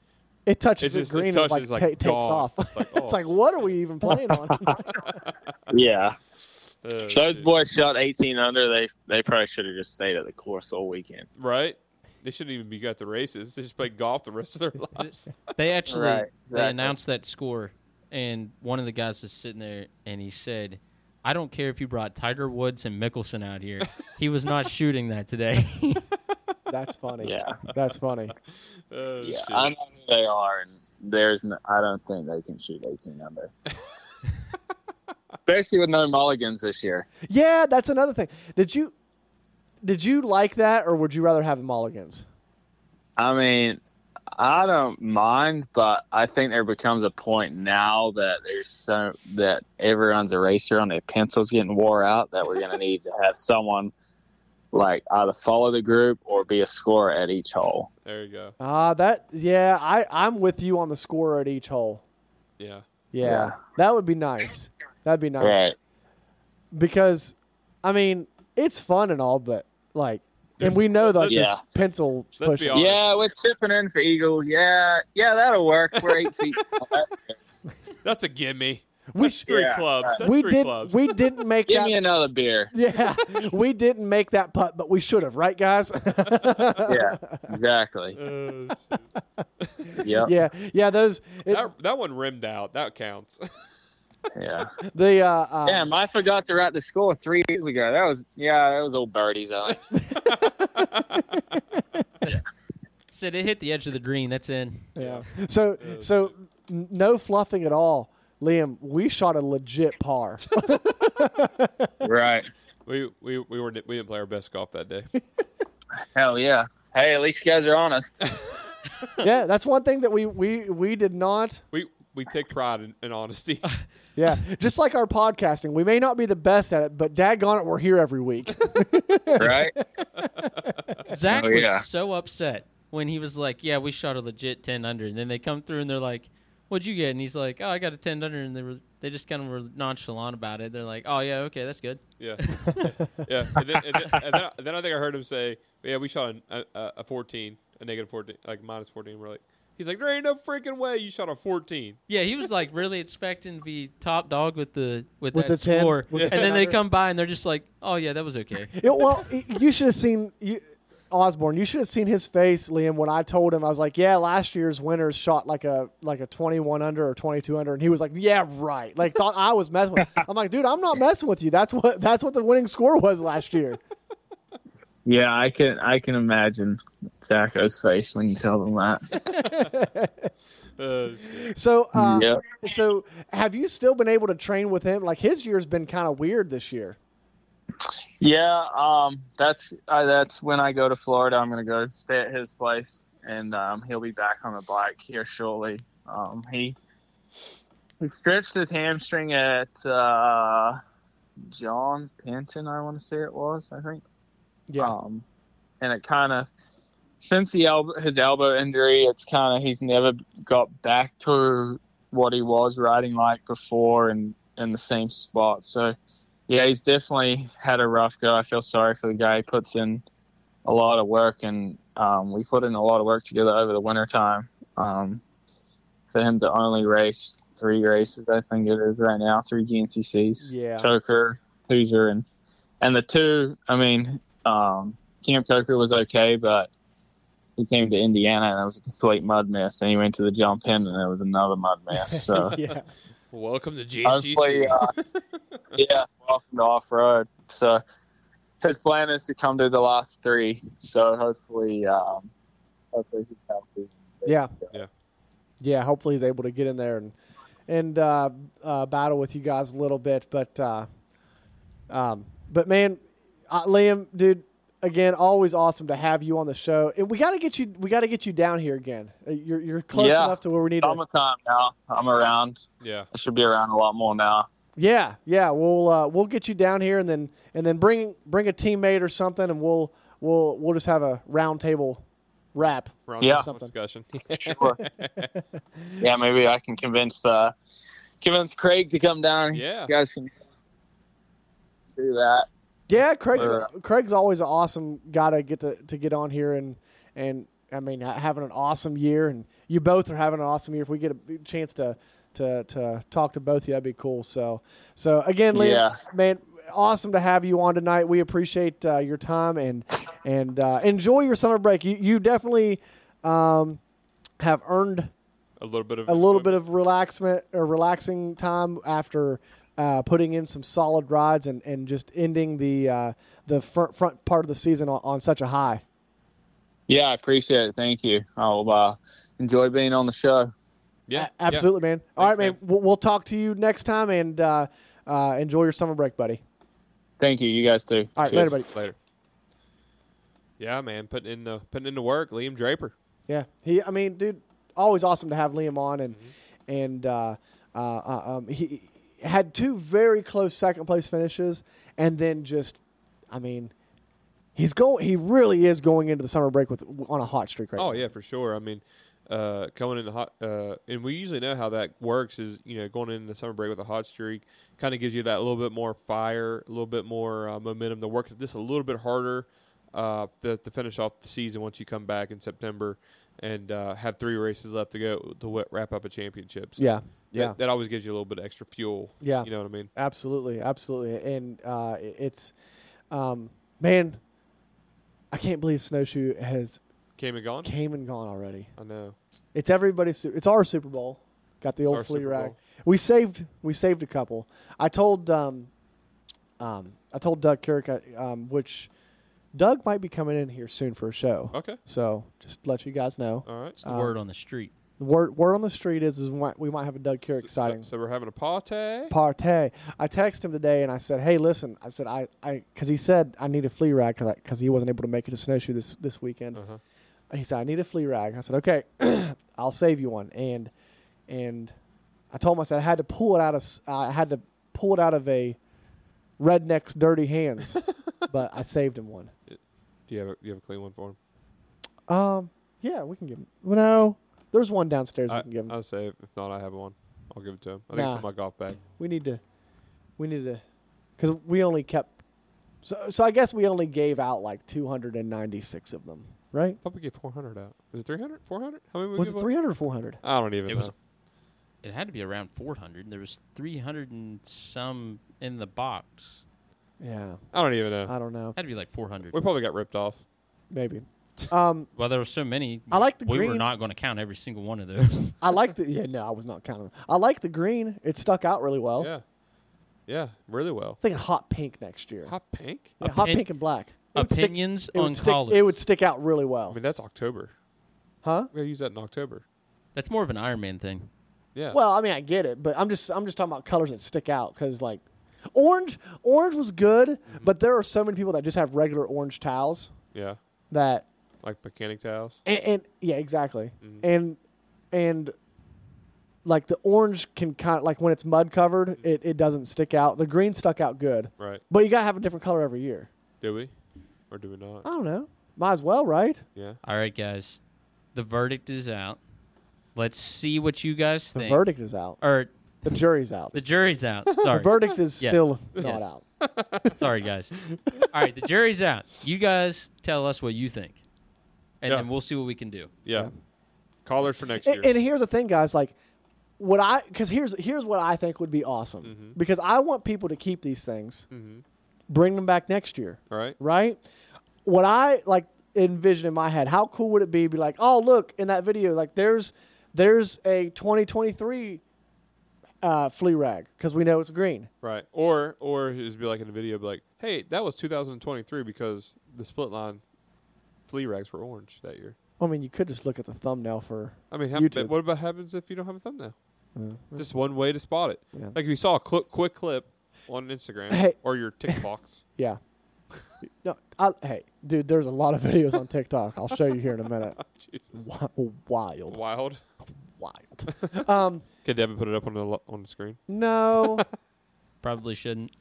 it touches
It's
the
just- it
green and
touches,
like, ta-
like,
takes
gone.
off.
It's like,
<laughs>
oh.
it's like what are we even playing on? <laughs>
Yeah,
those
boys shot eighteen under. They they probably should have just stayed at the course all weekend.
right. They shouldn't even be at the races. They just play golf the rest of their <laughs> lives.
They actually
Right,
they
exactly.
announced that score, and one of the guys was sitting there, and he said, "I don't care if you brought Tiger Woods and Mickelson out here. He was not shooting that today." <laughs>
That's funny. Yeah. That's funny.
Oh,
yeah, I know who they are, and there's no, I don't think they can shoot 18 <laughs> under, especially with no mulligans this year.
Yeah, that's another thing. Did you did you like that or would you rather have mulligans?
I mean, I don't mind, but I think there becomes a point now that there's so that everyone's eraser on their pencils getting wore out that we're gonna need to have someone like either follow the group or be a scorer at each hole.
There you go.
Ah, that yeah, I I'm with you on the score at each hole.
Yeah.
Yeah. That would be nice. That'd be nice.
Right.
Because I mean, it's fun and all, but like and we know that
Yeah.
there's pencil pushing.
Yeah, we're tipping in for Eagle. Yeah, yeah, that'll work. We're eight feet.
That's a gimme.
We-
That's three
Yeah.
clubs. That's
we
three
did
clubs.
we didn't make
Give
that
me another beer.
<laughs> Yeah. we didn't make that putt, but we should have, right guys? <laughs>
Yeah, exactly.
Oh,
yeah.
Yeah. Yeah, those it-
that, that one rimmed out. That counts. <laughs>
yeah.
the uh, uh
Damn, I forgot to write the score three years ago. That was yeah, that was old birdies on.
said it hit the edge of the green. That's in.
Yeah. So so n- no fluffing at all, Liam. We shot a legit par.
right.
We we we were we didn't play our best golf that day.
Hell yeah. Hey, at least you guys are honest.
yeah, that's one thing that we we we did not.
We we take pride in, in honesty.
Yeah, just like our podcasting, we may not be the best at it, but daggone it, we're here every week.
right?
Zach
Oh, yeah.
was so upset when he was like, "Yeah, we shot a legit ten under," and then they come through and they're like, "What'd you get?" And he's like, "Oh, I got a ten under," and they were they just kind of were nonchalant about it. They're like, "Oh yeah, okay, that's good."
Yeah, yeah. And then, and then, and then, I- then I think I heard him say, "Yeah, we shot a, a, a 14, a negative 14, like minus 14." We're like, he's like, "There ain't no freaking way you shot a 14."
Yeah, he was like really expecting to be top dog with the with,
With
that
the 10
score,
with
and
the 10
then they
under.
come by and they're just like, "Oh yeah, that was okay." <laughs>
It- well, y- you should have seen you, Osborne. You should have seen his face, Liam, when I told him I was like, "Yeah, last year's winners shot like a like a twenty one under or twenty two under," and he was like, "Yeah, right." Like thought I was messing. with I'm like, dude, I'm not messing with you. That's what that's what the winning score was last year.
Yeah, I can I can imagine Zacho's face when you tell them that.
So, uh,
Yep.
so have you still been able to train with him? Like his year's been kind of weird this year.
Yeah, um, that's uh, that's when I go to Florida. I'm gonna go stay at his place, and um, he'll be back on the bike here shortly. Um, he he stretched his hamstring at uh, John Penton, I want to say it was, I think.
Yeah.
Um, and it kind of since the elbow, his elbow injury, it's kind of he's never got back to what he was riding like before, and in the same spot. So yeah, he's definitely had a rough go. I feel sorry for the guy. He puts in a lot of work, and um, we put in a lot of work together over the winter time. Um, for him to only race three races, I think it is right now, three GNCCs.
Yeah.
Coker, Hoosier, and and the two. I mean, um, Cam Coker was okay, but he came to Indiana and it was a complete mud mess. Then he went to the jump in and it was another mud mess. So
<laughs> yeah.
Welcome to
Hopefully,
GNCC. <laughs>
uh, yeah, welcome to off road. So his plan is to come to the last three. So hopefully, um, hopefully he's healthy.
Yeah.
Yeah.
Yeah. Hopefully he's able to get in there and, and, uh, uh, battle with you guys a little bit, but, uh, um, but man, uh, Liam, dude, again, always awesome to have you on the show. And we got to get you, we got to get you down here again. Uh, You're, you're close
Yeah.
enough to where we need to.
Summertime now. I'm around.
Yeah.
I should be around a lot more now.
Yeah, yeah, we'll uh, we'll get you down here and then and then bring bring a teammate or something and we'll we'll we'll just have a round table wrap
We're on
Yeah.
to some discussion.
Sure. yeah, maybe I can convince uh, convince Craig to come down.
Yeah.
You guys can do that.
Yeah, Craig's
Or, uh,
Craig's always an awesome guy to get to, to get on here and and I mean ha- having an awesome year and you both are having an awesome year. If we get a b- chance to to to talk to both of you, that'd be cool. So so again, Liam,
Yeah.
man, awesome to have you on tonight. We appreciate uh, your time and and uh, enjoy your summer break. You you definitely um, have earned
a little bit of
a little bit of relaxment or relaxing time after uh, putting in some solid rides and, and just ending the uh, the front front part of the season on, on such a high.
Yeah, I appreciate it. Thank you. I'll uh, enjoy being on the show.
Yeah,
Absolutely, man. All right, man. We'll, we'll talk to you next time and uh, uh, enjoy your summer break, buddy.
Thank you. You guys too.
All right, later, buddy.
Later. Yeah, man, putting in the putting in the work, Liam Draper.
Yeah, he. I mean, dude, always awesome to have Liam on, and and uh, uh, uh, um, he had two very close second place finishes, and then just, I mean, he's going. He really is going into the summer break with on a hot streak right
Oh yeah, for sure. I mean, uh, coming in the hot, uh, and we usually know how that works is you know going into the summer break with a hot streak kind of gives you that little bit more fire, a little bit more uh, momentum to work this a little bit harder uh, to, to finish off the season once you come back in September and uh, have three races left to go to wa- wrap up a championship. So
Yeah,
that-
yeah.
That, always gives you a little bit of extra fuel.
Yeah.
you know what I mean.
Absolutely, absolutely, and uh, it- it's, um, man, I can't believe snowshoe has
Came and gone.
came and gone already.
I know.
It's everybody's. su- It's our Super Bowl. Got the
our
old flea
Super
rag.
Bowl.
We saved. We saved a couple. I told. Um, um, I told Doug Kirk, I- um, which Doug might be coming in here soon for a show.
Okay.
So just to let you guys know.
All right. It's
the word on the street.
The word word on the street is, is we might- we might have a Doug Kirk exciting
So we're having a party.
Partey. I texted him today and I said, "Hey, listen." I said, "I, I," because he said I need a flea rag because he wasn't able to make it to snowshoe this this weekend. He said, "I need a flea rag." I said, "Okay, <clears throat> I'll save you one." And and I told him I said I had to pull it out of s- I had to pull it out of a redneck's dirty hands, but I saved him one.
Do you have a, you have a clean one for him?
Um, yeah, we can give him. Well, no, there's one downstairs we can give him.
I'll say if not, I have one. I'll give it to him. I think it's in
Nah.
my golf bag.
We need to, we need to, because we only kept, so so I guess we only gave out like 296 of them, right?
I thought we gave 400 out. Was it 300? 400? How many we
Was it
give away?
300 or 400?
I don't even
It
know.
was- It had to be around 400. There was 300 and some in the box.
Yeah,
I don't even know.
I don't know.
Had to be like 400.
We probably got ripped off.
maybe. Um,
Well, there were so many.
I like the
We were
green-
not going to count every single one
<laughs>
of those.
I like the yeah. No, I was not counting. them. I like the green. It stuck out really well.
Yeah, yeah, really well.
thinking hot pink next year.
Hot pink.
Yeah, hot
Opin-
pink and black. It would stick-
Opinions
it would
on
stick-
college.
It would stick out really
I
well.
mean, that's October.
Huh?
We're gonna use that in October.
That's more of an Iron Man thing.
Yeah.
Well, I mean, I get it, but I'm just I'm just talking about colors that stick out because like orange orange was good,
Mm-hmm.
but there are so many people that just have regular orange towels
yeah,
that
like mechanic towels.
and, and yeah, exactly,
Mm-hmm.
and and like the orange can kind of like when it's mud covered,
Mm-hmm.
it, it doesn't stick out. The green stuck out good,
Right.
but you gotta have a different color every year.
Do we, or do we not?
I don't know, might as well, right?
Yeah.
All right, guys. The verdict is out. Let's see what you guys
The
think.
verdict is out.
Or
The jury's out.
the jury's
<laughs>
out. Sorry.
The verdict is
Yes.
still not
Yes.
out.
Sorry, guys. All right, the jury's out. You guys tell us what you think, and
Yeah.
then we'll see what we can do.
Yeah. Callers for next year.
And, and here's the thing, guys. Like, what I because here's here's what I think would be awesome because I want people to keep these things, bring them back next year,
All right.
right? What I like envision in my head, how cool would it be? Be like, oh look in that video, like there's there's a 2023 uh, flea rag because we know it's green.
Right. Or or just be like in the video, be like, hey, that was 2023 because the split line flea rags were orange that year.
I mean, you could just look at the thumbnail for.
I mean, how,
YouTube.
what about happens if you don't have a thumbnail?
Yeah.
Just one way to spot it.
Yeah.
Like if you saw a cl- quick clip on Instagram
Hey.
or your TikToks. <laughs>
Yeah. <laughs> No, I, hey, dude, there's a lot of <laughs> videos on TikTok. I'll show you here in a minute. Wi- Wild,
Wild.
wild. Um,
Could Devin put it up on the lo- on the screen? <laughs>
no.
Probably shouldn't.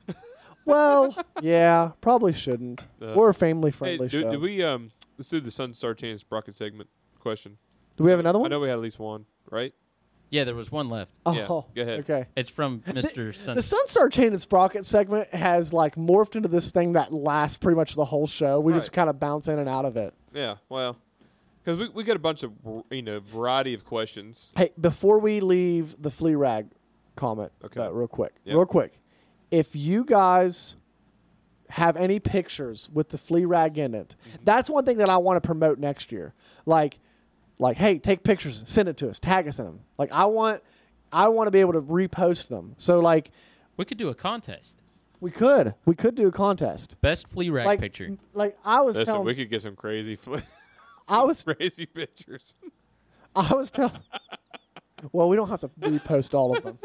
Well, yeah, probably shouldn't.
Uh,
We're a family
Hey,
friendly
do,
show.
do we um? Let's do the Sun Star Chance bracket segment question.
Do we have another
I
one?
know we had at least one, right?
Yeah, there was one left.
yeah.
Oh,
Go ahead.
okay.
It's from Mr.
The
Sun.
Sunstar Chain and Sprocket segment has like morphed into this thing that lasts pretty much the whole show. We just kind of bounce in and out of it.
Yeah. Well, because we we got a bunch of you know variety of questions.
Hey, before we leave the flea rag comment, okay. real quick,
Yeah.
real quick, if you guys have any pictures with the flea rag in it.
Mm-hmm.
That's one thing that I want to promote next year. Like, like, hey, take pictures, send it to us, tag us in them. Like, I want, I want to be able to repost them. So like,
we could do a contest.
We could, we could do a contest.
Best flea rag
Like,
picture.
Like I was
Listen,
telling,
we could get some crazy, fl- <laughs>
I was,
crazy pictures.
I was telling. well, we don't have to repost all
<laughs>
of them.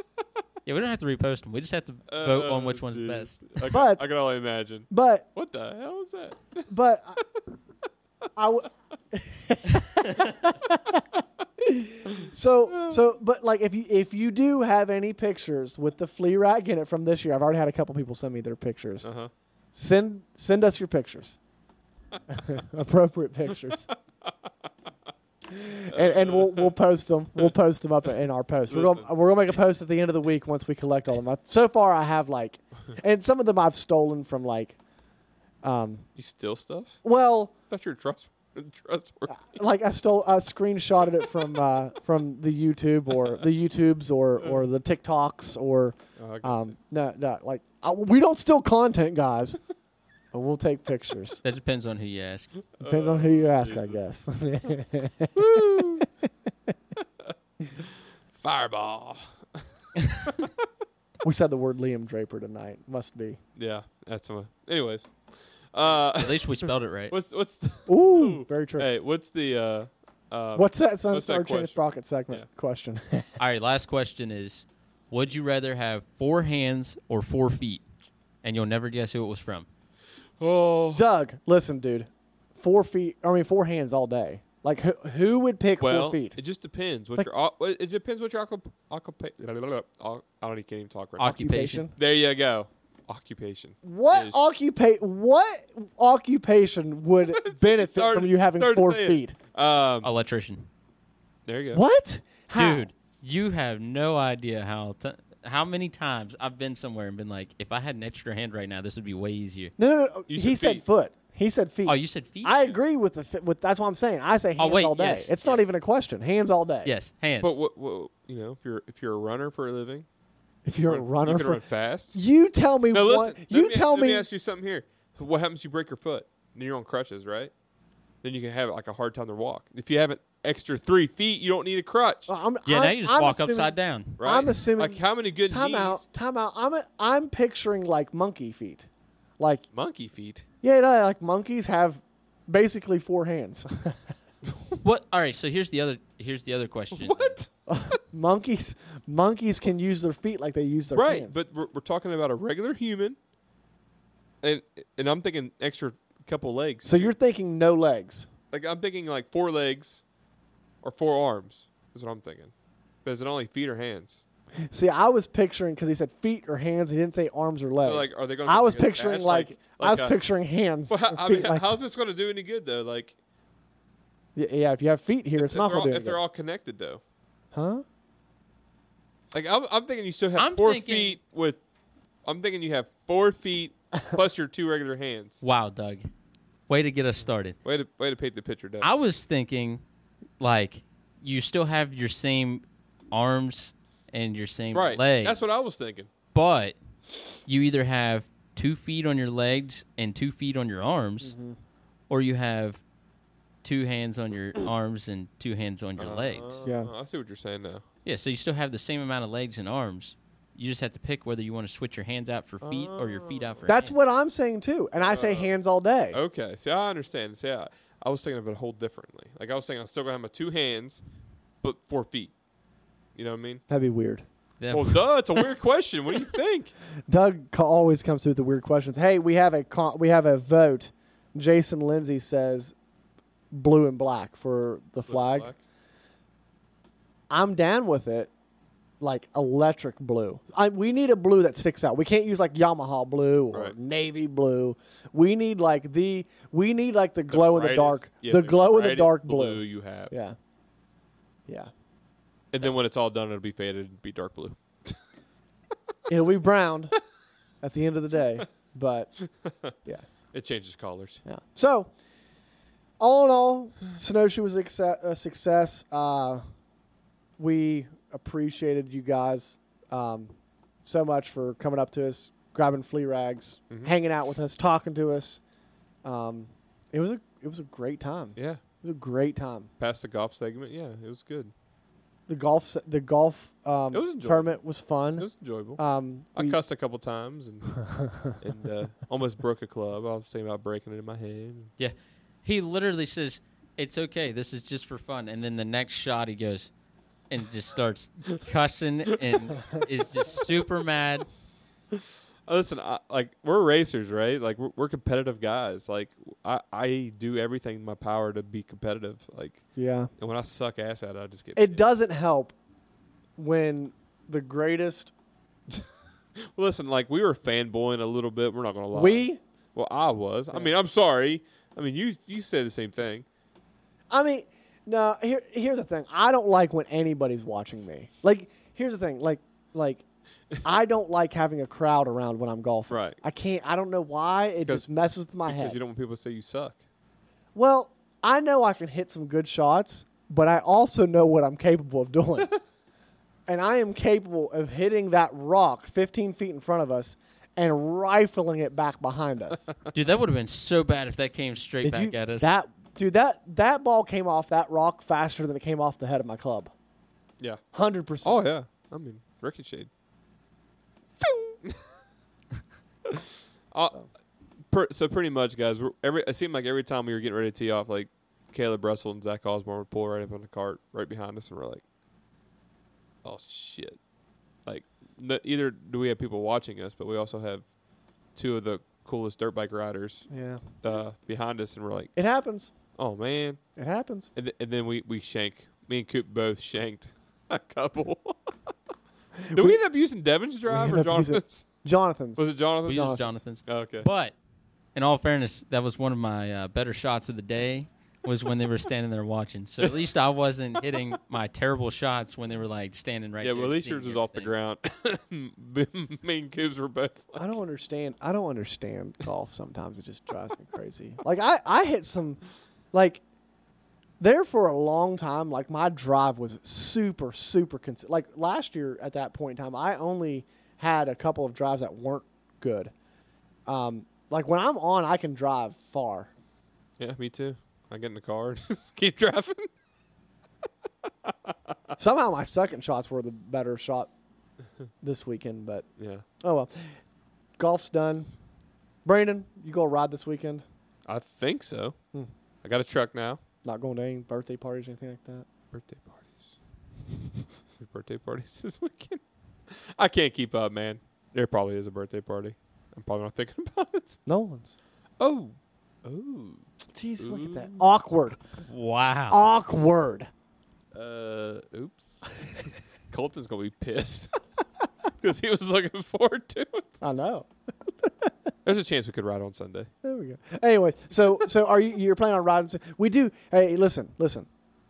Yeah, we don't have to repost them. We just have to vote on which one's
Oh,
best.
I can,
But-
I can only imagine.
But
what the hell is that?
But I- I, w- <laughs> so so but like if you if you do have any pictures with the flea rag in it from this year, I've already had a couple people send me their pictures.
Uh-huh.
Send send us your pictures, <laughs> appropriate pictures, and, and we'll we'll post them. We'll post them up in our post. We're gonna we're gonna make a post at the end of the week once we collect all of them. I- So far, I have like, and some of them I've stolen from like, um,
<laughs> You steal stuff?
well.
I thought you were trust- trustworthy.
like I stole, I screenshotted it from uh, from the YouTube or the YouTubes or or the TikToks or
Uh-huh. Oh, I got
um, no no like uh, we don't steal content, guys, but we'll take pictures.
That depends on who you ask.
Depends on who you
Oh,
ask, I guess.
<laughs> Fireball.
we said the word Liam Draper tonight. Must be.
Yeah, that's one. Anyways, uh, <laughs> at
least we spelled it right.
What's what's the, <laughs>
Ooh, very true.
hey? What's the uh, uh,
What's that? Some
what's
Star Train
question?
Sprocket segment question. <laughs>
All right, last question is Would you rather have four hands or four feet? And you'll never guess who it was from.
Oh,
Doug, listen, dude. Four feet. I mean, four hands all day. Like who, who would pick
Well,
four feet?
it just depends. What
Like-
your o- well, it depends what your occup- occupa- blah, blah, blah, blah. I don't even can't even talk right now.
Occupation. Occupation.
There you go. Occupation.
What
is-
occupa- What occupation
<laughs>
would benefit
Hard-
from you having
hard to
four
say it.
feet?
Um,
Electrician.
There you go.
What? How?
Dude, you have no idea how t- how many times I've been somewhere and been like, if I had an extra hand right now, this would be way easier.
No, no, no.
You
He
said
said
feet.
foot. He said feet.
Oh, you said feet?
I agree with the fi- with. That's what I'm saying. I say hands
Oh, wait,
all day.
yes,
it's not even a question. Hands all day.
Yes, hands.
But what, what you know, if you're if you're a runner for a living,
If you're a runner
you can
for-
run fast.
You tell me
Now
what.
listen, let
you
me,
tell
let me.
me.
ask you something here. What happens? if You break your foot, then you're on crutches, right? Then you can have like a hard time to walk. If you have an extra three feet, you don't need a crutch.
I'm,
Yeah,
I'm,
now you just
I'm
walk
assuming-
upside down.
Right?
Uh, I'm assuming-
Like how many good
Time
knees?
out. Time out. I'm a, I'm picturing like monkey feet. Like
Monkey feet. <laughs>
yeah, no, like monkeys have basically four hands. <laughs>
What? All right, so here's the other here's the other question.
What?
monkeys monkeys can use their feet like they use their
right,
hands.
but we're, we're talking about a regular human, and and I'm thinking extra couple legs.
So you're thinking no legs.
Like I'm thinking like four legs, or four arms is what I'm thinking. But is it only feet or hands?
See, I was picturing because he said feet or hands. He didn't say arms or legs.
like, are they gonna
I
put
was
you in a
picturing
cast?
like,
Like-
I was
like a-
picturing hands.
<laughs> Well, how,
or <laughs>
I
feet,
mean,
like-
how's this going to do any good though? Like
Y- yeah, if you have feet here, it's
if,
not
they're all,
gonna do
if they're
anything.
all connected though.
Huh?
Like I'm, I'm thinking you still have
I'm
four
thinking-
feet with. I'm thinking you have four feet plus your two regular hands.
Wow, Doug. Way to get us started.
Way to way to paint the picture, Doug.
I was thinking, like, you still have your same arms and your same
right.
legs.
That's what I was thinking.
but you either have two feet on your legs and two feet on your arms,
Mm-hmm.
or you have two hands on
<coughs>
your arms and two hands on your legs.
Yeah.
Oh, I see what you're saying now.
Yeah, so you still have the same amount of legs and arms. You just have to pick whether you want to switch your hands out for feet or your feet out for
That's
hands.
what I'm saying too, and I
Uh,
say hands all day.
Okay. See, I understand. See, I, I was thinking of it a whole differently. Like I was thinking, I'm still gonna have my two hands, but four feet. You know what I mean?
That'd be weird.
Well, duh. It's a weird question. What do you think?
Doug ca- always comes through with the weird questions. Hey, we have a con- we have a vote. Jason Lindsay says blue and black for the <laughs> flag.
black.
I'm down with it. Like electric blue. I, we need a blue that sticks out. We can't use like Yamaha blue or navy blue. We need like the we need like the glow in the
brightest-
dark,
yeah,
the glow in the
brightest
dark blue.
you have.
Yeah, yeah.
And then when it's all done, it'll be faded and be dark blue.
It'll be brown at the end of the day, but yeah.
It changes colors.
Yeah. So, all in all, Snowshoe was a succe- a success. Uh, we appreciated you guys um, so much for coming up to us, grabbing flea rags,
Mm-hmm.
hanging out with us, talking to us. Um, it was a it was a great time.
Yeah,
it was a great time.
Past the golf segment, yeah, it was good.
The golf se- the golf um,
It was enjoyable.
tournament was fun.
It was enjoyable.
Um,
I
we-
cussed a couple
<laughs>
times and and uh, almost broke a club. I was thinking about breaking it in my hand.
Yeah. <laughs> He literally says, It's okay. This is just for fun. And then the next shot, he goes and just
<laughs>
starts cussing and is just super mad.
Uh, Listen, I, like we're racers, right? Like we're, we're competitive guys. Like I, I do everything in my power to be competitive. Like
Yeah.
and when I suck ass at it, I just get.
It doesn't help when the greatest
Listen, like we were fanboying a little bit. We're not gonna lie.
We?
Well, I was. I mean, I'm sorry. I mean, you you said the same thing.
I mean, no. Here, here's the thing. I don't like when anybody's watching me. Like, here's the thing. Like,
<laughs>
like, I don't like having a crowd around when I'm golfing.
Right.
I can't. I don't know why. It just messes with my
Because
head.
you don't want people to say you suck.
Well, I know I can hit some good shots, but I also know what I'm capable of doing.
<laughs>
and I am capable of hitting that rock 15 feet in front of us and rifling it back behind us.
Dude, that would have been so bad if that came straight
Did
back
you-
at us.
That dude, that that ball came off that rock faster than it came off the head of my club.
Yeah.
Hundred percent.
Oh yeah. I mean, ricocheted. <laughs> uh, per, so pretty much, guys. We're, every it seemed like every time we were getting ready to tee off, like Caleb Russell and Zach Osborne would pull right up on the cart right behind us, and we're like, "Oh shit!" Like, n- either do we have people watching us, but we also have two of the coolest dirt bike riders,
Yeah.
uh, behind us, and we're like,
It happens.
"Oh man!"
It happens.
And, th- and then we we shank. Me and Coop both shanked <laughs> a couple. Did we, end up using Devin's drive
ended
or
up using-
Jonathan's?
Jonathan's.
Was it Jonathan's? Oh,
We used Jonathan's.
Okay.
But in all fairness, that was one of my uh, better shots of the day was when they were standing there watching. So at least I wasn't hitting my terrible shots when they were like standing right
yeah,
there.
well, at least
seeing
yours
it.
was off the ground. <laughs> me and Coop's were both.
I don't understand. I don't understand golf. Sometimes it just drives me crazy. Like I, I hit some, like, there for a long time. Like my drive was super, super consistent. Like last year at that point in time, I only had a couple of drives that weren't good. Um, like when I'm on, I can drive far.
Yeah, me too. I get in the car and <laughs> keep driving.
Somehow my second shots were the better shot this weekend, but
Yeah.
oh well. Golf's done. Brandon, you go ride this weekend?
I think so.
Hmm.
I got a truck now.
Not going to any birthday parties or anything like that?
Birthday <laughs> There's birthday parties <laughs> this weekend. I can't keep up, man. There probably is a birthday party. I'm probably not thinking <laughs> about it.
No one's.
Oh. Oh.
Jeez, look at that.
Ooh.
Awkward.
Wow.
Oh. Awkward.
Uh, <laughs> oops. Colton's gonna be pissed <laughs> because he was looking forward to it.
I know. <laughs>
There's a chance we could ride on Sunday.
There we go. Anyways, so so are you you're planning on riding soon? We do hey, listen, listen.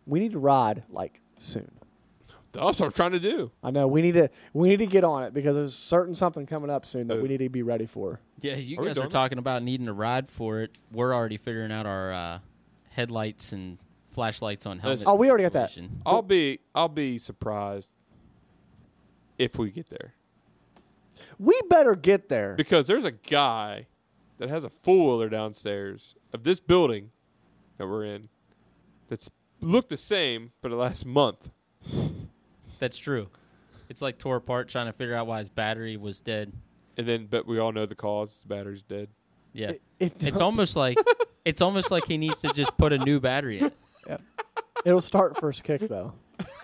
We need to ride like soon.
That's what I'm trying to do.
I know. We need to we need to get on it because there's certain something coming up soon that we need to be ready for.
Yeah, you
Are we
guys are
doing it?
talking about needing a ride for it. We're already figuring out our uh, headlights and flashlights on helmets.
Oh, we already got that.
I'll be I'll be surprised if we get there
We better get there.
because there's a guy that has a four wheeler downstairs of this building that we're in that's looked the same for the last month.
That's true. It's like tore apart trying to figure out why his battery was dead.
And then, but we all know the cause: the battery's dead.
Yeah,
it
it's
don't-
almost like it's almost like he needs to just put a new battery in. it.
It'll start first kick though.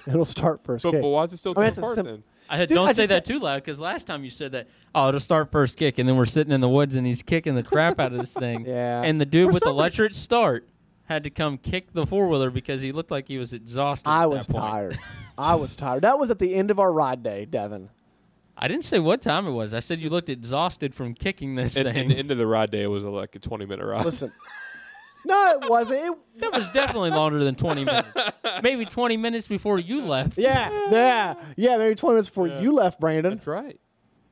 It'll start first
But,
kick.
but why is it still
I mean,
torn
it's a
apart
sim-
then?
I had
Dude,
don't
I
say
just
that too loud because last time you said that. Oh, it'll start first kick, and then we're sitting in the woods, and he's kicking the crap out of this thing.
<laughs> Yeah.
And the dude
For
with the
some reason-
electric start had to come kick the four wheeler because he looked like he was exhausted.
I
at
was
that point.
tired. I was tired. That was at the end of our ride day, Devin.
I didn't say what time it was. I said you looked exhausted from kicking this
And,
thing.
and the end of the ride day was uh, like a 20 minute ride.
Listen. <laughs> No, it wasn't. It,
That was definitely longer than 20
<laughs>
minutes. Maybe 20 minutes before you left.
yeah, yeah, yeah. Maybe twenty minutes before you left, Brandon.
That's right.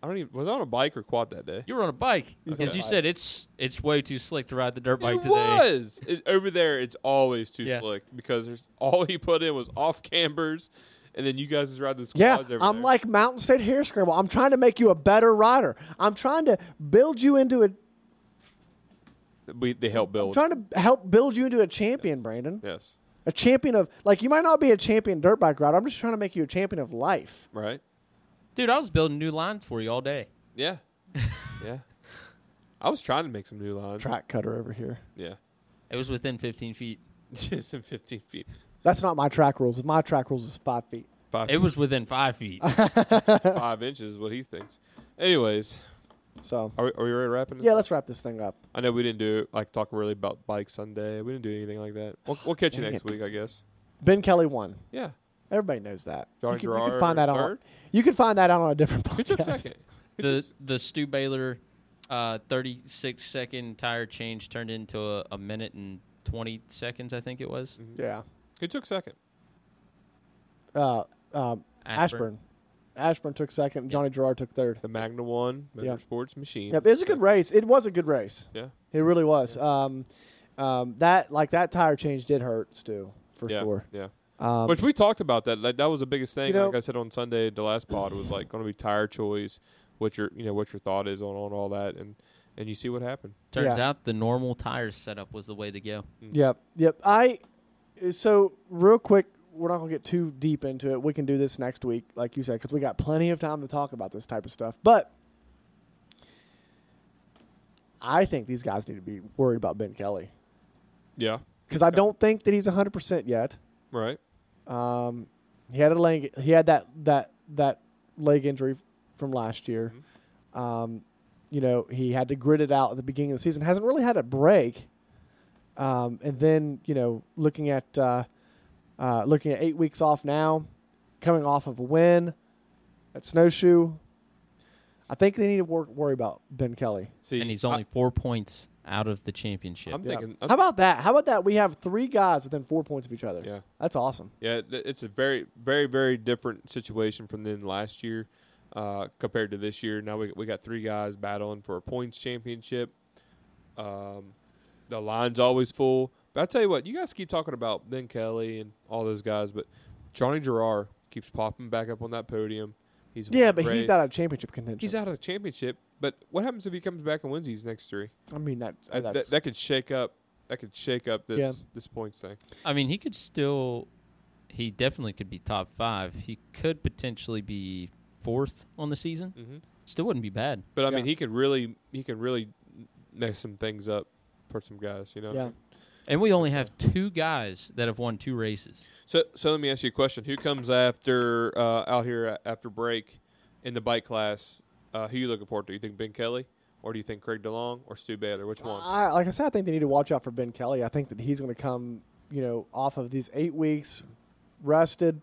I don't even was I on a bike or quad that day.
You were on a bike
Okay.
because you said it's it's way too slick to ride the dirt bike
It
today.
was It- over there. It's always too
Yeah.
<laughs> slick because there's all he put in was off cambers and then you guys just ride the squads
Yeah,
over
I'm
there.
like Mountain State Hair Scramble. I'm trying to make you a better rider. I'm trying to build you into a
we, they help build.
trying to help build you into a champion, Brandon.
yes,
A champion of like you might not be a champion dirt bike rider. I'm just trying to make you a champion of life.
right?
Dude, I was building new lines for you all day. <laughs>
Yeah, yeah. I was trying to make some new lines.
Track cutter over here.
Yeah, <laughs>
it was within 15 feet.
it's in 15 feet.
That's not my track rules. My track rules is five feet.
Five.
It was within five feet.
five inches is what he thinks. Anyways,
so
are we, are we ready to wrap it?
Yeah, let's wrap this thing up.
I know we didn't do like talk really about bike Sunday. We didn't do anything like that. We'll, we'll catch you
Dang
next week, I guess.
Ben Kelly won.
Yeah.
Everybody knows that.
John
you, can, you can
Gerard
find that on.
third?
You can find that out on a different podcast.
the the Stu Baylor uh, 36 second tire change turned into a, a minute and 20 seconds, I think it was.
Yeah.
Who took second?
Uh, um, Ashburn.
Ashburn.
Ashburn took second. Johnny Gerard took third.
The Magna One
Yeah.
Motorsports machine.
Yep, it was a good race. It was a good race.
Yeah.
It really was. Um, um, that like that tire change did hurt Stu for
yeah,
sure.
Yeah.
Um,
Which we talked about that. Like, that was the biggest thing.
You know-
like I said on Sunday, the last pod was like going to be tire choice. What your you know what your thought is on, on all that, and and you see what happened.
Turns out the normal tire setup was the way to go.
Yep. Yep. I. So real quick, we're not gonna get too deep into it. We can do this next week, like you said, because we got plenty of time to talk about this type of stuff. But I think these guys need to be worried about Ben Kelly
Yeah.
because I don't think that he's hundred percent yet.
Right.
Um, he had a leg. He had that that that leg injury from last year.
Mm-hmm.
Um, you know, he had to grit it out at the beginning of the season. Hasn't really had a break. Um, and then you know, looking at uh, uh, looking at eight weeks off now, coming off of a win at snowshoe. I think they need to wor- worry about Ben Kelly.
See,
and he's only four points out of the championship.
I'm
Yeah.
thinking. I'm
How about that? How about that? We have three guys within four points of each other.
Yeah.
that's awesome.
Yeah, th- it's a very, very, very different situation from then last year uh, compared to this year. Now we we got three guys battling for a points championship. Um, the line's always full. But I tell you what, you guys keep talking about Ben Kelly and all those guys, but Johnny Gerard keeps popping back up on that podium. He's won
yeah,
the
but
race.
he's out of championship contention.
he's out of the championship. But what happens if he comes back and wins these next three?
I mean, that's,
That,
that's
that, that could shake up. That could shake up this
Yeah.
this points thing.
I mean, he could still, he definitely could be top five. He could potentially be fourth on the season. Still wouldn't be bad.
But I mean, he could really he could really mess some things up for some guys, you know.
Yeah. And we only have two guys that have won two races.
So so let me ask you a question: Who comes after uh, out here a- after break in the bike class? Uh, who you looking forward to? You think Ben Kelly, or do you think Craig DeLong, or Stu Baylor? Which one?
I, like I said, I think they need to watch out for Ben Kelly. I think that he's going to come, you know, off of these eight weeks, rested,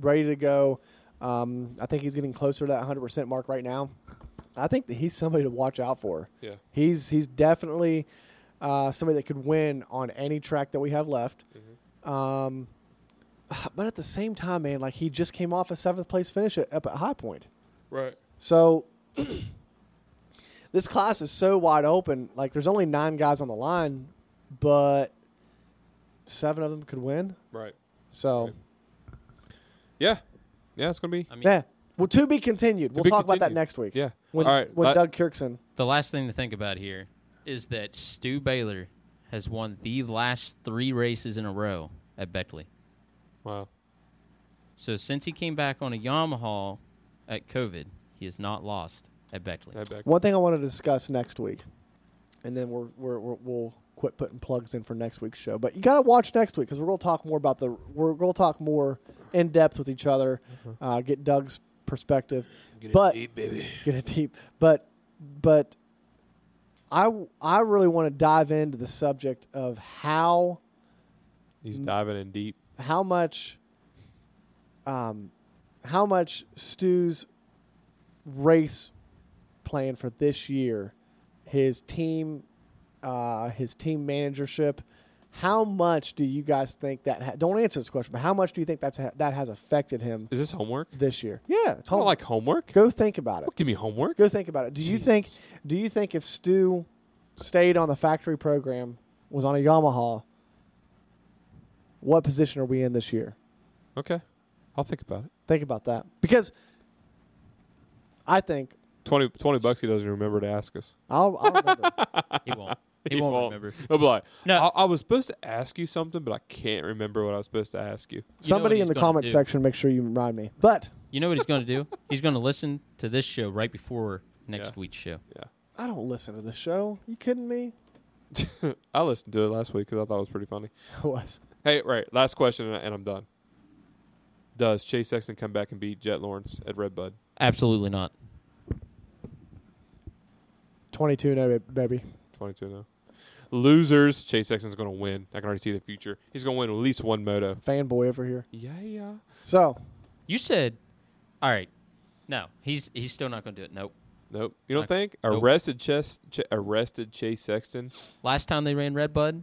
ready to go. Um, I think he's getting closer to that 100% mark right now. I think that he's somebody to watch out for.
Yeah.
He's he's definitely uh, somebody that could win on any track that we have left. Um, but at the same time, man, like he just came off a seventh place finish at, up at High Point.
Right.
So <clears throat> this class is so wide open. Like there's only nine guys on the line, but seven of them could win.
Right.
So
Yeah. Yeah, it's gonna be. I
yeah. Well, to be continued. We'll
be
talk about that
continued.
next week.
Yeah.
When,
All right,
When
but-
Doug Kirkson.
The last thing to think about here is that Stu Baylor has won the last three races in a row at Beckley.
Wow.
So since he came back on a Yamaha at COVID, he has not lost at Beckley.
At Beckley.
One thing I want to discuss next week, and then we're, we're, we're we'll quit putting plugs in for next week's show. But you gotta watch next week because we're gonna talk more about the we're gonna talk more in depth with each other, uh, get Doug's perspective.
Mm-hmm. Get it
but
deep, baby.
Get it deep. But but I I really want to dive into the subject of how
He's diving in deep.
how much um how much Stu's race plan for this year, his team uh his team managership, how much do you guys think that ha- don't answer this question, but how much do you think that's ha- that has affected him
Is this homework?
this year? Yeah, it's
I don't
homework.
like homework.
Go think about it.
Give me homework.
Go think about it. Do you think do you think if Stu stayed on the factory program, was on a Yamaha, what position are we in this year?
Okay. I'll think about it.
Think about that because I think
20, 20 bucks he doesn't remember to ask us.
I'll,
<laughs>
I'll remember.
he <laughs> won't. He, won't, remember.
He'll be like, no. I, I was supposed to ask you something, but I can't remember what I was supposed to ask you.
You
<laughs>
know what
Somebody
he's
in the
gonna
comment
do.
section, make sure you remind me. But
You know what he's going to do? He's going to listen to this show right before next week's show.
Yeah.
I don't listen to the show. You kidding me? <laughs>
I listened to it last week because I thought it was pretty funny.
It was.
Hey, right. Last question, and, I- and I'm done. Does Chase Sexton come back and beat Jet Lawrence at Red Bud?
Absolutely not.
22 no oh, ba- baby
22 now. oh? Losers. Chase Sexton's going to win. I can already see the future. He's going to win at least one moto.
fanboy over here.
Yeah, yeah.
So
You said, all right, no, he's he's still not going to do it. Nope.
Nope. You don't
Like,
think
nope.
arrested Chase Ch- arrested Chase Sexton?
Last time they ran Red Bud,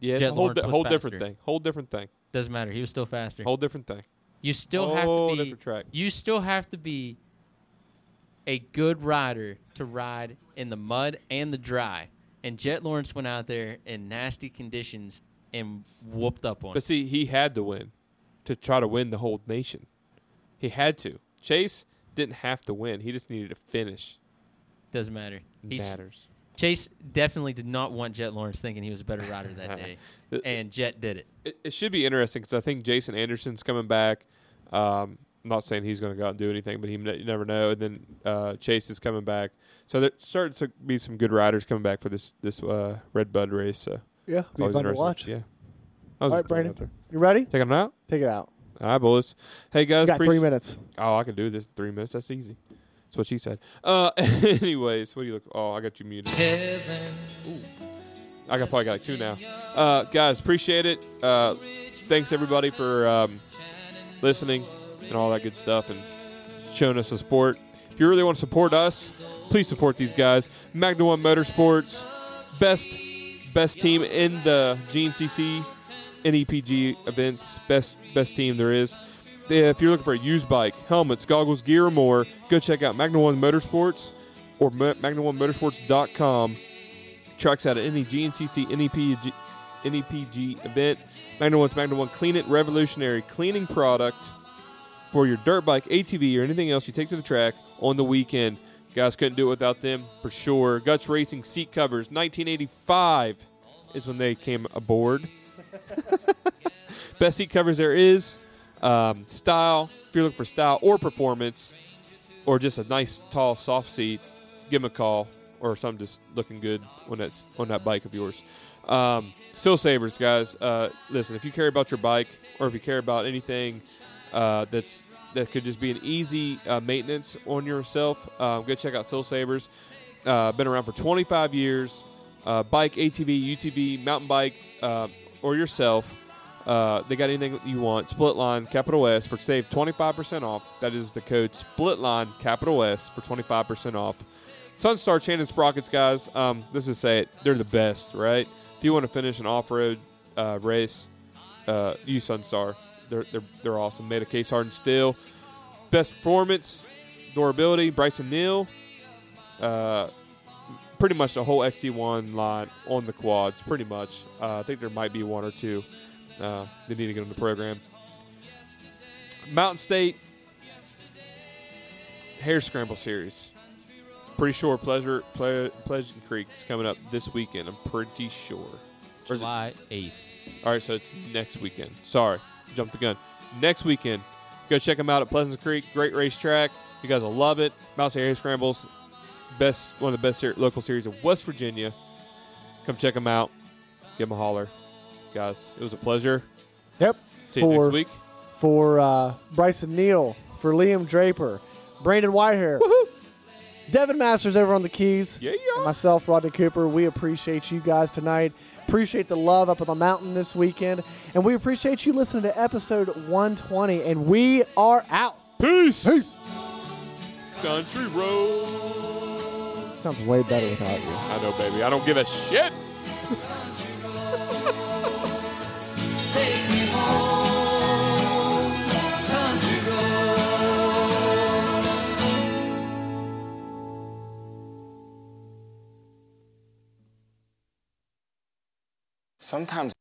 Yeah, it's
Jet
a whole,
Lawrence
di-
was
whole different
faster.
thing. Whole different thing.
doesn't matter. He was still faster.
Whole different thing.
You still have
Whole
to be.
different track.
You still have to be a good rider to ride in the mud and the dry. And Jet Lawrence went out there in nasty conditions and whooped up on.
But see, he had to win to try to win the whole nation. He had to. Chase didn't have to win. He just needed to finish.
Doesn't matter.
Matters.
Chase definitely did not want Jet Lawrence thinking he was a better rider
<laughs>
that day, and Jet did it.
It, it should be interesting because I think Jason Anderson's coming back. Um, I'm not saying he's going to go out and do anything, but he ne- you never know. And then uh, Chase is coming back, so there starts to be some good riders coming back for this this uh, Red Bud race. So
Yeah,
it's
be
always
fun to
interesting.
watch.
Yeah. I
all
was
right
just throwing it
brandon
out there.
you ready
Taking them out.
take it out
All right, boys. Hey guys,
got three
appreciate-
minutes.
Oh, I can do this in three minutes. That's easy. That's what she said. Uh, <laughs> anyways, what do you look? Oh, I got you muted. Ooh. I got probably got like two now. Uh, guys, appreciate it. Uh, thanks everybody for um, listening and all that good stuff and showing us the support. If you really want to support us, please support these guys. Magna One Motorsports, best best team in the GNCC NEPG E events, best best team there is. If you're looking for a used bike, helmets, goggles, gear, or more, go check out Magna One Motorsports or ma- magna1motorsports.com tracks out at any GNCC NEPG, NEPG E event. Magna One's Magna One Clean It Revolutionary cleaning product for your dirt bike, ATV, or anything else you take to the track on the weekend. Guys couldn't do it without them for sure. Guts Racing seat covers, 1985 is when they came aboard. <laughs> Best seat covers there is. Um, style, if you're looking for style or performance, or just a nice tall soft seat, give them a call or something just looking good on that on that bike of yours. Um, Still Savers, guys. Uh, listen, if you care about your bike or if you care about anything uh, that's that could just be an easy uh, maintenance on yourself, um, go check out Still Savers. Uh, been around for 25 years. Uh, bike, ATV, UTV, mountain bike, uh, or yourself. Uh, they got anything you want. Splitline Capital S for save 25% off. That is the code Splitline Capital S for 25% off. Sunstar Chain and Sprockets, guys. Um, this is say it. They're the best, right? If you want to finish an off-road uh, race, uh, use Sunstar. They're, they're, they're awesome. Made of case hardened steel. Best performance, durability. Bryson Neal. Uh, pretty much the whole XC1 line on the quads, pretty much. Uh, I think there might be one or two. Uh, they need to get on the program. Mountain State Hair Scramble Series. Pretty sure Pleasure Ple- Pleasant Creek's coming up this weekend. I'm pretty sure. Or is it-
July 8th.
all right, so it's next weekend. Sorry, jumped the gun. Next weekend, go check them out at Pleasant Creek. Great racetrack. You guys will love it. Mouse Area Scrambles, best one of the best ser- local series of West Virginia. Come check them out. Give them a holler, guys. It was a pleasure.
Yep.
See you next week.
For uh, Bryson Neal, for Liam Draper, Brandon Whitehair, Devin Masters over on the keys, yeah, yeah. myself, Rodney Cooper. We appreciate you guys tonight. Appreciate the love up on the mountain this weekend. And we appreciate you listening to episode 120. And we are out.
Peace.
Peace.
Country road.
Sounds way better without you.
I know, baby. I don't give a shit.
Take me home, country roads.
Sometimes